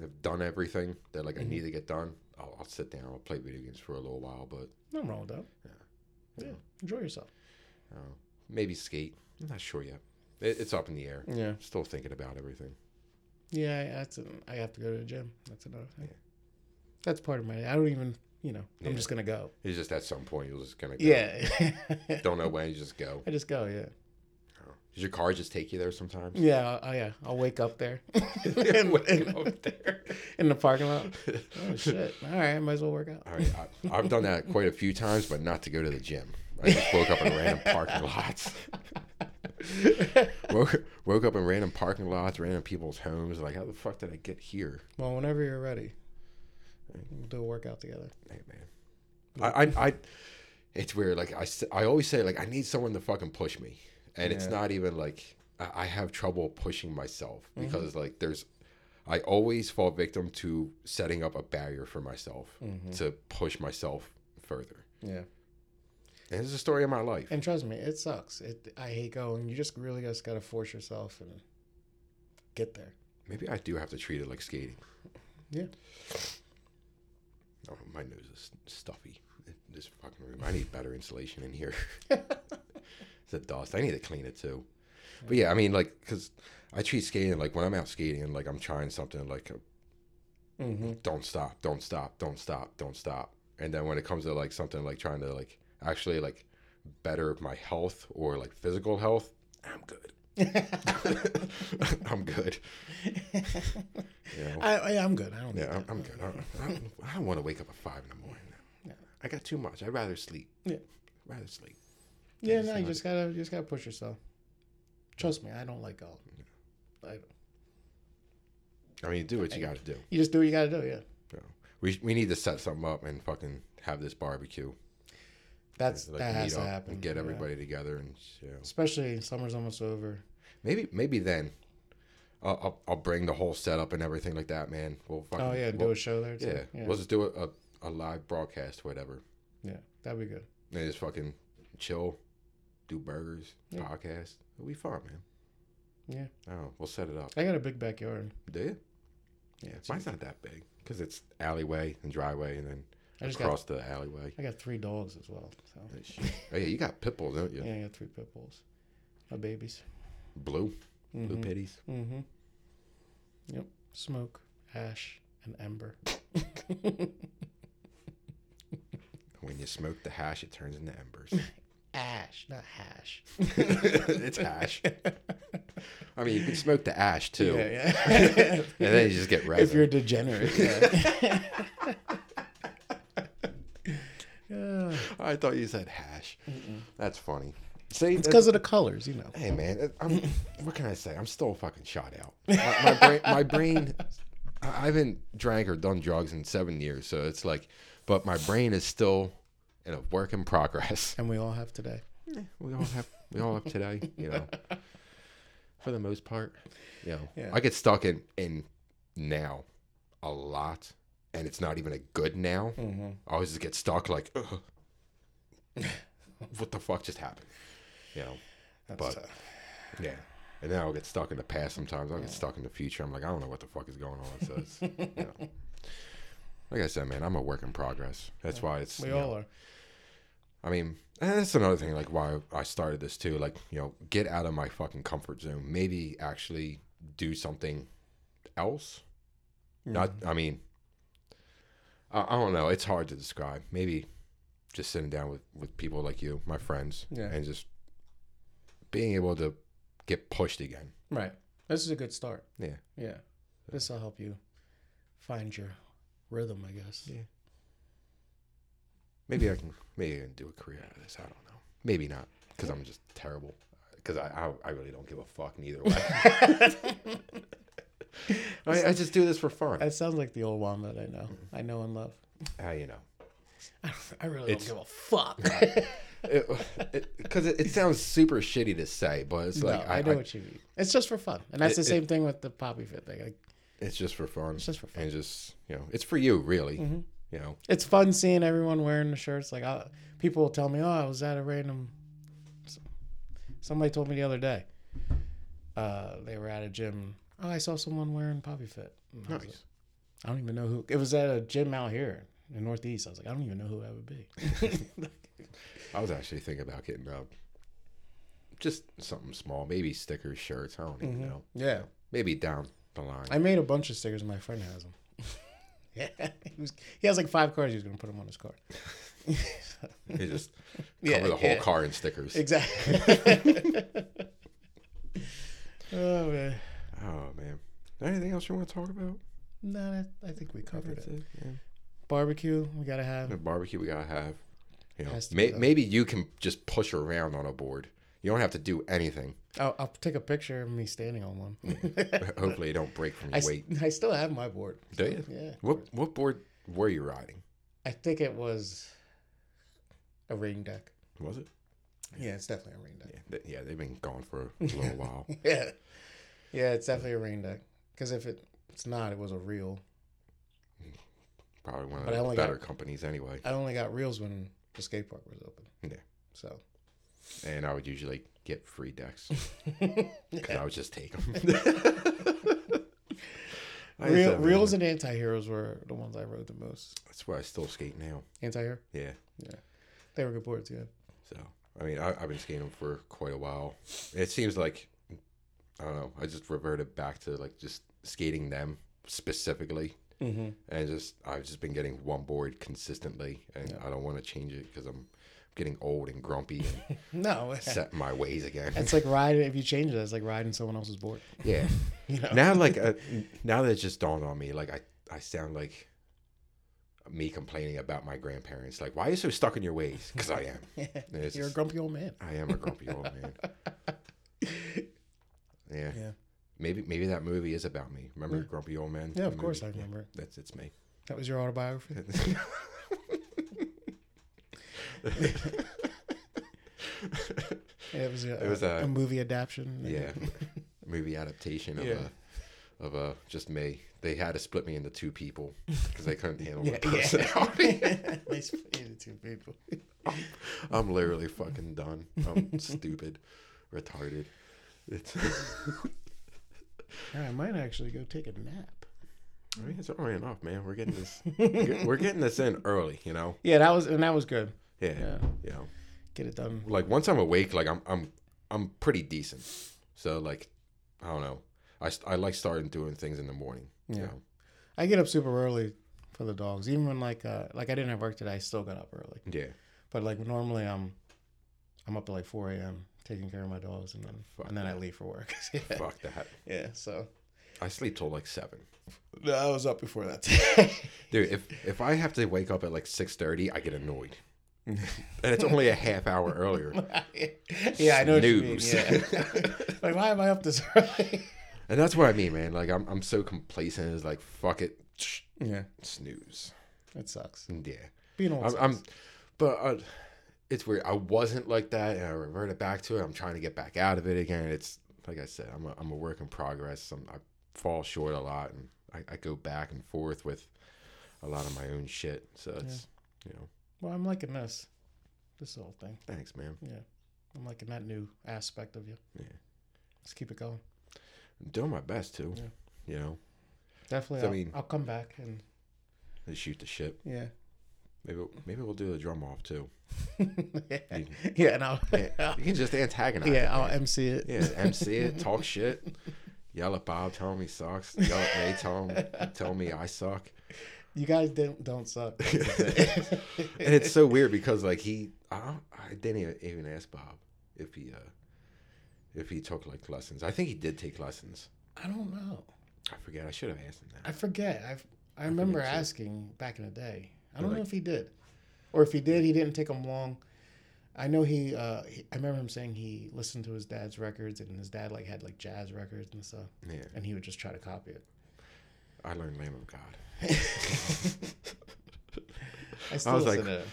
[SPEAKER 1] have done everything that like I need to get done, I'll, I'll sit down, I'll play video games for a little while, but
[SPEAKER 2] Nothing wrong with that. Yeah.
[SPEAKER 1] Yeah.
[SPEAKER 2] Enjoy yourself.
[SPEAKER 1] uh, maybe skate. I'm not sure yet. It, it's up in the air.
[SPEAKER 2] Yeah.
[SPEAKER 1] I'm still thinking about everything.
[SPEAKER 2] Yeah, I- that's an, I have to go to the gym. That's another thing.
[SPEAKER 1] Yeah.
[SPEAKER 2] That's part of my. I don't even. You know,
[SPEAKER 1] Yeah.
[SPEAKER 2] I'm just gonna go.
[SPEAKER 1] It's just at some point you're just gonna go.
[SPEAKER 2] Yeah.
[SPEAKER 1] Don't know when. You just go.
[SPEAKER 2] I just go. Yeah.
[SPEAKER 1] Does your car just take you there sometimes?
[SPEAKER 2] Yeah. Oh yeah. I'll wake up there. in,
[SPEAKER 1] Wake
[SPEAKER 2] in-
[SPEAKER 1] up there.
[SPEAKER 2] in the parking lot. Oh shit. All right. I might as well work out.
[SPEAKER 1] All right, I, I've done that quite a few times, but not to go to the gym. I just woke up in random parking lots. woke, woke up in random parking lots, random people's homes. Like, how the fuck did I get here?
[SPEAKER 2] Well, whenever you're ready, we'll do a workout together.
[SPEAKER 1] Hey, man. I, I, I it's weird. Like, I, s- I always say, like, I need someone to fucking push me. And it's
[SPEAKER 2] Yeah.
[SPEAKER 1] not even like I, I have trouble pushing myself because, like, there's, I always fall victim to setting up a barrier for myself to push myself further.
[SPEAKER 2] Mm-hmm. Yeah.
[SPEAKER 1] And it's a story of my life.
[SPEAKER 2] And trust me, it sucks. It. I hate going. You just really just gotta force yourself and get there.
[SPEAKER 1] Maybe I do have to treat it like skating.
[SPEAKER 2] Yeah.
[SPEAKER 1] Oh, my nose is stuffy. This fucking room. I need better insulation in here. it's a dust. I need to clean it too. But yeah, I mean, like, because I treat skating like when I'm out skating, like I'm trying something, like
[SPEAKER 2] Mm-hmm.
[SPEAKER 1] don't stop, don't stop, don't stop, don't stop. And then when it comes to like something like trying to like actually like better my health or like physical health, I'm good. I'm good. You know?
[SPEAKER 2] I, I, I'm good. I don't.
[SPEAKER 1] Yeah,
[SPEAKER 2] Yeah.
[SPEAKER 1] I'm, I'm good. I, I, don't- I don't want to wake up at five in the morning. I got too much. I'd rather sleep.
[SPEAKER 2] Yeah.
[SPEAKER 1] rather sleep.
[SPEAKER 2] Yeah. No, you just gotta you just gotta push yourself. Trust me, I don't like golf. I don't.
[SPEAKER 1] I mean, do what you got to do.
[SPEAKER 2] You just do what you gotta do. Yeah.
[SPEAKER 1] So we we need to set something up and fucking have this barbecue.
[SPEAKER 2] That's
[SPEAKER 1] Like,
[SPEAKER 2] that
[SPEAKER 1] meet
[SPEAKER 2] has to
[SPEAKER 1] up
[SPEAKER 2] happen.
[SPEAKER 1] And get
[SPEAKER 2] yeah.
[SPEAKER 1] everybody together and you know.
[SPEAKER 2] Especially summer's almost over.
[SPEAKER 1] maybe maybe then. I'll, I'll, I'll bring the whole setup and everything like that, man. We'll fucking,
[SPEAKER 2] Oh yeah, do
[SPEAKER 1] we'll,
[SPEAKER 2] a show there too.
[SPEAKER 1] yeah. We'll just do a, a, a live broadcast, whatever.
[SPEAKER 2] Yeah, that'd be good.
[SPEAKER 1] And just fucking chill, do burgers,
[SPEAKER 2] Yeah.
[SPEAKER 1] podcast. It'll be fun, man.
[SPEAKER 2] Yeah.
[SPEAKER 1] Oh, we'll set it up.
[SPEAKER 2] I got a big backyard.
[SPEAKER 1] Do you?
[SPEAKER 2] Yeah, it's
[SPEAKER 1] Mine's not that big because it's alleyway and driveway and then
[SPEAKER 2] I just
[SPEAKER 1] across the alleyway.
[SPEAKER 2] got I got three dogs as well. So
[SPEAKER 1] Oh, shit. oh yeah, you got pit bulls, don't you?
[SPEAKER 2] yeah, I got three pit bulls, my babies.
[SPEAKER 1] Blue, blue pitties.
[SPEAKER 2] Mm-hmm. Yep. Smoke, ash, and ember.
[SPEAKER 1] When you smoke the hash, it turns into embers.
[SPEAKER 2] Ash, not hash.
[SPEAKER 1] it's hash. I mean, you can smoke the ash too,
[SPEAKER 2] Yeah, yeah.
[SPEAKER 1] and then you just get resin.
[SPEAKER 2] if you're a degenerate. Yeah. yeah.
[SPEAKER 1] I thought you said hash. That's funny. See,
[SPEAKER 2] It's
[SPEAKER 1] that's-
[SPEAKER 2] because of the colors, you know.
[SPEAKER 1] Hey man, it- I'm, what can I say? I'm still fucking shot out. My, my brain, my brain. I I haven't drank or done drugs in seven years, so it's like, but my brain is still in a work in progress.
[SPEAKER 2] And we all have today.
[SPEAKER 1] We all have, we all have today, you know. For the most part, you know,
[SPEAKER 2] Yeah.
[SPEAKER 1] I get stuck in in now a lot, and it's not even a good now.
[SPEAKER 2] Mm-hmm.
[SPEAKER 1] I always just get stuck like, "Ugh. what the fuck just happened? You know.
[SPEAKER 2] That's
[SPEAKER 1] But-
[SPEAKER 2] tough.
[SPEAKER 1] Yeah. And then I'll get stuck in the past sometimes. I'll get stuck in the future. I'm like, I don't know what the fuck is going on. So it's, you know. Like I said, man, I'm a work in progress. That's why it's.
[SPEAKER 2] we
[SPEAKER 1] you
[SPEAKER 2] all
[SPEAKER 1] know,
[SPEAKER 2] are.
[SPEAKER 1] I mean, and that's another thing, like why I started this too. Like, you know, get out of my fucking comfort zone. Maybe actually
[SPEAKER 2] Mm-hmm.
[SPEAKER 1] do something else. Not, I mean, I, I don't know. It's hard to describe. Maybe just sitting down with with people like you, my friends,
[SPEAKER 2] Yeah.
[SPEAKER 1] and just being able to get pushed again.
[SPEAKER 2] Right. This is a good start.
[SPEAKER 1] Yeah.
[SPEAKER 2] Yeah. This will help you find your rhythm, I guess.
[SPEAKER 1] Yeah. Maybe I can maybe I can do a career out of this. I don't know. Maybe not because I'm just terrible. Because I, I I really don't give a fuck neither way. I, I just do this for fun.
[SPEAKER 2] That sounds like the old one that I know. I know and love.
[SPEAKER 1] Ah, you know.
[SPEAKER 2] I really
[SPEAKER 1] It's-
[SPEAKER 2] don't give a fuck.
[SPEAKER 1] because it, because it, it sounds super shitty to say, but it's
[SPEAKER 2] no,
[SPEAKER 1] like
[SPEAKER 2] I, know what you mean. It's just for fun, and that's
[SPEAKER 1] It-
[SPEAKER 2] the
[SPEAKER 1] it-
[SPEAKER 2] same thing with the poppy fit thing. Like,
[SPEAKER 1] it's just for fun. It's
[SPEAKER 2] just for fun. Mm-hmm.
[SPEAKER 1] and just you know, it's for you, really. You know,
[SPEAKER 2] it's fun seeing everyone wearing the shirts. Like I, people will tell me, "Oh, I was at a random." Somebody told me the other day, uh, they were at a gym. Oh, I saw someone wearing Poppy Fit. And I was like,
[SPEAKER 1] Nice.
[SPEAKER 2] I don't even know who. It was at a gym out here in the Northeast. I was like, I don't even know who that would be.
[SPEAKER 1] I was actually thinking about getting uh, just something small, maybe stickers, shirts. I don't even know.
[SPEAKER 2] yeah,
[SPEAKER 1] Maybe down the line.
[SPEAKER 2] Mm-hmm. I made a bunch of stickers. and My friend has them. yeah, he was. He has like five cars. He was gonna put them on his car.
[SPEAKER 1] You just cover
[SPEAKER 2] Yeah,
[SPEAKER 1] the whole
[SPEAKER 2] yeah.
[SPEAKER 1] car in stickers.
[SPEAKER 2] Exactly. oh man.
[SPEAKER 1] oh man. Anything else you want to talk about?
[SPEAKER 2] No, that, I think we covered
[SPEAKER 1] That's
[SPEAKER 2] it.
[SPEAKER 1] it. Yeah.
[SPEAKER 2] Barbecue, we gotta
[SPEAKER 1] The
[SPEAKER 2] have.
[SPEAKER 1] barbecue we gotta have. You know,
[SPEAKER 2] Has to be
[SPEAKER 1] may,
[SPEAKER 2] done.
[SPEAKER 1] maybe you can just push around on a board. You don't have to do anything.
[SPEAKER 2] I'll, I'll take a picture of me standing on one.
[SPEAKER 1] Hopefully, you don't break from your
[SPEAKER 2] I, s-
[SPEAKER 1] weight.
[SPEAKER 2] I still have my board.
[SPEAKER 1] Mm-hmm. Do you?
[SPEAKER 2] Yeah.
[SPEAKER 1] What what board were you riding?
[SPEAKER 2] I think it was a rain deck.
[SPEAKER 1] Was it?
[SPEAKER 2] Yeah, it's definitely a rain deck.
[SPEAKER 1] Yeah, th- yeah they've been gone for a little while.
[SPEAKER 2] Yeah. Yeah, it's definitely a rain deck. Because if it, it's not, it was a reel.
[SPEAKER 1] Probably one of
[SPEAKER 2] But I
[SPEAKER 1] the
[SPEAKER 2] only
[SPEAKER 1] better
[SPEAKER 2] got-
[SPEAKER 1] companies anyway.
[SPEAKER 2] I only got reels when the skate park was open.
[SPEAKER 1] Yeah.
[SPEAKER 2] So.
[SPEAKER 1] And I would usually get free decks because I would just take them.
[SPEAKER 2] Reel, reels and anti heroes were the ones I rode the most.
[SPEAKER 1] That's why I still skate now.
[SPEAKER 2] Anti hero?
[SPEAKER 1] Yeah.
[SPEAKER 2] They were good boards, yeah.
[SPEAKER 1] So I mean, I, I've been skating 'em for quite a while. It seems like I don't know. I just reverted back to like just skating them specifically,
[SPEAKER 2] Mm-hmm.
[SPEAKER 1] and just I've just been getting one board consistently, and I don't want to change it because I'm getting old and grumpy and
[SPEAKER 2] No.
[SPEAKER 1] set in my ways again.
[SPEAKER 2] It's like riding. If you change it, it's like riding someone else's board.
[SPEAKER 1] yeah.
[SPEAKER 2] You know.
[SPEAKER 1] Now, like uh, now that it just dawned on me, like I I sound like me complaining about my grandparents. Like, why are you so stuck in your ways? Because I am. It's
[SPEAKER 2] You're a
[SPEAKER 1] just-
[SPEAKER 2] grumpy old man.
[SPEAKER 1] I am a grumpy old man. Yeah.
[SPEAKER 2] Yeah.
[SPEAKER 1] Maybe maybe that movie is about me. Remember Grumpy Old Man?
[SPEAKER 2] Yeah,
[SPEAKER 1] The
[SPEAKER 2] of course I
[SPEAKER 1] movie?
[SPEAKER 2] remember. it.
[SPEAKER 1] That's it's me.
[SPEAKER 2] That was your autobiography. It was a,
[SPEAKER 1] It was
[SPEAKER 2] a,
[SPEAKER 1] a-
[SPEAKER 2] movie adaptation.
[SPEAKER 1] yeah. movie adaptation of
[SPEAKER 2] Yeah.
[SPEAKER 1] a of a just me. They had to split me into two people because they couldn't handle
[SPEAKER 2] Yeah,
[SPEAKER 1] my
[SPEAKER 2] yeah.
[SPEAKER 1] personality.
[SPEAKER 2] they split into two people.
[SPEAKER 1] I'm literally fucking done. I'm stupid, retarded. It's,
[SPEAKER 2] I might actually go take a nap.
[SPEAKER 1] I mean, it's early enough, man. We're getting this. we're getting this in early, you know.
[SPEAKER 2] Yeah, that was and that was good.
[SPEAKER 1] Yeah,
[SPEAKER 2] Yeah.
[SPEAKER 1] you know.
[SPEAKER 2] Get it done.
[SPEAKER 1] like once I'm awake, like I'm I'm I'm pretty decent. So like I don't know. I, st- I like starting doing things in the morning. You
[SPEAKER 2] Yeah.
[SPEAKER 1] know?
[SPEAKER 2] I get up super early for the dogs. Even when like uh like I didn't have work today, I still got up early.
[SPEAKER 1] Yeah.
[SPEAKER 2] But like normally I'm I'm up at like 4 a.m. taking care of my dogs and then
[SPEAKER 1] Fuck
[SPEAKER 2] and then I
[SPEAKER 1] that.
[SPEAKER 2] leave for work. yeah.
[SPEAKER 1] Fuck that.
[SPEAKER 2] yeah. So
[SPEAKER 1] I sleep till like seven.
[SPEAKER 2] no, I was up before that. today.
[SPEAKER 1] Dude, if if I have to wake up at like six thirty, I get annoyed. and it's only a half hour earlier.
[SPEAKER 2] yeah, I know what you mean.
[SPEAKER 1] Snooze.
[SPEAKER 2] Yeah. like, why am I up this early?
[SPEAKER 1] And that's what I mean, man. Like I'm I'm so complacent. It's like fuck it,
[SPEAKER 2] Yeah,
[SPEAKER 1] snooze.
[SPEAKER 2] it sucks.
[SPEAKER 1] Yeah.
[SPEAKER 2] Being old,
[SPEAKER 1] I'm,
[SPEAKER 2] sucks.
[SPEAKER 1] I'm but uh, it's weird. I wasn't like that, and I reverted back to it. I'm trying to get back out of it again. It's like I said, I'm a, I'm a work in progress. I'm, I fall short a lot, and I, I go back and forth with a lot of my own shit. So it's you know,
[SPEAKER 2] well, I'm liking this, this whole thing.
[SPEAKER 1] thanks, man.
[SPEAKER 2] Yeah, I'm liking that new aspect of you.
[SPEAKER 1] Yeah,
[SPEAKER 2] Let's keep it going.
[SPEAKER 1] I'm doing my best too.
[SPEAKER 2] Yeah.
[SPEAKER 1] You know,
[SPEAKER 2] Definitely,
[SPEAKER 1] So, I
[SPEAKER 2] I'll,
[SPEAKER 1] mean-
[SPEAKER 2] I'll come back and
[SPEAKER 1] they shoot the shit.
[SPEAKER 2] yeah,
[SPEAKER 1] Maybe maybe we'll do the drum off too.
[SPEAKER 2] yeah, yeah, and I'll
[SPEAKER 1] Yeah, you can just antagonize.
[SPEAKER 2] yeah,
[SPEAKER 1] it,
[SPEAKER 2] I'll
[SPEAKER 1] man.
[SPEAKER 2] MC it.
[SPEAKER 1] Yeah, MC it, talk shit, yell at Bob, tell him he sucks, yell at me, tell him, tell me I suck.
[SPEAKER 2] You guys didn't don't suck. That's the thing.
[SPEAKER 1] and it's so weird because like he, I, don't- I didn't even- even ask Bob if he, uh if he took like lessons. I think he did take lessons.
[SPEAKER 2] I don't know.
[SPEAKER 1] I forget. I should have asked him that.
[SPEAKER 2] I forget. I I remember
[SPEAKER 1] too.
[SPEAKER 2] asking back in the day. I don't
[SPEAKER 1] Like-
[SPEAKER 2] know if he did, or if he did, he didn't take him long. I know he, uh, he. I remember him saying he listened to his dad's records, and his dad like had like jazz records and stuff,
[SPEAKER 1] Yeah,
[SPEAKER 2] and he would just try to copy it.
[SPEAKER 1] I learned Lamb of God.
[SPEAKER 2] I still
[SPEAKER 1] was
[SPEAKER 2] listen
[SPEAKER 1] like-
[SPEAKER 2] to it.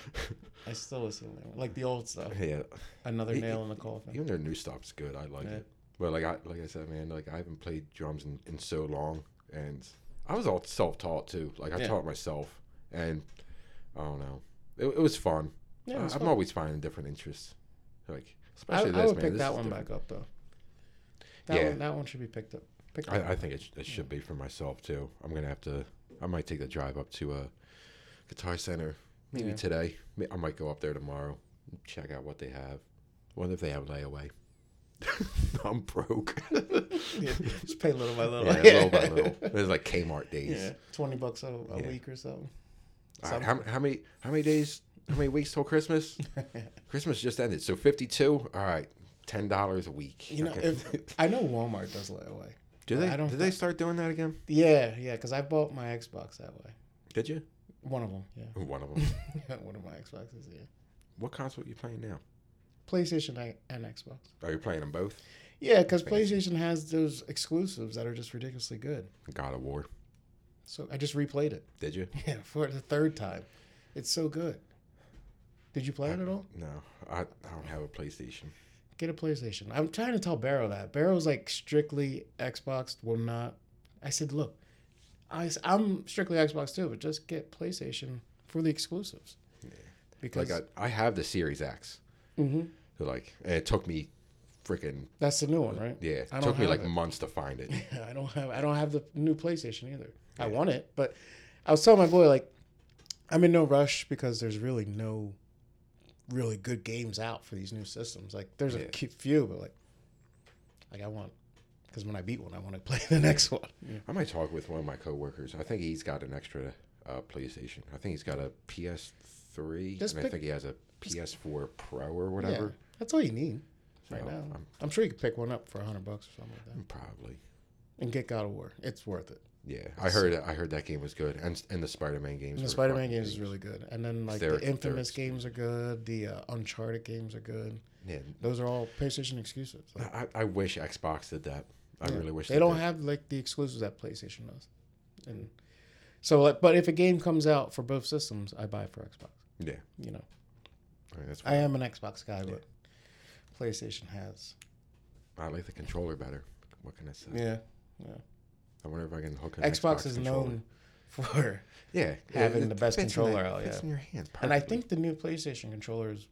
[SPEAKER 2] I still listen to it. like the old stuff.
[SPEAKER 1] Yeah,
[SPEAKER 2] Another
[SPEAKER 1] He-
[SPEAKER 2] nail in the coffin.
[SPEAKER 1] even their new stuff's good. I like
[SPEAKER 2] Yeah.
[SPEAKER 1] it. But like I like I said, man, like I haven't played drums in, in so long, and I was all self taught too. Like I
[SPEAKER 2] Yeah.
[SPEAKER 1] taught myself, and I don't know, it, it was fun.
[SPEAKER 2] Yeah,
[SPEAKER 1] I,
[SPEAKER 2] it's
[SPEAKER 1] I'm
[SPEAKER 2] fun.
[SPEAKER 1] always finding different interests, like
[SPEAKER 2] I,
[SPEAKER 1] especially
[SPEAKER 2] I
[SPEAKER 1] this
[SPEAKER 2] would
[SPEAKER 1] man.
[SPEAKER 2] pick
[SPEAKER 1] this
[SPEAKER 2] that
[SPEAKER 1] is
[SPEAKER 2] one
[SPEAKER 1] different.
[SPEAKER 2] back up though. That
[SPEAKER 1] Yeah.
[SPEAKER 2] one, that one should be picked up. Picked up.
[SPEAKER 1] I, I think it, sh- it should be for myself too. I'm gonna have to. I might take the drive up to a guitar center maybe
[SPEAKER 2] Yeah.
[SPEAKER 1] today. May- I might go up there tomorrow, and check out what they have. Wonder if they have layaway. I'm broke.
[SPEAKER 2] Yeah, just pay little by little.
[SPEAKER 1] Yeah, little by little. There's like Kmart days.
[SPEAKER 2] Yeah, twenty bucks a, a
[SPEAKER 1] Yeah.
[SPEAKER 2] week or so.
[SPEAKER 1] All right, how, how many how many days? How many weeks till Christmas? Christmas just ended, so fifty two. All right, ten dollars a week.
[SPEAKER 2] You know,
[SPEAKER 1] Okay.
[SPEAKER 2] if, I know Walmart does layaway.
[SPEAKER 1] do they?
[SPEAKER 2] I don't
[SPEAKER 1] did they start doing that again?
[SPEAKER 2] Yeah, yeah, because I bought my Xbox that way.
[SPEAKER 1] Did you?
[SPEAKER 2] One of them, yeah.
[SPEAKER 1] One of them.
[SPEAKER 2] One of my Xboxes, yeah.
[SPEAKER 1] what console are you playing now?
[SPEAKER 2] PlayStation and- and Xbox.
[SPEAKER 1] Are you playing them both?
[SPEAKER 2] Yeah, because PlayStation has those exclusives that are just ridiculously good.
[SPEAKER 1] God of War.
[SPEAKER 2] So I just replayed it.
[SPEAKER 1] Did you?
[SPEAKER 2] Yeah, for the third time. It's so good. Did you play it at all?
[SPEAKER 1] No, I, I don't have a PlayStation.
[SPEAKER 2] Get a PlayStation. I'm trying to tell Barrow that. Barrow's like strictly Xbox, will not. I said, look, I, am strictly Xbox too, but just get PlayStation for the exclusives. Because
[SPEAKER 1] Like I, I have the Series X.
[SPEAKER 2] Mhm.
[SPEAKER 1] So like, and it took me, freaking
[SPEAKER 2] that's the new one, right?
[SPEAKER 1] yeah, it
[SPEAKER 2] I don't
[SPEAKER 1] took me
[SPEAKER 2] have
[SPEAKER 1] like
[SPEAKER 2] it.
[SPEAKER 1] months to find it.
[SPEAKER 2] I don't have I don't have the new PlayStation either. I want it, but I was telling my boy like I'm in no rush because there's really no really good games out for these new systems. Like there's
[SPEAKER 1] Yeah.
[SPEAKER 2] a cu- few, but like like I want because when I beat one, I want to play the next one.
[SPEAKER 1] I might talk with one of my coworkers. I think he's got an extra uh, PlayStation. I think he's got a PS3,
[SPEAKER 2] Just
[SPEAKER 1] and I
[SPEAKER 2] pick-
[SPEAKER 1] think he has a PS4 Pro or whatever.
[SPEAKER 2] Yeah, that's all you need right
[SPEAKER 1] So,
[SPEAKER 2] now. I'm,
[SPEAKER 1] I'm-
[SPEAKER 2] sure you could pick one up for hundred bucks or something like that
[SPEAKER 1] Probably.
[SPEAKER 2] and get God of War. It's worth it.
[SPEAKER 1] Yeah, I heard. I heard that game was good, and and the Spider-Man games.
[SPEAKER 2] And the
[SPEAKER 1] were
[SPEAKER 2] Spider-Man
[SPEAKER 1] fucking
[SPEAKER 2] games
[SPEAKER 1] good.
[SPEAKER 2] is really good, and then like
[SPEAKER 1] They're-
[SPEAKER 2] the Infamous
[SPEAKER 1] they're-
[SPEAKER 2] games are good. The uh, Uncharted games are good.
[SPEAKER 1] Yeah,
[SPEAKER 2] Those are all PlayStation exclusives. Like,
[SPEAKER 1] I, I wish Xbox did that. I
[SPEAKER 2] Yeah.
[SPEAKER 1] really wish
[SPEAKER 2] they don't
[SPEAKER 1] did.
[SPEAKER 2] have like the exclusives that PlayStation does. And so, like, but if a game comes out for both systems, I buy it for Xbox.
[SPEAKER 1] Yeah,
[SPEAKER 2] You know,
[SPEAKER 1] I mean, that's
[SPEAKER 2] I am an Xbox guy, but PlayStation has.
[SPEAKER 1] I like the controller better. What can I say?
[SPEAKER 2] Yeah,
[SPEAKER 1] I wonder if I can hook an
[SPEAKER 2] Xbox,
[SPEAKER 1] Xbox,
[SPEAKER 2] is
[SPEAKER 1] controller.
[SPEAKER 2] known for,
[SPEAKER 1] yeah
[SPEAKER 2] having
[SPEAKER 1] it-
[SPEAKER 2] the
[SPEAKER 1] it
[SPEAKER 2] best
[SPEAKER 1] fits in that-
[SPEAKER 2] controller out,
[SPEAKER 1] fits
[SPEAKER 2] yeah.
[SPEAKER 1] in your hand.
[SPEAKER 2] and I
[SPEAKER 1] perfectly.
[SPEAKER 2] think the new PlayStation controller is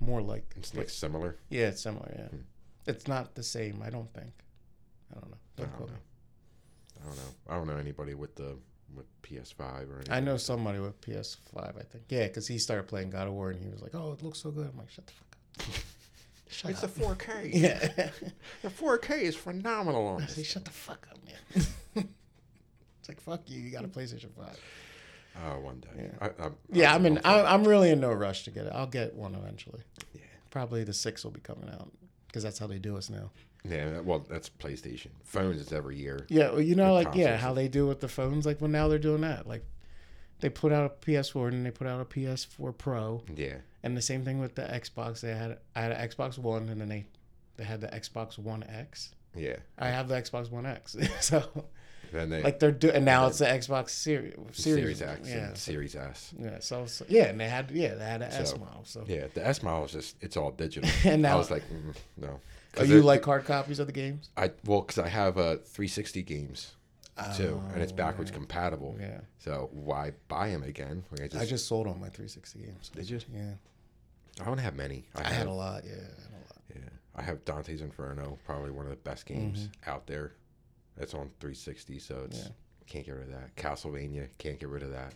[SPEAKER 2] more like.
[SPEAKER 1] it's like similar.
[SPEAKER 2] Yeah, it's similar. Yeah, it's not the same. I don't think. I don't know.
[SPEAKER 1] I
[SPEAKER 2] Don't
[SPEAKER 1] don't
[SPEAKER 2] quote
[SPEAKER 1] know.
[SPEAKER 2] me.
[SPEAKER 1] I don't know. I don't know anybody with the with PS5 or anything.
[SPEAKER 2] I know somebody with PS5. I think. Yeah, because he started playing God of War and he was like, "Oh, it looks so good." I'm like, "Shut the fuck up." Shut
[SPEAKER 1] It's
[SPEAKER 2] up.
[SPEAKER 1] the 4K.
[SPEAKER 2] Yeah.
[SPEAKER 1] The 4K is phenomenal on
[SPEAKER 2] I
[SPEAKER 1] this.
[SPEAKER 2] say, shut the fuck up, man. it's like, fuck you. You got a PlayStation 5.
[SPEAKER 1] Oh, one day.
[SPEAKER 2] Yeah.
[SPEAKER 1] I, I'm,
[SPEAKER 2] Yeah, I'm in,
[SPEAKER 1] hopefully-
[SPEAKER 2] I- I'm really in no rush to get it. I'll get one eventually.
[SPEAKER 1] Yeah.
[SPEAKER 2] Probably the six will be coming out because that's how they do us now.
[SPEAKER 1] yeah. that- Well, that's PlayStation. Phones is every year.
[SPEAKER 2] Yeah, well, you know,
[SPEAKER 1] With
[SPEAKER 2] like, yeah,
[SPEAKER 1] consoles.
[SPEAKER 2] how they do with the phones. Like, well, now they're doing that. Like, they put out a PS4 and then they put out a PS4 Pro.
[SPEAKER 1] Yeah.
[SPEAKER 2] And the same thing with the Xbox. They had, I had an Xbox One and then they, they had the Xbox One X.
[SPEAKER 1] Yeah.
[SPEAKER 2] I have the Xbox One X. so,
[SPEAKER 1] Then they
[SPEAKER 2] like, they're doing, and now it's the Xbox Series.
[SPEAKER 1] Series X
[SPEAKER 2] Yeah.
[SPEAKER 1] and Series S.
[SPEAKER 2] Yeah, so, so- yeah, and they had yeah they had an S
[SPEAKER 1] So,
[SPEAKER 2] model. So
[SPEAKER 1] Yeah. The S model is just it's all digital.
[SPEAKER 2] And
[SPEAKER 1] I
[SPEAKER 2] now-
[SPEAKER 1] was like, mm, no.
[SPEAKER 2] are
[SPEAKER 1] 'Cause
[SPEAKER 2] you
[SPEAKER 1] it-
[SPEAKER 2] like hard copies of the games?
[SPEAKER 1] I well, because I have uh, 360 games too, and it's backwards compatible.
[SPEAKER 2] Yeah,
[SPEAKER 1] So why buy them again? Like, I just,
[SPEAKER 2] I
[SPEAKER 1] I
[SPEAKER 2] just sold all my 360 games.
[SPEAKER 1] Did you?
[SPEAKER 2] Yeah,
[SPEAKER 1] don't have many. I,
[SPEAKER 2] I
[SPEAKER 1] have
[SPEAKER 2] had a lot. Yeah, I had a lot.
[SPEAKER 1] yeah, I have Dante's Inferno, probably one of the best games out there. That's on 360, so it's
[SPEAKER 2] Yeah.
[SPEAKER 1] can't get rid of that. Castlevania can't get rid of that.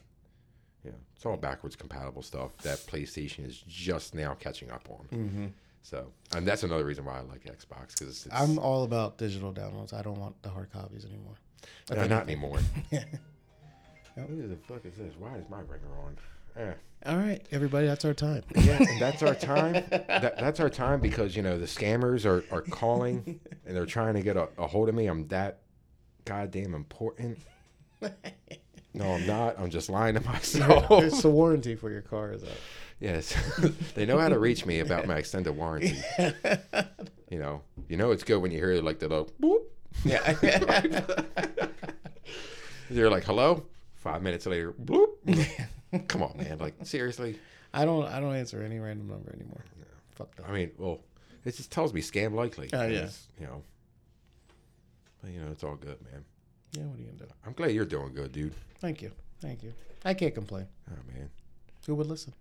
[SPEAKER 1] Yeah, it's all backwards compatible stuff that PlayStation is just now catching up on.
[SPEAKER 2] Mm-hmm.
[SPEAKER 1] So, and that's another reason why I like Xbox because it's, it's
[SPEAKER 2] I'm all about digital downloads. I don't want the hard copies anymore.
[SPEAKER 1] no, not anymore. Who the fuck is this? Why is my ringer on? Eh.
[SPEAKER 2] All right, everybody, that's our time.
[SPEAKER 1] Yeah, and that's our time. That, that's our time because you know the scammers are, are calling and they're trying to get a, a hold of me. I'm that goddamn important. No, I'm not. I'm just lying to myself.
[SPEAKER 2] It's the warranty for your car is
[SPEAKER 1] yes, they know how to reach me about my extended warranty.
[SPEAKER 2] up.
[SPEAKER 1] You know, you know it's good when you hear like the little boop.
[SPEAKER 2] yeah.
[SPEAKER 1] You're like, hello. Five minutes later, bloop. Come on, man. Like seriously.
[SPEAKER 2] I don't. I don't answer any random number anymore. Fuck that.
[SPEAKER 1] I mean, well, it just tells me scam likely.
[SPEAKER 2] Oh, yeah.
[SPEAKER 1] It's, You know. But you know, it's all good, man.
[SPEAKER 2] Yeah. What are you gonna do?
[SPEAKER 1] I'm glad you're doing good, dude.
[SPEAKER 2] Thank you. Thank you. I can't complain.
[SPEAKER 1] Oh man.
[SPEAKER 2] Who would listen?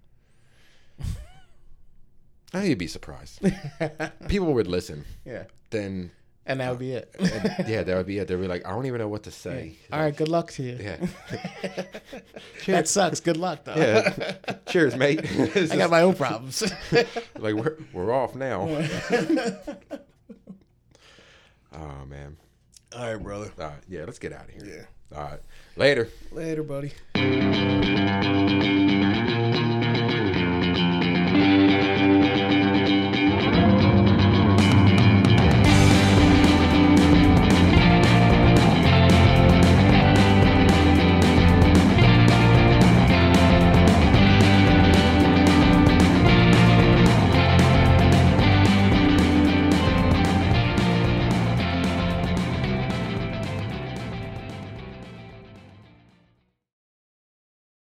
[SPEAKER 1] Now Oh, you'd be surprised. People would listen.
[SPEAKER 2] yeah.
[SPEAKER 1] Then
[SPEAKER 2] And that would be it.
[SPEAKER 1] yeah, that would be it. They'd be like, I don't even know what to say.
[SPEAKER 2] All right. Good luck to you.
[SPEAKER 1] Yeah.
[SPEAKER 2] That sucks. Good luck though.
[SPEAKER 1] Yeah. Cheers, mate. It's
[SPEAKER 2] I got
[SPEAKER 1] just
[SPEAKER 2] my own problems.
[SPEAKER 1] like we're we're off now. Oh man.
[SPEAKER 2] All right, brother.
[SPEAKER 1] All right, yeah, let's get out of here. Yeah. All right. Later.
[SPEAKER 2] Later, buddy.